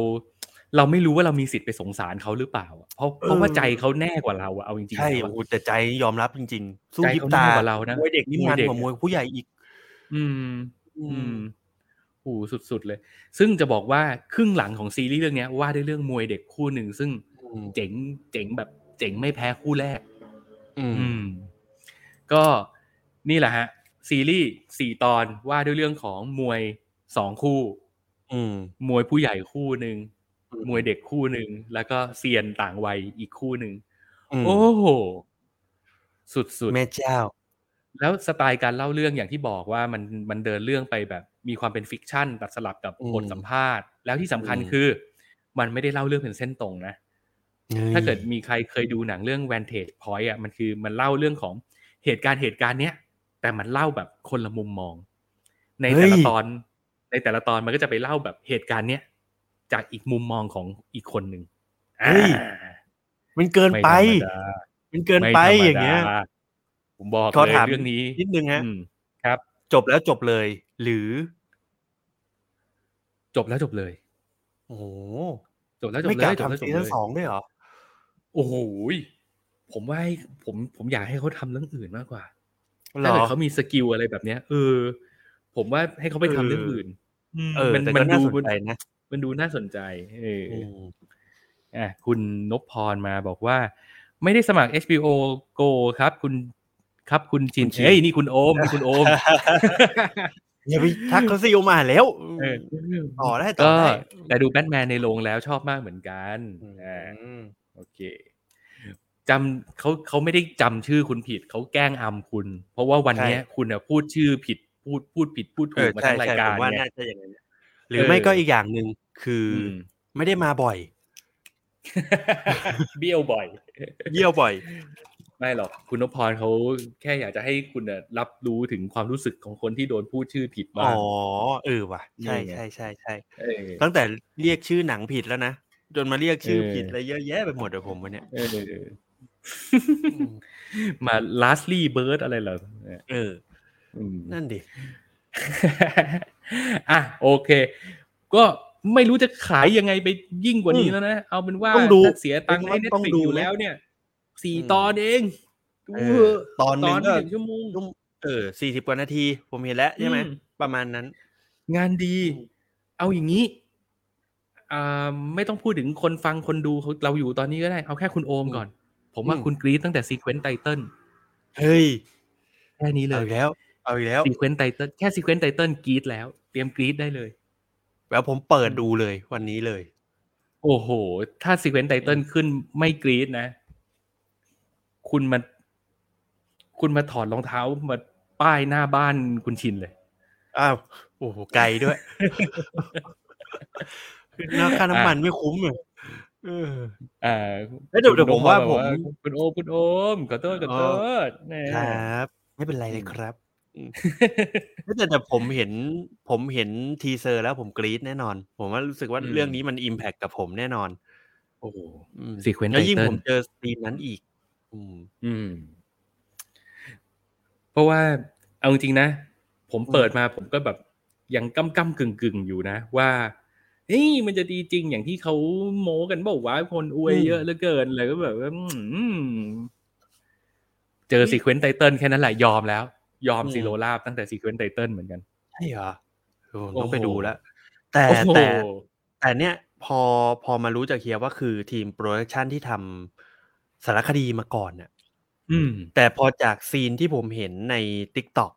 A: เราไม่รู้ว่าเรามีสิทธิ์ไปสงสารเขาหรือเปล่าอะเพราะเพราะว่า
C: เออ
A: ใจเขาแน่กว่าเราอะเอาจริงๆ
C: ใช่
A: แล้ว
C: โอ้
A: อะ
C: โหแต่ใจยอมรับจริงๆ สู้
A: ใจ
C: ยิบ
A: เขา
C: ตา
A: แน่กว่าเรานะ
C: มวยเด็กนี่
A: มวย
C: มัน
A: เด็ก
C: กว่ามวยผู้ใหญ่อีก
A: อืม
C: อื
A: อื
C: ม
A: มโหูสุดๆเลย ซึ่งจะบอกว่าครึ่งหลังของซีรีส์เรื่องเนี้ยว่าด้วยเรื่องมวยเด็กคู่หนึ่งซึ่ง
C: อืม
A: เจ๋งเจ๋งแบบเจ๋งไม่แพ้คู่แรก
C: อืม
A: อืม ก็นี่แหละฮะ ซีรีส์สี่ตอนว่าด้วยเรื่องของมวยสองคู่
C: อืม
A: มวยผู้ใหญ่คู่หนึ่ง
C: อืม
A: มวยเด็กคู่หนึ่งแล้วก็เซียนต่างวัยอีกคู่หนึ่ง
C: ม
A: โอ้โห สุดๆ
C: แม่เจ้า
A: แล้วสไตล์การเล่าเรื่องอย่างที่บอกว่ามันมันเดินเรื่องไปแบบมีความเป็นฟิกชันตัดสลับกับ
C: อืม
A: บทสัมภาษณ์ แล้วที่สำคัญ
C: อืม
A: คือ มันไม่ได้เล่าเรื่องเป็นเส้นตรงนะ ถ้าเกิดมีใครเคยดูหนังเรื่อง Vantage Point อ่ะมันคือมันเล่าเรื่องของเหตุการณ์เหตุการณ์เนี้ยแต่มันเล่าแบบคนละมุมมอง ในแต่ละ
C: เฮ้ย
A: ตอน ในแต่ละตอนมันก็จะไปเล่าแบบเหตุการณ์เนี้ยจากอีกมุมมองของอีกคนหนึ่งอ่า
C: มันเกิน
A: ม่
C: ไป
A: ธรรมดา
C: มันเกินไป
A: ม่ธรรมด
C: อย่างเงี้ย
A: ผมบอก
C: ขอ
A: เลย
C: ถาม
A: เรื่องนี้
C: นิดนึงฮะ
A: อืมครับ
C: จบแล้วจบเลย หรือ
A: จบแล้วจบเลย
C: โอ้โห
A: จบแล้วจบ
C: ไม่
A: เล
C: กลับ
A: ยจบแล้วจ
C: ทำซี
A: บเล
C: ซั่น
A: ย
C: สองด้วยเหรอ
A: โอ้โหยผมว่าให้ผมผมอยากให้เขาทำเรื่องอื่นมากกว่า
C: เหร
A: ถ้า
C: อ
A: เกิดเขามีสกิลอะไรแบบเนี้ยเออ ผมว่าให้เขาไปทำเรื่องอื่น
C: เออ
A: มัน
C: แต่
A: มั
C: ก็
A: น
C: น่า
A: ดู
C: สนใจนะ
A: มันดูน่าสนใจ เออ
C: อืม
A: อ่ะคุณนพพรมาบอกว่า ไม่ได้สมัคร HBO Go ครับ คุณครับคุณจินเอ้ยนี่คุณโอ มนี่คุณโอม
C: อย่าไปทักเขาซิโอมาแล้ว
A: เออ
C: ต่อได้ต่อ
A: ก็
C: ได้
A: แต่ดูแบทแมนในโรงแล้วชอบมากเหมือนกันอ่า
C: อืม
A: โอเคจำเขาเขาไม่ได้จำชื่อคุณผิด เขาแกล้งอำคุณ เพราะว่าวันเนี้ยคุณน่ะพูดชื่อผิด พูดพูดผิดพูด
C: เอ
A: ถู
C: อก
A: มา
C: ใช่
A: ทั้งราย
C: ใช่ผ
A: กาม ร
C: ว่า
A: เนี่
C: น่าย จะอย่างนั้นหรือไม่ก็อีกอย่างหนึ่งคือ อ
A: ม
C: ไม่ได้มาบ่อย
A: เบี้ยวบ่อย
C: เยี่ยวบ่อย
A: ไม่หรอกคุณนพพรเขาแค่อยากจะให้คุณน่ะรับรู้ถึงความรู้สึกของคนที่โดนพูดชื่อผิดบ้า
C: อ๋
A: ง
C: อเออว่ะใช่
A: นี่ไง
C: ใช่ใช่ใช่
A: เออ
C: ตั้งแต่เรียกชื่อหนังผิดแล้วนะ จนมาเรียกชื่อ
A: เออ
C: ผิดอะไรเยอะแยะไปหมดเลยผมวันเนี้ย
A: เออ มา lastly bird อะไรเหรอเนี่ย
C: เออ
A: อืม
C: นั่นดิ
A: อ่ะโอเค ก็ไม่รู้จะขายยังไงไปยิ่งกว่านี้แล้วนะ เอาเป็นว่า
C: ต้องดู
A: ถ้าเสียตังค์ให้เน็ต
C: ต้อง
A: ฟลิ
C: ดู
A: อยู่
C: ไหม
A: แล้วเนี่ยสี่
C: อืม
A: ตอนเองดู
C: เอ
A: เถ
C: อ
A: อะ
C: ตอนห
A: ต
C: นึ
A: อง น
C: ก็
A: ไม่ถึงชั่วโมง
C: เออสี่สิบกว่านาที ผมเห็นแล้วใช่ไหม
A: อืม
C: ประมาณนั้น
A: งานดี
C: อืม
A: เอาอย่างนี้อ่าไม่ต้องพูดถึงคนฟังคนดูเขาเราอยู่ตอนนี้ก็ได้ เอาแค่คุณโอมก่อน ผมว่าคุณกรี๊ดตั้งแต่ซีเควนต์ไตเติล
C: เฮ้ย
A: แค่นี้เลย
C: เอาอีกแล้วเอาอีกแล้ว
A: ซีเควนต์ไตเติลแค่ซีเควนต์ไตเติลกรี๊ดแล้ว เตรียมกรี๊ดได้เลย
C: แล้วผมเปิดดูเลยวันนี้เลย
A: โอ้โห ถ้าซีเควนต์ไตเติลขึ้นไม่กรี๊ดนะ คุณมา คุณมาถอดรองเท้ามาป้ายหน้าบ้านคุณชินเลย
C: อ้าวโอ้โหไกล ด้วย น้าค่าน้ำมันไม่คุ้มเลยเออ
A: อ่า
C: เอ้ยเดี๋ยวเดี๋ยวผมว่าผม
A: คุณโอมคุณโอมขอโทษขอโทษแหม
C: ครับ ไม่เป็นไรเลย
A: อืม
C: ครับ แต่แต่ผมเห็นผมเห็นทีเซอร์แล้วผมกรี๊ดแน่นอน ผมว่ารู้สึกว่า
A: อืม
C: เรื่องนี้มันอิมแพคกับผมแน่นอน
A: โอ้โห
C: อืม
A: Sequence
C: แล้วยิ่ง
A: Titan
C: ผมเจอซีนนั้นอีก อืม
A: อืม เพราะว่าเอาจริงๆนะ ผมเปิดมาผมก็แบบยังก้ำก้ำกึ่งกึ่งๆอยู่นะว่าเฮ้ยมันจะดีจริงอย่างที่เขาโม้กันบอกว่าวะคนอวย
C: อืม
A: เยอะเหลือเกินเลยก็แบบว่าอืมเจอซีเควนต์ไตเติลแค่นั้นแหละยอมแล้ว ยอมซีโรลาบตั้งแต่ซีเควนต์ไตเติลเหมือนกัน
C: ใช่เหรอเออผม
A: โอ้
C: ต้อง
A: โห
C: ไปดูแล้วแต่
A: โอ้โห
C: แต่แต่เนี้ยพอพอมารู้จากเฮียว่าคือทีมโปรดักชันที่ทำสารคดีมาก่อนน่ะ
A: อืม
C: แต่พอจากซีนที่ผมเห็นใน Tik t o อก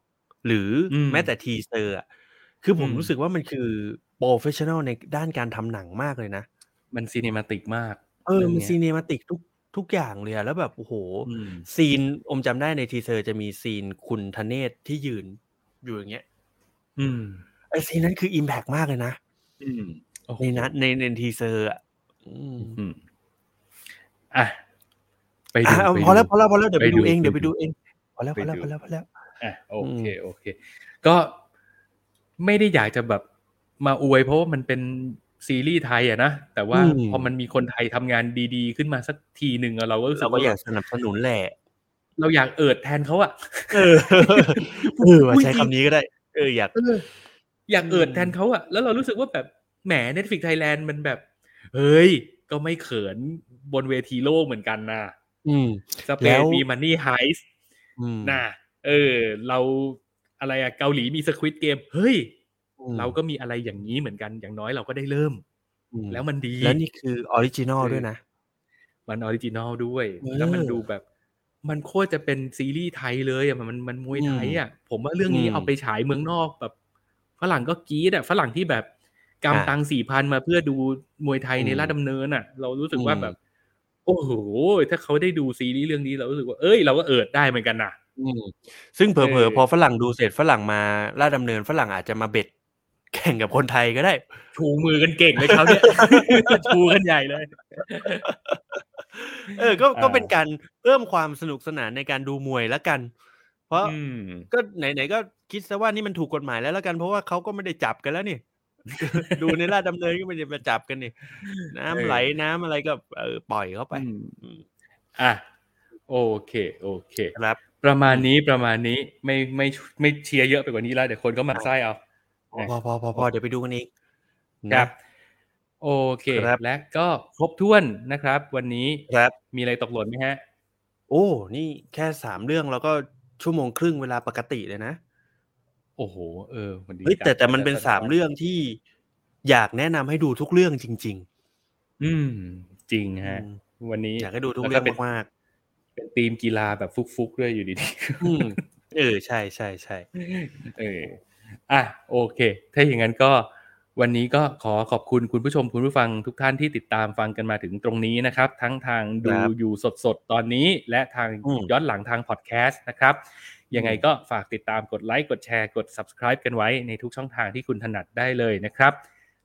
C: หรืออ
A: ม
C: แม้แต่ทีเซอร์อะคือผม
A: อืม
C: รู้สึกว่ามันคือโปรเฟชชั่นอลในด้านการทำหนังมากเลยนะ
A: มันซีเนมาติกมาก
C: เออ
A: รื่ง
C: มัน
A: ย
C: ซีเนมาติกทุก ทุกอย่างเลยอะแล้วแบบโอ้โห
A: อืม
C: ซีนอมจำได้ในทีเซอร์จะมีซีนคุณธเนศที่ยืนอยู่อย่างเงี้ย
A: อืม
C: ไอซีนนั้นคืออิมแพกมากเลยนะ
A: อืมโอ้โห
C: ในนัดในในทีเซอร์อ่ะอืม
A: อืมอ่ะไปดู
C: อ่ะเอา
A: ไปดู
C: พอแล้วพอแล้วพอแล้วเดี๋ยวไป
A: ไปดู
C: ดูเองเดี๋ยว
A: ไป
C: ไป
A: ดู
C: ดูเองพอแล้วพอแล้ว
A: ไป
C: พ
A: ดู
C: อแล้วพอแล้ว
A: อ่ะโอเคโอเค ก็ไม่ได้อยากจะแบบมาอวย เพราะว่ามันเป็นซีรีส์ไทยอะนะ แต่ว่า
C: อืม
A: พอมันมีคนไทยทำงานดีๆ ขึ้นมาสักทีหนึ่งอะเราก็รู้สึ
C: เรา
A: ก
C: ก็
A: ว่า
C: อยากสนับสนุนแหละ
A: เราอยากเอิดแทนเขาอะ
C: เออ เออว่ะ
A: อุ๊ย
C: ใช้คำนี้ก็ได้เอออยาก
A: เอออยากเอิด
C: อืม
A: แทนเขาอะแล้วเรารู้สึกว่าแบบแหม Netflix Thailand มันแบบ เฮ้ย ก็ไม่เขินบนเวทีโลกเหมือนกันนะ
C: อืม
A: สเป
C: แล้
A: น
C: ว
A: มีมันนี่ไฮส์
C: อืม
A: นะเออ เราอะไรอะเกาหลีมีสควิตเกมเฮ้ย
C: อืม
A: เราก็มีอะไรอย่างนี้เหมือนกันอย่างน้อยเราก็ได้เริ่ม
C: อืม
A: แล้วมันดี
C: แล้วนี่คือออริจินอล
A: คือ
C: ด้วยนะ
A: มันออริจินอลด้วย
C: เออ
A: แล้วมันดูแบบ มันโคตรจะเป็นซีรีส์ไทยเลยอ่ะมันมันมันมวยไทยอ่ะ ผมว่าเรื่องนี้
C: อืม
A: เอาไปฉายเมืองนอกแบบฝรั่งก็กรี๊ดอ่ะฝรั่งที่แบบ
C: อ่ะ
A: กำตังสี่พันมาเพื่อดูมวยไทยใน
C: อืม
A: ราชดำเนินอ่ะ เรารู้สึกว่า
C: อืม
A: แบบ โอ้โหถ้าเขาได้ดูซีรีส์เรื่องนี้เรารู้สึกว่าเอ้ยเราก็เอิดได้เหมือนกันนะ
C: อืมซึ่งเผ
A: เอ
C: ล
A: อ
C: อๆพอฝรั่งดูเสร็จฝรั่งมาล่าดดำเนินฝรั่งอาจจะมาเบ็ดแข่งกับคนไทยก็ได้
A: ชูมือกันเก่งเลยเขาเนี่ย ชูกันใหญ่เลย
C: เออ ก็ ก็
A: อ่า
C: เป็นการเพิ่มความสนุกสนานในการดูมวยแล้วกัน เพราะ
A: อืม
C: ก็ไหนๆก็คิดซะว่านี่มันถูกกฎหมายแล้วแล้วกันเพราะว่าเขาก็ไม่ได้จับกันแล้วนี่ ดูในลาดดำเนินก็ไม่ได้มาจับกันนี่ น้ำไหลน้ำอะไรก็เออปล่อยเข้าไป
A: อืม
C: อืม
A: อ่ะโอเค โอเค
C: ครับ
A: ประมาณนี้ประมาณนี้ไม่ไม่ไม่เชียร์เยอะไปกว่านี้แล้ว เดี๋ยวคนก็หมันไส้เอา นะ
C: พอพอพอพอเดี๋ยวไปดูกันเอง
A: ครั
C: นะ
A: บ โอเค
C: ครับ
A: และก็ครบถ้วนนะครับ วันนี้
C: ครับ
A: มีอะไรตกหล่นไหมฮะ
C: โอ้ นี่แค่สามเรื่องแล้วก็ชั่วโมงครึ่งเวลาปกติเลยนะ
A: โอ้โห เออวันนี้
C: เฮ้ยแต่แต่มันเป็น
A: จัด
C: สามเรื่องที่อยากแนะนำให้ดูทุกเรื่องจริง
A: อืม จริง
C: ๆ
A: ฮะ
C: อืม
A: วันนี้
C: อยากให้ดูทุก
A: แล้ว
C: เรื่อง
A: เป็น
C: มาก
A: เป็นทีมกีฬาแบบฟุกๆด้วยอยู่ดี
C: ๆอืมเออใช่ใช่ใช่
A: ๆ เอออ่ะโอเค ถ้าอย่างนั้นก็ วันนี้ก็ขอขอบคุณคุณผู้ชมคุณผู้ฟังทุกท่านที่ติดตามฟังกันมาถึงตรงนี้นะครับ ทั้งทางดูอยู่สดๆ ตอนนี้ และทางย้อนหลังทางพอดแคสต์นะครับ ยังไงก็ฝากติดตามกดไลค์กดแชร์กด subscribe กันไว้ในทุกช่องทางที่คุณถนัดได้เลยนะครับ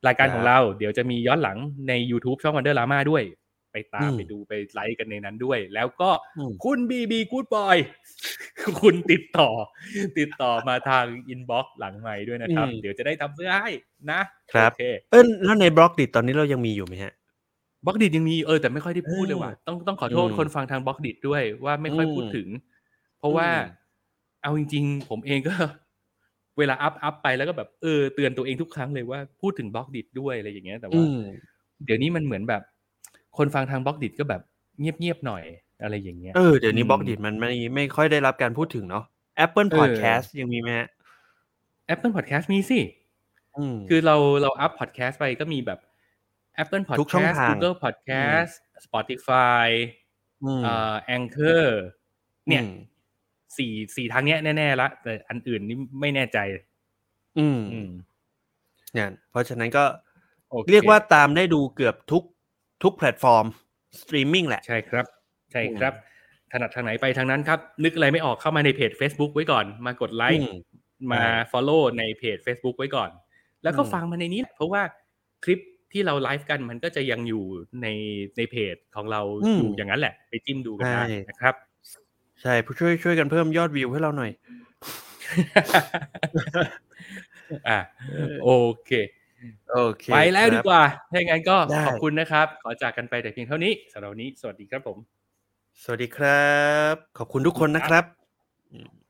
A: รายการของเราเดี๋ยวจะมีย้อนหลังใน YouTube ช่อง Wonder Lama ด้วย ไปตามไปดูไปไลค์กันในนั้นด้วย แล้วก็คุณบีบีกูดบอย คุณติดต่อ ติดต่อมาทางอินบ็อกซ์หลังใหม่ด้วยนะครับ เดี๋ยวจะได้ทำเสื้อให้นะโอเค
C: เอ้ยแล้วในบล็อกดิตอนนี้เรายังมีอยู่ไหมฮะ
A: บล็อกดิดยังมีเออแต่ไม่ค่อยได้พูดเลยว่ะ
C: เออ
A: ต้องต้องขอโทษ
C: อืม
A: คนฟังทางบล็อกดิดด้วยว่าไม่ค่อยพูด
C: อืม
A: ถึง เพราะว่า
C: อืม
A: เอาจริง ๆ ผมเองก็ เวลาอัพอัพไปแล้วก็แบบเออเตือนตัวเองทุกครั้งเลยว่าพูดถึงบล็อกดิดด้วยอะไรอย่างเงี้ยแต่ว่า
C: อืม
A: เดี๋ยวนี้มันเหมือนแบบ คนฟังทางบล็อกดิดก็แบบเงียบๆหน่อยอะไรอย่างเงี้ย
C: เออเดี๋ยวนี้
A: อืม
C: บล็อกดิตมันไม่ไม่ค่อยได้รับการพูดถึงเนาะ Apple
A: เออ
C: Podcast ยังมีไหมฮะ
A: Apple Podcast มีสิ
C: อืม
A: คือเราเราอัพพอดแคสต์ไปก็มีแบบ Apple
C: ทุกช่อง
A: Podcast
C: ทาง
A: Google Podcast Spotify
C: ม
A: เอ่อ Anchor เนี่ย
C: อืม
A: สี่สี่ทางเนี้ยแน่ๆละแต่อันอื่นนี่ไม่แน่ใจ
C: อืม
A: อืม
C: เนี่ยเพราะฉะนั้นก็
A: โอเค
C: เรียกว่าตามได้ดูเกือบทุกทุกแพลตฟอร์มสตรีมมิ่งแหละ
A: ใช่ครับ ใช่ครับ ถนัดทางไหนไปทางนั้นครับ นึกอะไรไม่ออกเข้ามาในเพจ Facebook ไว้ก่อน มากดไลค์
C: อืม
A: มา
C: ใช่
A: Follow ในเพจ Facebook ไว้ก่อน แล้วก็
C: อืม
A: ฟังมาในนี้แหละเพราะว่าคลิปที่เราไลฟ์กันมันก็จะยังอยู่ในในเพจของเราอยู่อย่างนั้นแหละ ไปจิ้มดูกันได้นะครับ
C: ใช่ผู้ช่วยช่วยกันเพิ่มยอดวิวให้เราหน่อย
A: อ่ะ
C: เออ
A: โอเค
C: โอเค
A: ไปแล้วดี
C: ครับ
A: กว่าถ้าอย่างนั้นก็
C: ได้
A: ขอบคุณนะครับ ขอจากกันไปแต่เพียงเท่านี้สำหรับวันนี้ สวัสดีครับผม
C: สวัสดีครับ ขอบคุณทุกคนนะครับ